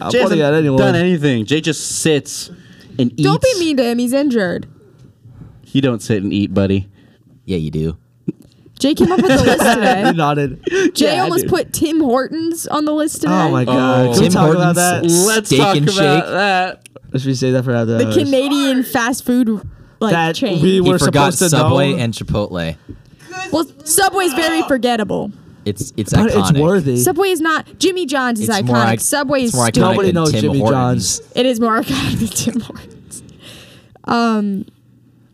Speaker 3: I'm
Speaker 2: hasn't
Speaker 3: pointing at anyone.
Speaker 2: done anything. Jay just sits and eats.
Speaker 4: Don't be mean to him. He's injured.
Speaker 2: You don't sit and eat, buddy.
Speaker 5: Yeah, you do.
Speaker 4: Jay came up with the list
Speaker 3: You
Speaker 4: today.
Speaker 5: (laughs)
Speaker 3: nodded.
Speaker 4: Jay
Speaker 2: Yeah, I
Speaker 4: almost
Speaker 2: do.
Speaker 4: put Tim Hortons on the list today.
Speaker 3: Oh my god. Can we
Speaker 5: Tim
Speaker 3: talk about
Speaker 5: Hortons.
Speaker 3: that?
Speaker 2: Let's
Speaker 5: Steak
Speaker 2: talk
Speaker 5: and
Speaker 2: about
Speaker 5: shake.
Speaker 2: that.
Speaker 3: Should we say that for after
Speaker 4: The
Speaker 3: hours?
Speaker 4: Canadian fast food like
Speaker 3: that
Speaker 4: chain.
Speaker 3: we
Speaker 5: He
Speaker 3: were
Speaker 5: forgot
Speaker 3: supposed to
Speaker 5: Subway
Speaker 3: know.
Speaker 5: and Chipotle.
Speaker 4: well, Subway's very forgettable.
Speaker 5: It's it's
Speaker 3: but
Speaker 5: iconic.
Speaker 3: it's worthy.
Speaker 4: Subway is not. Jimmy John's is
Speaker 5: It's
Speaker 4: iconic.
Speaker 5: more ic-
Speaker 4: Subway is
Speaker 5: it's more iconic
Speaker 4: stupid.
Speaker 3: Nobody
Speaker 5: than
Speaker 3: knows
Speaker 5: Tim
Speaker 3: Jimmy
Speaker 5: Hortons.
Speaker 4: It is more iconic than Tim Hortons. Um,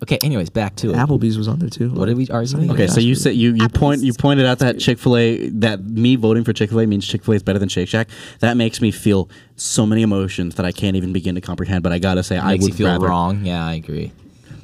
Speaker 5: Okay. Anyways, back to it.
Speaker 3: Applebee's was on there too.
Speaker 5: What did we argue?
Speaker 2: Okay, so you said you you
Speaker 4: Apple's
Speaker 2: point you pointed out that Chick Fil A that me voting for Chick Fil A means Chick Fil A is better than Shake Shack. That makes me feel so many emotions that I can't even begin to comprehend. But I gotta say, I
Speaker 5: makes you
Speaker 2: would
Speaker 5: feel
Speaker 2: rather
Speaker 5: wrong. Yeah, I agree.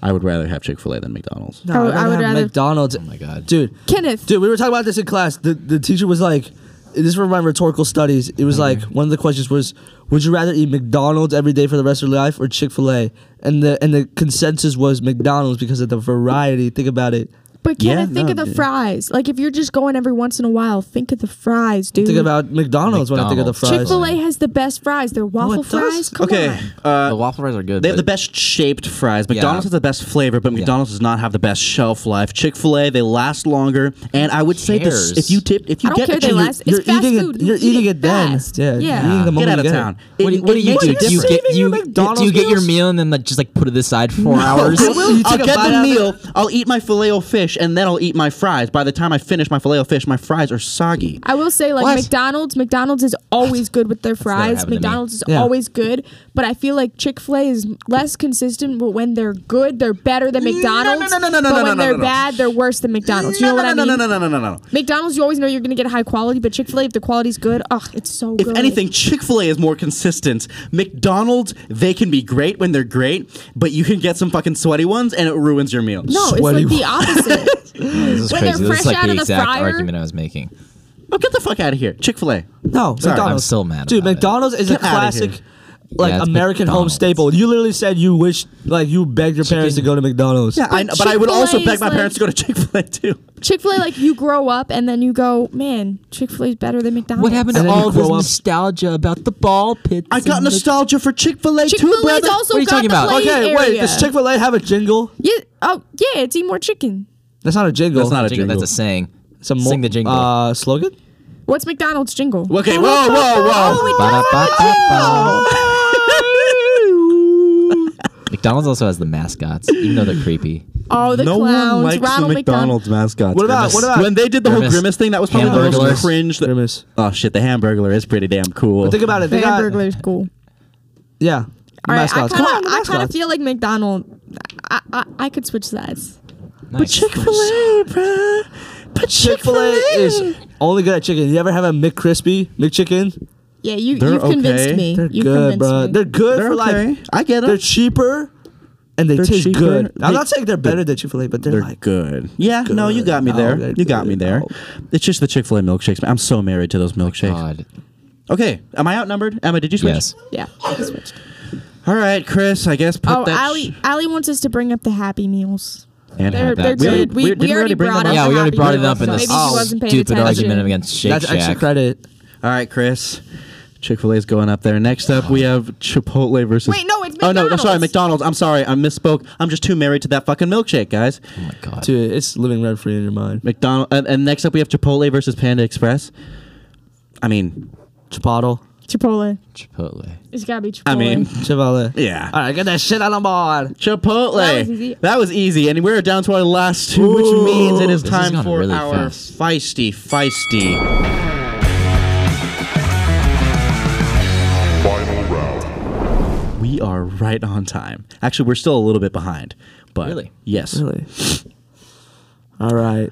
Speaker 2: I would rather have Chick Fil A than McDonald's.
Speaker 3: No,
Speaker 4: I would-
Speaker 3: I'd
Speaker 4: I would
Speaker 3: have
Speaker 4: rather-
Speaker 3: McDonald's. Oh
Speaker 5: my God.
Speaker 3: dude,
Speaker 4: Kenneth,
Speaker 3: dude, we were talking about this in class. The the teacher was like, "This is from my rhetorical studies." It was like one of the questions was, "Would you rather eat McDonald's every day for the rest of your life or Chick Fil A?" And the and the consensus was McDonald's because of the variety. Think about it.
Speaker 4: but
Speaker 2: Yeah,
Speaker 4: Kenneth, think
Speaker 2: no,
Speaker 4: of the
Speaker 2: dude.
Speaker 4: fries. Like if you're just going every once in a while, think of the fries, dude.
Speaker 3: Think about McDonald's, when I think of the
Speaker 5: McDonald's.
Speaker 4: Chick
Speaker 3: fries.
Speaker 4: Fil A has the best fries. Their waffle
Speaker 3: it does.
Speaker 4: fries. Come
Speaker 2: Okay,
Speaker 4: on.
Speaker 2: uh,
Speaker 5: the waffle fries are good.
Speaker 2: they have the
Speaker 5: but
Speaker 2: best shaped fries. McDonald's
Speaker 5: Yeah.
Speaker 2: has the best flavor, but McDonald's does not have the best shelf life. Chick Fil A they last longer, and I would say this:
Speaker 5: cares?
Speaker 2: if you tip, if you
Speaker 4: I don't
Speaker 2: get
Speaker 4: care
Speaker 2: it,
Speaker 4: they
Speaker 2: you're-
Speaker 4: last.
Speaker 3: you're
Speaker 4: it's fast
Speaker 3: eating it-
Speaker 4: food.
Speaker 3: you're eating it then.
Speaker 4: fast.
Speaker 3: Yeah, you're
Speaker 4: Yeah.
Speaker 3: eating the
Speaker 2: get
Speaker 3: moment
Speaker 2: out of
Speaker 3: you get it.
Speaker 2: town.
Speaker 5: What do,
Speaker 2: It-
Speaker 5: what do
Speaker 2: it
Speaker 5: you
Speaker 2: makes
Speaker 5: do?
Speaker 2: a
Speaker 5: Do you
Speaker 2: difference.
Speaker 5: get do
Speaker 3: Saving your
Speaker 5: you,
Speaker 3: McDonald's
Speaker 5: do you get your
Speaker 3: meals?
Speaker 5: meal and then like just like put it aside for four hours?
Speaker 3: I will- You
Speaker 2: I'll
Speaker 3: take a
Speaker 2: get
Speaker 3: bite
Speaker 2: the
Speaker 3: out of it.
Speaker 2: meal. I'll eat my filet o fish, and then I'll eat my fries. By the time I finish my filet o fish, my fries are soggy.
Speaker 4: I will say, like
Speaker 2: What?
Speaker 4: McDonald's, McDonald's is always good with their
Speaker 5: happened
Speaker 4: fries.
Speaker 5: to me.
Speaker 4: McDonald's is
Speaker 3: Yeah.
Speaker 4: always good, but I feel like Chick Fil A is less consistent. But when they're good, they're better than McDonald's.
Speaker 2: no, no, no, no,
Speaker 4: But
Speaker 2: no,
Speaker 4: when
Speaker 2: no, no,
Speaker 4: they're
Speaker 2: no.
Speaker 4: bad, they're worse than McDonald's. You know
Speaker 2: no,
Speaker 4: what
Speaker 2: no,
Speaker 4: I
Speaker 2: no,
Speaker 4: mean?
Speaker 2: no, no, no, no, no, no.
Speaker 4: McDonald's, you always know you're gonna get high quality, but Chick Fil A, if the quality's good, ugh, it's so
Speaker 2: If
Speaker 4: good.
Speaker 2: anything, Chick fil A is more consistent. McDonald's, they can be great when they're great, but you can get some fucking sweaty ones and it ruins your meal.
Speaker 4: no, it's
Speaker 3: Sweaty
Speaker 4: like the
Speaker 2: (laughs)
Speaker 4: opposite.
Speaker 5: this is
Speaker 4: When
Speaker 5: crazy.
Speaker 4: they're
Speaker 5: This is
Speaker 4: fresh
Speaker 5: like
Speaker 4: out
Speaker 5: the
Speaker 4: of the
Speaker 5: exact
Speaker 4: fryer-
Speaker 5: argument I was making.
Speaker 2: Oh, get the fuck out of here. Chick fil A.
Speaker 3: No,
Speaker 2: Sorry, I'm
Speaker 3: McDonald's.
Speaker 5: still mad
Speaker 3: Dude,
Speaker 5: about it.
Speaker 3: McDonald's is a
Speaker 2: Get outta here.
Speaker 3: classic, like
Speaker 5: Yeah, it's
Speaker 3: American home
Speaker 5: McDonald's.
Speaker 3: staple. You literally said you wish, like, you begged your parents to go to McDonald's.
Speaker 2: Yeah, but, I, know- but I would
Speaker 4: Chick-fil-A
Speaker 2: also
Speaker 4: is
Speaker 2: beg my
Speaker 4: like-
Speaker 2: parents to go to Chick fil A too.
Speaker 4: Chick Fil A, like you grow up and then you go, man, Chick Fil A is better than McDonald's.
Speaker 5: What happened
Speaker 3: And
Speaker 5: to
Speaker 3: then you
Speaker 5: all this
Speaker 3: grow up-
Speaker 5: nostalgia about the ball pits?
Speaker 2: I got
Speaker 5: and the-
Speaker 2: nostalgia for Chick fil A
Speaker 4: Chick
Speaker 2: too,
Speaker 4: Fil A's
Speaker 2: brother.
Speaker 4: also
Speaker 5: What are you
Speaker 4: got
Speaker 5: talking
Speaker 4: the
Speaker 5: about?
Speaker 4: play
Speaker 3: Okay, wait,
Speaker 4: area.
Speaker 3: does Chick fil A have a jingle?
Speaker 4: Yeah. Oh, yeah. It's eat more chicken.
Speaker 3: That's not a jingle.
Speaker 2: That's not a
Speaker 5: Jingle,
Speaker 2: jingle.
Speaker 5: That's a saying.
Speaker 3: It's a mo-
Speaker 5: Sing the jingle.
Speaker 3: Uh, slogan?
Speaker 4: What's McDonald's jingle?
Speaker 2: okay, whoa, whoa, whoa.
Speaker 5: Ba-da-ba-ba-ba.
Speaker 2: (laughs)
Speaker 5: McDonald's also has the mascots, even though they're creepy.
Speaker 4: Oh, the clowns. Ronald
Speaker 2: mascot.
Speaker 3: What about- what about-
Speaker 2: when they did the whole
Speaker 5: Grimace.
Speaker 2: grimace thing? That was probably the
Speaker 5: Hamburglar.
Speaker 2: most cringe. that-
Speaker 3: Grimace.
Speaker 2: Oh shit, the hamburglar is pretty damn cool.
Speaker 3: But think about it. They
Speaker 4: McDonald.
Speaker 3: got,
Speaker 4: Hamburglar's cool.
Speaker 3: yeah.
Speaker 4: All right,
Speaker 3: mascots.
Speaker 4: I
Speaker 3: Come on,
Speaker 4: kind of, I kind of
Speaker 3: mascots.
Speaker 4: feel like McDonald. I, I, I could switch sides.
Speaker 5: Nice.
Speaker 2: Chick-fil-A, bruh. But
Speaker 3: Chick fil A is only good at chicken. You ever have a McCrispy, McChicken?
Speaker 4: Yeah, you,
Speaker 2: They're
Speaker 4: you've convinced
Speaker 2: okay.
Speaker 4: me.
Speaker 3: They're
Speaker 4: you
Speaker 3: good,
Speaker 4: convinced
Speaker 3: bro.
Speaker 4: Me.
Speaker 3: They're good
Speaker 2: They're
Speaker 3: for
Speaker 2: okay.
Speaker 3: like,
Speaker 2: I get 'em.
Speaker 3: They're cheaper and they
Speaker 2: They're
Speaker 3: taste
Speaker 2: cheaper.
Speaker 3: good.
Speaker 2: They-
Speaker 3: I'm not saying they're better than Chick fil A, but they're,
Speaker 2: They're
Speaker 3: like,
Speaker 2: good. Yeah, no, you got me
Speaker 3: No,
Speaker 2: there.
Speaker 3: they're
Speaker 2: You got
Speaker 3: good.
Speaker 2: me there.
Speaker 3: No.
Speaker 2: It's just the Chick Fil A milkshakes. man. I'm so married to those milkshakes.
Speaker 5: God.
Speaker 2: Okay, am I outnumbered? Emma, did you switch?
Speaker 5: Yes.
Speaker 4: yeah, I could switch.
Speaker 2: All right, Chris. I guess put
Speaker 4: Oh,
Speaker 2: that.
Speaker 4: Ali, Ali wants us to bring up the Happy Meals.
Speaker 2: and
Speaker 4: They're,
Speaker 2: have that.
Speaker 4: they're
Speaker 2: We already-
Speaker 4: good. We, we,
Speaker 2: didn't
Speaker 4: already
Speaker 2: bring
Speaker 4: brought
Speaker 2: them
Speaker 4: up.
Speaker 5: Yeah,
Speaker 4: the
Speaker 5: we already
Speaker 4: Happy
Speaker 5: brought it
Speaker 4: Meals,
Speaker 5: up in
Speaker 4: so
Speaker 5: this Oh,
Speaker 4: Maybe she wasn't paying
Speaker 5: stupid
Speaker 4: attention.
Speaker 5: argument against Shake
Speaker 3: That's extra
Speaker 5: Shack.
Speaker 3: credit.
Speaker 2: All right, Chris. Chick Fil A is going up there. Next up, we have Chipotle versus.
Speaker 4: Wait, no, it's
Speaker 2: Oh no, no, sorry,
Speaker 4: McDonald's.
Speaker 2: McDonald's. I'm sorry, I misspoke. I'm just too married to that fucking milkshake, guys.
Speaker 5: Oh my god.
Speaker 3: Dude, it's living rent free in your mind.
Speaker 2: McDonald. And, and next up, we have Chipotle versus Panda Express. I mean,
Speaker 3: Chipotle.
Speaker 4: Chipotle.
Speaker 5: Chipotle.
Speaker 4: It's gotta be Chipotle.
Speaker 2: I mean,
Speaker 3: Chipotle.
Speaker 2: yeah.
Speaker 3: All right, get that shit out of board.
Speaker 2: Chipotle.
Speaker 4: That was easy.
Speaker 2: That was easy, and we're down to our last two, which means it is
Speaker 5: This has
Speaker 2: time
Speaker 5: gone
Speaker 2: for
Speaker 5: really
Speaker 2: our
Speaker 5: fast.
Speaker 2: feisty, feisty.
Speaker 7: Final round.
Speaker 2: We are right on time. Actually, we're still a little bit behind, but
Speaker 5: Really?
Speaker 2: yes,
Speaker 3: Really? All right.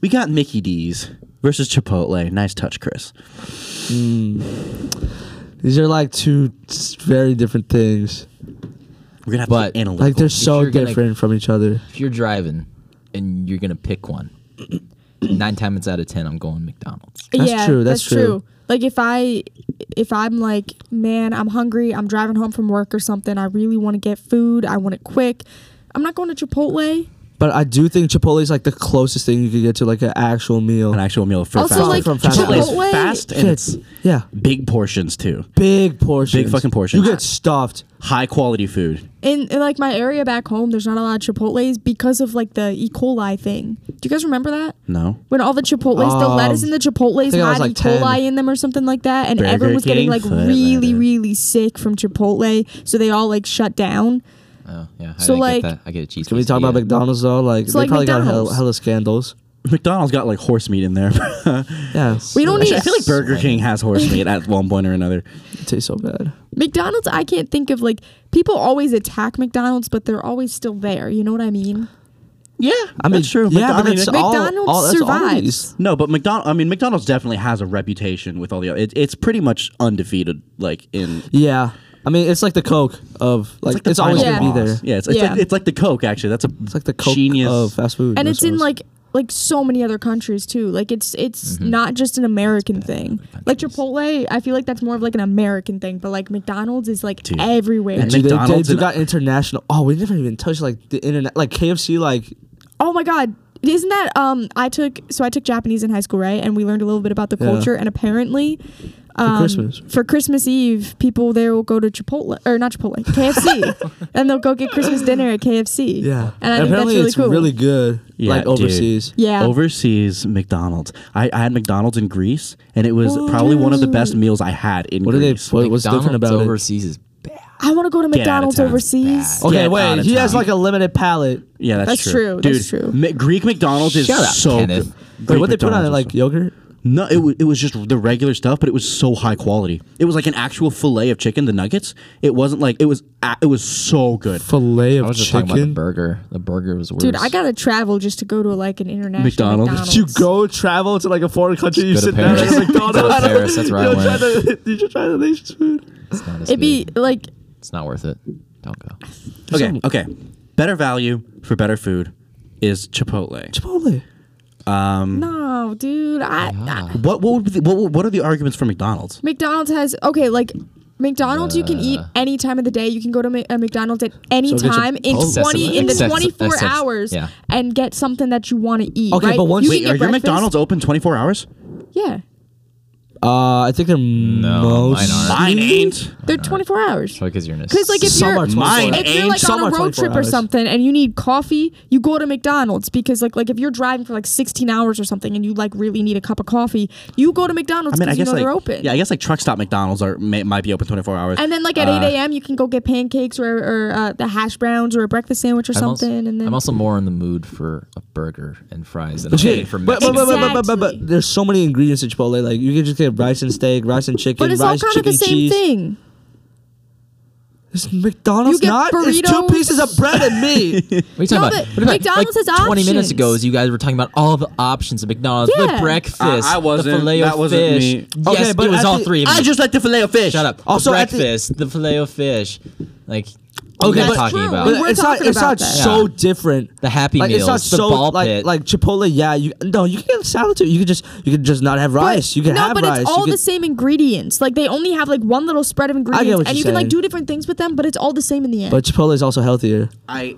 Speaker 2: we got Mickey D's versus Chipotle. Nice touch, Chris.
Speaker 3: These are like two s- very different things.
Speaker 2: We're gonna have
Speaker 5: But-
Speaker 2: to be analytical.
Speaker 3: Like they're so
Speaker 5: you're gonna-
Speaker 3: different from each other.
Speaker 5: If you're driving and you're gonna pick one, (clears throat) nine times out of ten, I'm going McDonald's.
Speaker 3: That's true, that's true.
Speaker 4: Like if I if I'm like, man, I'm hungry, I'm driving home from work or something, I really want to get food, I want it quick. I'm not going to Chipotle.
Speaker 3: But I do think Chipotle is like the closest thing you could get to like an actual meal.
Speaker 2: an actual meal for
Speaker 4: Also,
Speaker 2: fast.
Speaker 4: like,
Speaker 3: From fast
Speaker 2: Chipotle
Speaker 4: food.
Speaker 2: is fast and it's
Speaker 3: yeah,
Speaker 2: big portions too.
Speaker 3: big portions.
Speaker 2: Big fucking portions.
Speaker 3: You get stuffed.
Speaker 2: High quality food.
Speaker 4: In, in like my area back home, there's not a lot of Chipotle's because of like the E. coli thing. Do you guys remember that?
Speaker 2: No.
Speaker 4: When all the Chipotle's, the
Speaker 3: Um,
Speaker 4: lettuce in the Chipotle's
Speaker 3: think I was
Speaker 4: had
Speaker 3: like
Speaker 4: E. coli
Speaker 3: 10.
Speaker 4: in them or something like that, and
Speaker 2: Burger
Speaker 4: everyone was
Speaker 2: King
Speaker 4: getting like
Speaker 2: foot
Speaker 4: really,
Speaker 2: lettuce.
Speaker 4: really sick from Chipotle, so they all like shut down.
Speaker 5: Oh yeah. I
Speaker 4: So,
Speaker 5: didn't
Speaker 4: like-
Speaker 5: get that. I get a cheese.
Speaker 3: Can we talk about McDonald's though? Like
Speaker 4: So,
Speaker 3: they
Speaker 4: like,
Speaker 3: probably got hell,
Speaker 4: McDonald's.
Speaker 3: hella scandals.
Speaker 2: McDonald's got like horse meat in there. (laughs)
Speaker 3: Yeah,
Speaker 4: We don't
Speaker 2: Actually,
Speaker 4: need.
Speaker 2: I feel like Burger King has horse meat at one point or another.
Speaker 3: it tastes so bad.
Speaker 4: McDonald's, I can't think of like people always attack McDonald's, but they're always still there. You know what I mean?
Speaker 2: Yeah,
Speaker 3: I mean,
Speaker 2: that's true.
Speaker 3: Yeah,
Speaker 2: McDo-
Speaker 3: but it's all-
Speaker 4: McDonald's
Speaker 3: all, that's all
Speaker 4: survives.
Speaker 3: these.
Speaker 2: no, but McDonald. I mean, McDonald's definitely has a reputation with all the. Other, it, it's pretty much undefeated. Like in,
Speaker 3: Yeah, I mean, it's like the Coke of like, it's,
Speaker 2: the final
Speaker 3: always
Speaker 4: Yeah.
Speaker 3: gonna be
Speaker 2: boss.
Speaker 3: there.
Speaker 2: Yeah, it's, it's,
Speaker 4: Yeah.
Speaker 2: Like, it's like the Coke. Actually, that's a
Speaker 3: It's like the Coke
Speaker 2: genius.
Speaker 3: of fast food.
Speaker 4: And it's in
Speaker 3: restaurants.
Speaker 4: like like so many other countries too. Like it's it's
Speaker 3: Mm-hmm.
Speaker 4: not just an American thing. Like Chipotle, I feel like that's more of like an American thing, but like McDonald's is like
Speaker 2: Dude.
Speaker 4: everywhere.
Speaker 2: And
Speaker 3: Dude, they, they
Speaker 2: McDonald's
Speaker 3: do
Speaker 2: and-
Speaker 3: got international. Oh, we never even touched like the internet, like KFC. Like
Speaker 4: Oh my god. Isn't that um I took so I took Japanese in high school, right? And we learned a little bit about the
Speaker 3: Yeah.
Speaker 4: culture and apparently um,
Speaker 3: Christmas.
Speaker 4: for Christmas Eve, people there will go to Chipotle or not Chipotle, (laughs)
Speaker 3: (laughs)
Speaker 4: KFC, and they'll go get Christmas dinner at KFC.
Speaker 3: yeah,
Speaker 4: and I think that's
Speaker 3: apparently
Speaker 4: really
Speaker 3: it's
Speaker 4: cool.
Speaker 3: really good.
Speaker 2: Yeah,
Speaker 3: like
Speaker 2: dude.
Speaker 3: overseas.
Speaker 4: yeah,
Speaker 2: Overseas McDonald's. I, I had McDonald's in Greece, and it was probably one of the best meals I had in
Speaker 3: What do they?
Speaker 2: Greece.
Speaker 3: What, what's different about it?
Speaker 5: overseas is bad.
Speaker 4: I want to go to
Speaker 2: Get out of
Speaker 4: McDonald's
Speaker 2: town.
Speaker 4: overseas.
Speaker 2: Bad. Get
Speaker 3: Okay,
Speaker 2: out
Speaker 3: wait.
Speaker 2: of
Speaker 3: He has
Speaker 2: town.
Speaker 3: like a limited palate.
Speaker 2: yeah, that's,
Speaker 4: That's true,
Speaker 2: Dude,
Speaker 4: that's true.
Speaker 2: Mi- Greek McDonald's is
Speaker 5: Shut up,
Speaker 2: so
Speaker 5: Kenneth.
Speaker 2: good.
Speaker 3: Wait,
Speaker 2: Greek
Speaker 3: what they put on
Speaker 2: McDonald's
Speaker 3: it?
Speaker 2: is
Speaker 3: Like
Speaker 2: so-
Speaker 3: yogurt?
Speaker 2: No, it, w- it was just the regular stuff, but it was so high quality. It was like an actual fillet of chicken, the nuggets. It wasn't like it was. a it was so good.
Speaker 3: Fillet
Speaker 5: I
Speaker 3: of
Speaker 5: was just talking about the
Speaker 3: chicken.
Speaker 5: burger. The burger was worse.
Speaker 4: Dude, I gotta travel just to go to like an international
Speaker 2: McDonald's.
Speaker 4: McDonald's.
Speaker 3: You go travel to like a foreign country. You
Speaker 5: go to
Speaker 3: sit down at
Speaker 5: Paris. (laughs) Go to
Speaker 3: McDonald's.
Speaker 5: Paris,
Speaker 3: (laughs)
Speaker 5: that's where I
Speaker 3: you try
Speaker 5: went.
Speaker 3: the- You should try the nation's food.
Speaker 5: it's not as
Speaker 4: It'd be
Speaker 5: good.
Speaker 4: like
Speaker 5: It's not worth it. Don't go.
Speaker 2: Okay, okay. Better value for better food is Chipotle.
Speaker 3: Chipotle. Mm.
Speaker 4: no, dude. I, I
Speaker 2: What what would be the, what would- what are the arguments for McDonald's?
Speaker 4: McDonald's has okay, like McDonald's you can eat any time of the day. You can go to Ma- a McDonald's at any
Speaker 3: So get your-
Speaker 4: time in
Speaker 5: Accessible-
Speaker 4: twenty in the
Speaker 5: accessible-
Speaker 4: twenty four
Speaker 5: accessible-
Speaker 4: hours
Speaker 5: yeah.
Speaker 4: and get something that you want to eat.
Speaker 3: Okay,
Speaker 4: right?
Speaker 3: but once-
Speaker 4: you
Speaker 3: Wait,
Speaker 4: can
Speaker 2: Are
Speaker 4: get
Speaker 2: your
Speaker 4: breakfast.
Speaker 2: McDonald's open twenty four hours?
Speaker 4: Yeah,
Speaker 3: Uh, I think they're
Speaker 5: No, mine
Speaker 3: most.
Speaker 5: aren't.
Speaker 2: Mine ain't.
Speaker 4: they're twenty four hours.
Speaker 5: Probably because you're in a.
Speaker 4: Because like if
Speaker 3: Some
Speaker 4: you're
Speaker 3: are 24
Speaker 2: Mine
Speaker 3: hours.
Speaker 4: if you're like
Speaker 3: Some
Speaker 4: on
Speaker 3: are
Speaker 4: a road
Speaker 3: 24
Speaker 4: trip or
Speaker 3: hours.
Speaker 4: something and you need coffee, you go to McDonald's because like like if you're driving for like 16 hours or something and you like really need a cup of coffee, you go to McDonald's
Speaker 2: I mean,
Speaker 4: because
Speaker 2: I
Speaker 4: you
Speaker 2: guess
Speaker 4: know
Speaker 2: like
Speaker 4: they're open.
Speaker 2: yeah, I guess like truck stop McDonald's are may, might be open twenty four hours. Uh,
Speaker 4: and then like at
Speaker 3: Uh,
Speaker 4: 8 a.m. you can go get pancakes or, or uh, the hash browns or a breakfast sandwich or
Speaker 5: I'm also,
Speaker 4: something. and then
Speaker 5: I'm also more in the mood for a burger and fries than I'm getting for
Speaker 3: But, but,
Speaker 5: Mexican.
Speaker 3: but, but,
Speaker 4: Exactly.
Speaker 3: but, but, but there's so many ingredients in Chipotle. Like you can just get rice and steak, rice and chicken,
Speaker 4: but it's all
Speaker 3: rice,
Speaker 4: kind of
Speaker 3: chicken,
Speaker 4: the same
Speaker 3: cheese.
Speaker 4: thing.
Speaker 3: It's McDonald's
Speaker 4: You get
Speaker 3: not. It's two
Speaker 4: burritos.
Speaker 3: pieces of bread
Speaker 4: (laughs)
Speaker 3: and meat.
Speaker 5: What are you talking
Speaker 4: No,
Speaker 5: about?
Speaker 4: but
Speaker 5: What about
Speaker 4: McDonald's
Speaker 5: like,
Speaker 4: has
Speaker 5: 20 minutes
Speaker 4: options.
Speaker 5: ago, as you guys were talking about all the options at McDonald's, the
Speaker 4: Yeah.
Speaker 5: breakfast,
Speaker 2: I- I wasn't.
Speaker 5: the filet
Speaker 2: That wasn't
Speaker 5: fish.
Speaker 2: me.
Speaker 5: Yes,
Speaker 3: Okay, but
Speaker 5: it was
Speaker 3: at
Speaker 5: all
Speaker 3: the-
Speaker 5: three. Of
Speaker 2: I
Speaker 5: them.
Speaker 2: just like the fillet of fish.
Speaker 5: shut up.
Speaker 3: Also,
Speaker 5: Also,
Speaker 3: at the-
Speaker 5: breakfast, the, filet of fish, like what are you
Speaker 3: Okay,
Speaker 5: guys
Speaker 3: but-
Speaker 5: talking
Speaker 4: True.
Speaker 5: about
Speaker 4: We were
Speaker 3: it's not.
Speaker 4: talking
Speaker 3: It's not
Speaker 4: about that.
Speaker 3: so
Speaker 5: Yeah.
Speaker 3: different.
Speaker 5: the Happy
Speaker 3: like
Speaker 5: Meals,
Speaker 3: it's not
Speaker 5: the
Speaker 3: so
Speaker 5: ball
Speaker 3: like
Speaker 5: pit.
Speaker 3: like Chipotle. Yeah, you no, you can get salad too. You could just you could just not have rice. you can
Speaker 4: no,
Speaker 3: have
Speaker 4: but
Speaker 3: rice.
Speaker 4: it's
Speaker 3: you
Speaker 4: all
Speaker 3: could,
Speaker 4: the same ingredients. Like they only have like one little spread of
Speaker 3: what
Speaker 4: ingredients, and
Speaker 3: you're
Speaker 4: you can like
Speaker 3: saying.
Speaker 4: do different things with them, but it's all the same in the end.
Speaker 3: But Chipotle is also healthier.
Speaker 2: I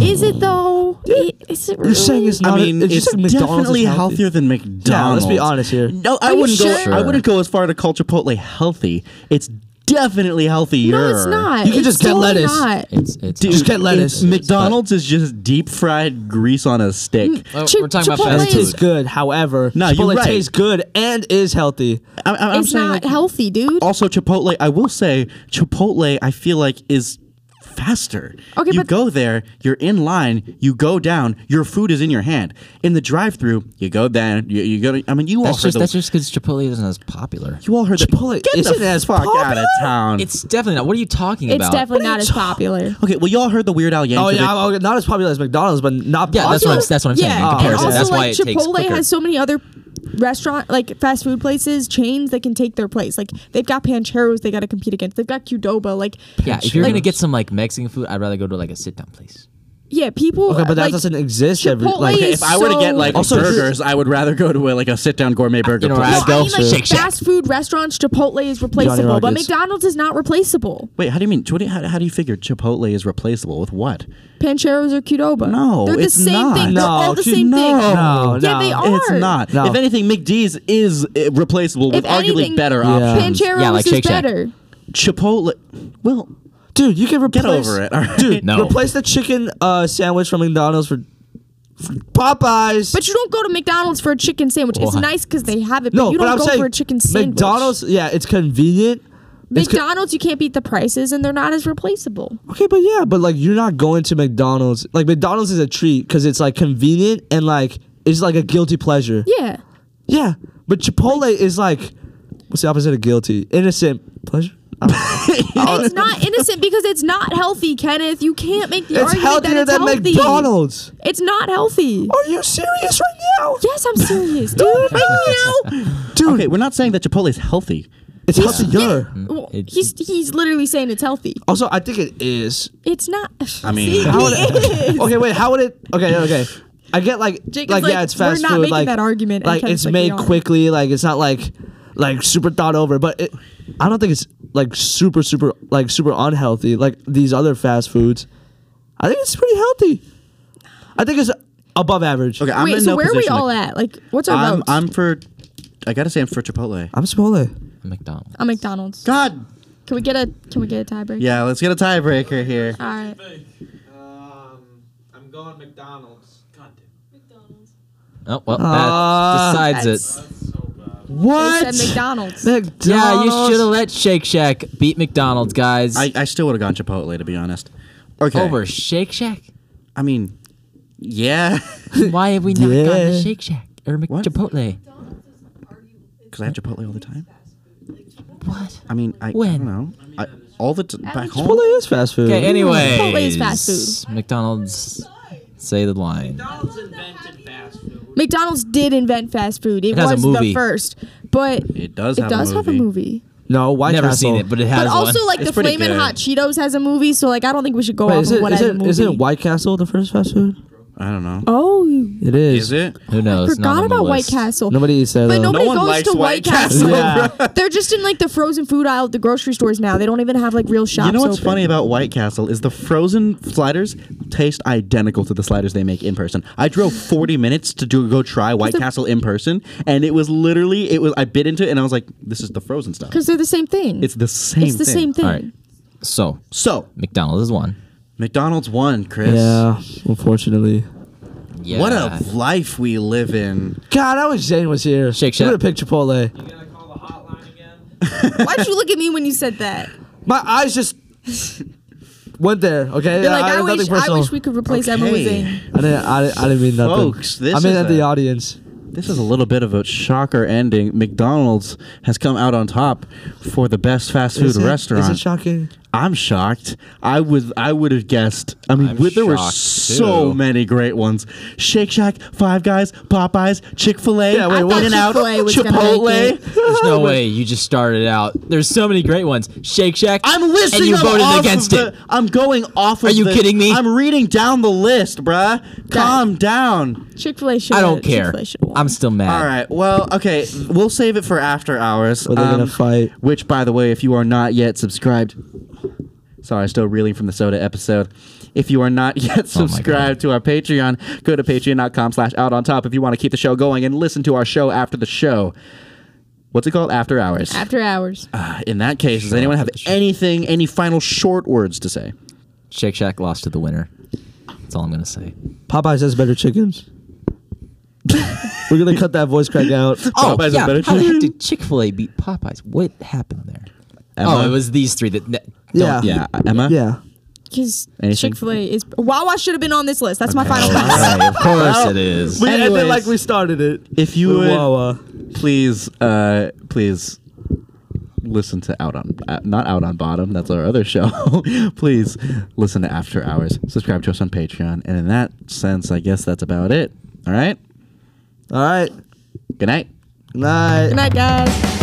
Speaker 4: Is it though? I- Is it really?
Speaker 3: You're saying it's not.
Speaker 2: I mean,
Speaker 3: it's,
Speaker 2: it's,
Speaker 3: just like McDonald's is
Speaker 2: definitely
Speaker 3: healthy.
Speaker 2: healthier than McDonald's.
Speaker 3: Yeah, let's be honest here.
Speaker 2: No, I
Speaker 4: Are you
Speaker 2: wouldn't go.
Speaker 4: sure?
Speaker 2: I wouldn't go as far to call Chipotle healthy. It's definitely healthier.
Speaker 4: No, it's not.
Speaker 3: You can
Speaker 4: It's
Speaker 3: just get
Speaker 4: totally
Speaker 3: lettuce.
Speaker 4: Not.
Speaker 5: It's it's
Speaker 2: Dude,
Speaker 3: Just get lettuce.
Speaker 2: it's- McDonald's is just deep fried grease on a stick.
Speaker 3: Mm,
Speaker 5: Well,
Speaker 4: Chi-
Speaker 5: we're talking about
Speaker 4: Chipotle
Speaker 5: fast
Speaker 3: It
Speaker 4: is-
Speaker 5: food.
Speaker 3: tastes good. However,
Speaker 2: No, you're
Speaker 3: Chipotle
Speaker 2: right.
Speaker 3: tastes good and is healthy.
Speaker 2: I, I, I'm
Speaker 4: It's
Speaker 2: saying
Speaker 4: not
Speaker 2: like,
Speaker 4: healthy, dude.
Speaker 2: also Chipotle. I will say Chipotle. I feel like is faster.
Speaker 4: Okay,
Speaker 2: you
Speaker 4: but-
Speaker 2: go there, you're in line, you go down, your food is in your hand. In the drive-through, you go down, you, you go. I mean, you all
Speaker 5: That's
Speaker 2: heard
Speaker 5: just
Speaker 2: the-
Speaker 5: that's just because Chipotle isn't as popular.
Speaker 2: you all heard the
Speaker 3: Chipotle
Speaker 2: Get
Speaker 3: isn't
Speaker 2: the
Speaker 3: as
Speaker 2: fuck out of
Speaker 3: popular.
Speaker 2: town.
Speaker 5: It's definitely not. What are you talking
Speaker 4: It's
Speaker 5: about?
Speaker 4: definitely not as popular.
Speaker 2: okay. Well, y'all heard the Weird Al Yankovic.
Speaker 3: Oh yeah, I'm- I'm not as popular as McDonald's, but not.
Speaker 5: Yeah, that's
Speaker 3: popular.
Speaker 5: what I'm- that's what I'm saying, in
Speaker 4: Yeah, and
Speaker 5: comparison.
Speaker 4: also
Speaker 5: That's why
Speaker 4: like
Speaker 5: it takes
Speaker 4: Chipotle
Speaker 5: quicker.
Speaker 4: has so many other restaurant like fast food places chains that can take their place. Like they've got Pancheros, they got to compete against. They've got Qdoba. Like
Speaker 5: Yeah, if you're
Speaker 4: like,
Speaker 5: gonna get some like Mexican food, I'd rather go to like a sit down place.
Speaker 4: yeah, people.
Speaker 3: Okay, but that
Speaker 4: like,
Speaker 3: doesn't exist every-
Speaker 4: Chipotle
Speaker 3: like- Okay,
Speaker 4: is
Speaker 2: if I were to get
Speaker 4: so-
Speaker 2: like
Speaker 3: Also,
Speaker 2: burgers, I would rather go to a, like a sit-down gourmet burger.
Speaker 5: You know,
Speaker 2: place.
Speaker 5: I'd
Speaker 4: no,
Speaker 5: go
Speaker 4: I mean, like
Speaker 5: Shake Shack.
Speaker 4: fast food restaurants, Chipotle is replaceable, but
Speaker 3: Rockets.
Speaker 4: McDonald's is not replaceable.
Speaker 2: Wait, how do you mean? What do you- how, how do you figure Chipotle is replaceable with what?
Speaker 4: Pancheros or Qdoba.
Speaker 2: No,
Speaker 4: they're the
Speaker 2: it's
Speaker 4: same
Speaker 2: not.
Speaker 4: thing.
Speaker 3: No,
Speaker 4: they're all the
Speaker 3: dude,
Speaker 4: same thing.
Speaker 3: no,
Speaker 4: yeah,
Speaker 3: no.
Speaker 4: they are.
Speaker 2: It's not.
Speaker 3: No.
Speaker 2: If anything, McD's is uh, replaceable with
Speaker 4: If
Speaker 2: arguably
Speaker 4: anything,
Speaker 2: better
Speaker 3: Yeah.
Speaker 2: options.
Speaker 4: Pancheros
Speaker 5: Yeah, like
Speaker 4: is
Speaker 5: Shake Shack.
Speaker 4: better.
Speaker 2: Chipotle. Well,
Speaker 3: Dude, you can replace.
Speaker 2: over it, all right?
Speaker 3: Dude,
Speaker 5: No.
Speaker 3: replace the chicken uh, sandwich from McDonald's for, for Popeyes.
Speaker 4: But you don't go to McDonald's for a chicken sandwich. It's
Speaker 5: Why?
Speaker 4: nice because they have it, but
Speaker 3: no,
Speaker 4: you
Speaker 3: but
Speaker 4: don't
Speaker 3: I'm
Speaker 4: go
Speaker 3: saying
Speaker 4: for a chicken sandwich.
Speaker 3: McDonald's. Yeah, it's convenient. It's co-
Speaker 4: McDonald's, you can't beat the prices, and they're not as replaceable.
Speaker 3: okay, but yeah, but like you're not going to McDonald's. Like McDonald's is a treat because it's like convenient and like it's like a guilty pleasure.
Speaker 4: Yeah.
Speaker 3: Yeah, but Chipotle is like what's the opposite of guilty? Innocent pleasure. I don't know.
Speaker 4: it's not innocent because it's not healthy, Kenneth. You can't make the
Speaker 3: it's
Speaker 4: argument that
Speaker 3: healthier
Speaker 4: it's
Speaker 3: than
Speaker 4: healthy.
Speaker 3: McDonald's.
Speaker 4: It's not healthy.
Speaker 3: Are you serious right now?
Speaker 4: Yes, I'm serious, dude. Right now,
Speaker 3: Dude,
Speaker 2: okay, we're not saying that Chipotle is healthy.
Speaker 3: (laughs) it's healthier.
Speaker 2: Mm,
Speaker 4: Well,
Speaker 5: It's-
Speaker 4: he's he's literally saying it's healthy.
Speaker 3: Also, I think it is.
Speaker 4: It's not. (laughs) I
Speaker 2: mean,
Speaker 4: See,
Speaker 2: how
Speaker 4: it is.
Speaker 3: Okay, wait. How would it? Okay, okay. I get like,
Speaker 4: Jacob's
Speaker 3: like, yeah,
Speaker 4: like,
Speaker 3: it's fast
Speaker 4: we're not
Speaker 3: food.
Speaker 4: making
Speaker 3: like
Speaker 4: that argument, and
Speaker 3: like
Speaker 4: Kevin's
Speaker 3: it's
Speaker 4: like,
Speaker 3: made
Speaker 4: we are.
Speaker 3: quickly. Like it's not like, like super thought over. But it, I don't think it's like super, super, like super unhealthy. Like these other fast foods. I think it's pretty healthy. I think it's above average.
Speaker 2: Okay, I'm
Speaker 4: Wait,
Speaker 2: in
Speaker 4: so
Speaker 2: no
Speaker 4: where are we
Speaker 2: position to-
Speaker 4: all at? Like, what's our
Speaker 2: I'm,
Speaker 4: votes?
Speaker 2: I'm for. I gotta say, I'm for Chipotle.
Speaker 3: I'm Chipotle.
Speaker 5: McDonald's.
Speaker 4: on McDonald's.
Speaker 2: God.
Speaker 4: Can we get a Can we get a tiebreaker?
Speaker 2: Yeah, let's get a tiebreaker here.
Speaker 4: All right.
Speaker 7: Um, I'm going McDonald's.
Speaker 5: Oh well,
Speaker 3: Ah,
Speaker 5: that decides it.
Speaker 7: That's so bad.
Speaker 4: They
Speaker 3: What?
Speaker 4: said McDonald's.
Speaker 3: McDonald's.
Speaker 5: Yeah, you should have let Shake Shack beat McDonald's, guys.
Speaker 2: I, I still would have gone Chipotle to be honest. Okay.
Speaker 5: Over Shake Shack.
Speaker 2: I mean, yeah, (laughs)
Speaker 5: Why have we not gotten
Speaker 3: Yeah.
Speaker 5: to Shake Shack or Mc-
Speaker 2: What?
Speaker 5: Chipotle?
Speaker 2: because I have Chipotle all the time.
Speaker 5: What?
Speaker 2: I mean, I, I
Speaker 5: When?
Speaker 2: don't know. I, all the t- back home.
Speaker 3: Chipotle is fast food.
Speaker 5: Okay, anyway.
Speaker 4: Chipotle is fast
Speaker 5: McDonald's. Say the line.
Speaker 7: McDonald's invented fast food.
Speaker 4: McDonald's did invent fast food. It,
Speaker 5: has a
Speaker 4: was
Speaker 5: movie.
Speaker 4: the first, but
Speaker 2: It does
Speaker 4: it
Speaker 2: have
Speaker 4: does
Speaker 2: a
Speaker 4: have a
Speaker 2: movie.
Speaker 4: movie.
Speaker 3: No, White
Speaker 5: Never
Speaker 3: Castle.
Speaker 5: seen it, but it has
Speaker 4: But also,
Speaker 5: one.
Speaker 4: like
Speaker 2: It's
Speaker 4: the
Speaker 2: pretty
Speaker 4: Flamin'
Speaker 2: good.
Speaker 4: Hot Cheetos has a movie, so like I don't think we should go
Speaker 3: Wait,
Speaker 4: off
Speaker 3: is
Speaker 4: of
Speaker 3: it,
Speaker 4: what
Speaker 3: is
Speaker 4: has a
Speaker 3: it,
Speaker 4: movie.
Speaker 3: is it White Castle the first fast food?
Speaker 2: I don't know.
Speaker 4: Oh,
Speaker 3: It
Speaker 2: Is
Speaker 3: is.
Speaker 2: it?
Speaker 5: Who knows? Not on
Speaker 4: forgot
Speaker 5: the
Speaker 4: about White
Speaker 5: list.
Speaker 4: Castle.
Speaker 3: Nobody eats there
Speaker 4: but
Speaker 3: though.
Speaker 4: nobody
Speaker 2: one
Speaker 4: goes
Speaker 2: likes
Speaker 4: to
Speaker 2: White
Speaker 4: White
Speaker 2: Castle.
Speaker 4: Castle.
Speaker 3: Yeah.
Speaker 4: They're just in like the frozen food aisle at the grocery stores now. They don't even have like real
Speaker 2: (laughs)
Speaker 4: shops.
Speaker 2: You know what's
Speaker 4: open.
Speaker 2: funny about White Castle is the frozen sliders taste identical to the sliders they make in person. I drove 40 minutes to do go try White
Speaker 4: they're-
Speaker 2: Castle in person, and it was literally it was. I bit into it and I was like, "This is the frozen stuff.
Speaker 4: Because they're the same thing.
Speaker 2: It's the same.
Speaker 4: It's the
Speaker 2: thing.
Speaker 4: same thing.
Speaker 5: All right. So
Speaker 2: So
Speaker 5: McDonald's is one.
Speaker 2: McDonald's won, Chris.
Speaker 3: Yeah, unfortunately.
Speaker 5: Yeah.
Speaker 2: What a life we live in.
Speaker 3: God, I wish Zane was here.
Speaker 5: Shake
Speaker 3: He
Speaker 5: Shack.
Speaker 3: would have picked Chipotle.
Speaker 7: You gotta call the hotline again.
Speaker 4: Why'd you look at me when you said that?
Speaker 3: My eyes
Speaker 4: (laughs)
Speaker 3: just went there. Okay,
Speaker 4: They're like, I,
Speaker 3: nothing
Speaker 4: wish, I
Speaker 3: personal.
Speaker 4: wish we could replace Emma with
Speaker 2: Okay.
Speaker 4: Zane.
Speaker 3: I didn't. I didn't, I didn't mean nothing.
Speaker 2: Folks, this
Speaker 3: I mean
Speaker 2: is
Speaker 3: at the
Speaker 2: a-
Speaker 3: audience.
Speaker 2: This is a little bit of a shocker ending. McDonald's has come out on top for the best fast food
Speaker 3: Is it-
Speaker 2: restaurant.
Speaker 3: Is it shocking?
Speaker 2: I'm shocked. I would I would have guessed. I mean,
Speaker 5: I'm
Speaker 2: wi- there were
Speaker 5: shocked,
Speaker 2: so
Speaker 5: too.
Speaker 2: many great ones: Shake Shack, Five Guys, Popeyes, Chick Fil A,
Speaker 3: Yeah, wait, I
Speaker 4: thought
Speaker 2: In and Out,
Speaker 4: Chick-fil-A was gonna make
Speaker 2: Chipotle.
Speaker 4: it.
Speaker 5: (laughs) There's no way you just started out. There's so many great ones. Shake Shack.
Speaker 2: I'm listing
Speaker 5: And you
Speaker 2: them
Speaker 5: voted
Speaker 2: off
Speaker 5: against
Speaker 2: of the-
Speaker 5: it.
Speaker 2: I'm going off. Of
Speaker 5: Are you
Speaker 2: the-
Speaker 5: kidding me?
Speaker 2: I'm reading down the list, bruh. Calm down.
Speaker 4: Chick Fil A should.
Speaker 5: I don't care.
Speaker 4: Chick-fil-A should have won.
Speaker 5: I'm still mad.
Speaker 2: All
Speaker 3: Uh,
Speaker 2: right. Well, okay. We'll save it for after hours. um,
Speaker 3: Were they gonna fight?
Speaker 2: Which, by the way, if you are not yet subscribed, sorry, still reeling from the soda episode. If you are not (laughs)
Speaker 3: Oh
Speaker 2: yet
Speaker 5: God.
Speaker 2: subscribed to our Patreon, go to patreon.com slash out on top if you want to keep the show going and listen to our show after the show. What's it called? After hours.
Speaker 4: After hours.
Speaker 2: Ah, In that case, does anyone have anything, any final short words to say?
Speaker 5: Shake Shack lost to the winner. That's all I'm gonna say.
Speaker 3: Popeyes has
Speaker 4: (laughs)
Speaker 3: better chickens. We're gonna cut that voice
Speaker 4: (laughs)
Speaker 3: crack out.
Speaker 5: Oh,
Speaker 2: Popeyes is
Speaker 5: yeah.
Speaker 2: better
Speaker 5: How the heck
Speaker 2: chicken?
Speaker 5: did Chick Fil A beat Popeyes? What happened there?
Speaker 2: Emma?
Speaker 5: Oh, it was these three that. that
Speaker 3: Yeah.
Speaker 2: Yeah, Emma?
Speaker 3: Yeah.
Speaker 4: Because
Speaker 2: Anything?
Speaker 4: Chick Fil A is Wawa should have been on this list. That's my final
Speaker 5: All
Speaker 4: pass.
Speaker 5: right, of course it is.
Speaker 3: (laughs) We ended
Speaker 2: Anyways.
Speaker 3: like we started it.
Speaker 2: If you
Speaker 3: With
Speaker 2: would,
Speaker 3: Wawa.
Speaker 2: please, uh, please listen to out on uh, not out on bottom. That's our other (laughs) show. please listen to After Hours. Subscribe to us on Patreon. And in that sense, I guess that's about it. All right.
Speaker 3: All right.
Speaker 2: Good night.
Speaker 3: Night.
Speaker 4: Good night, guys.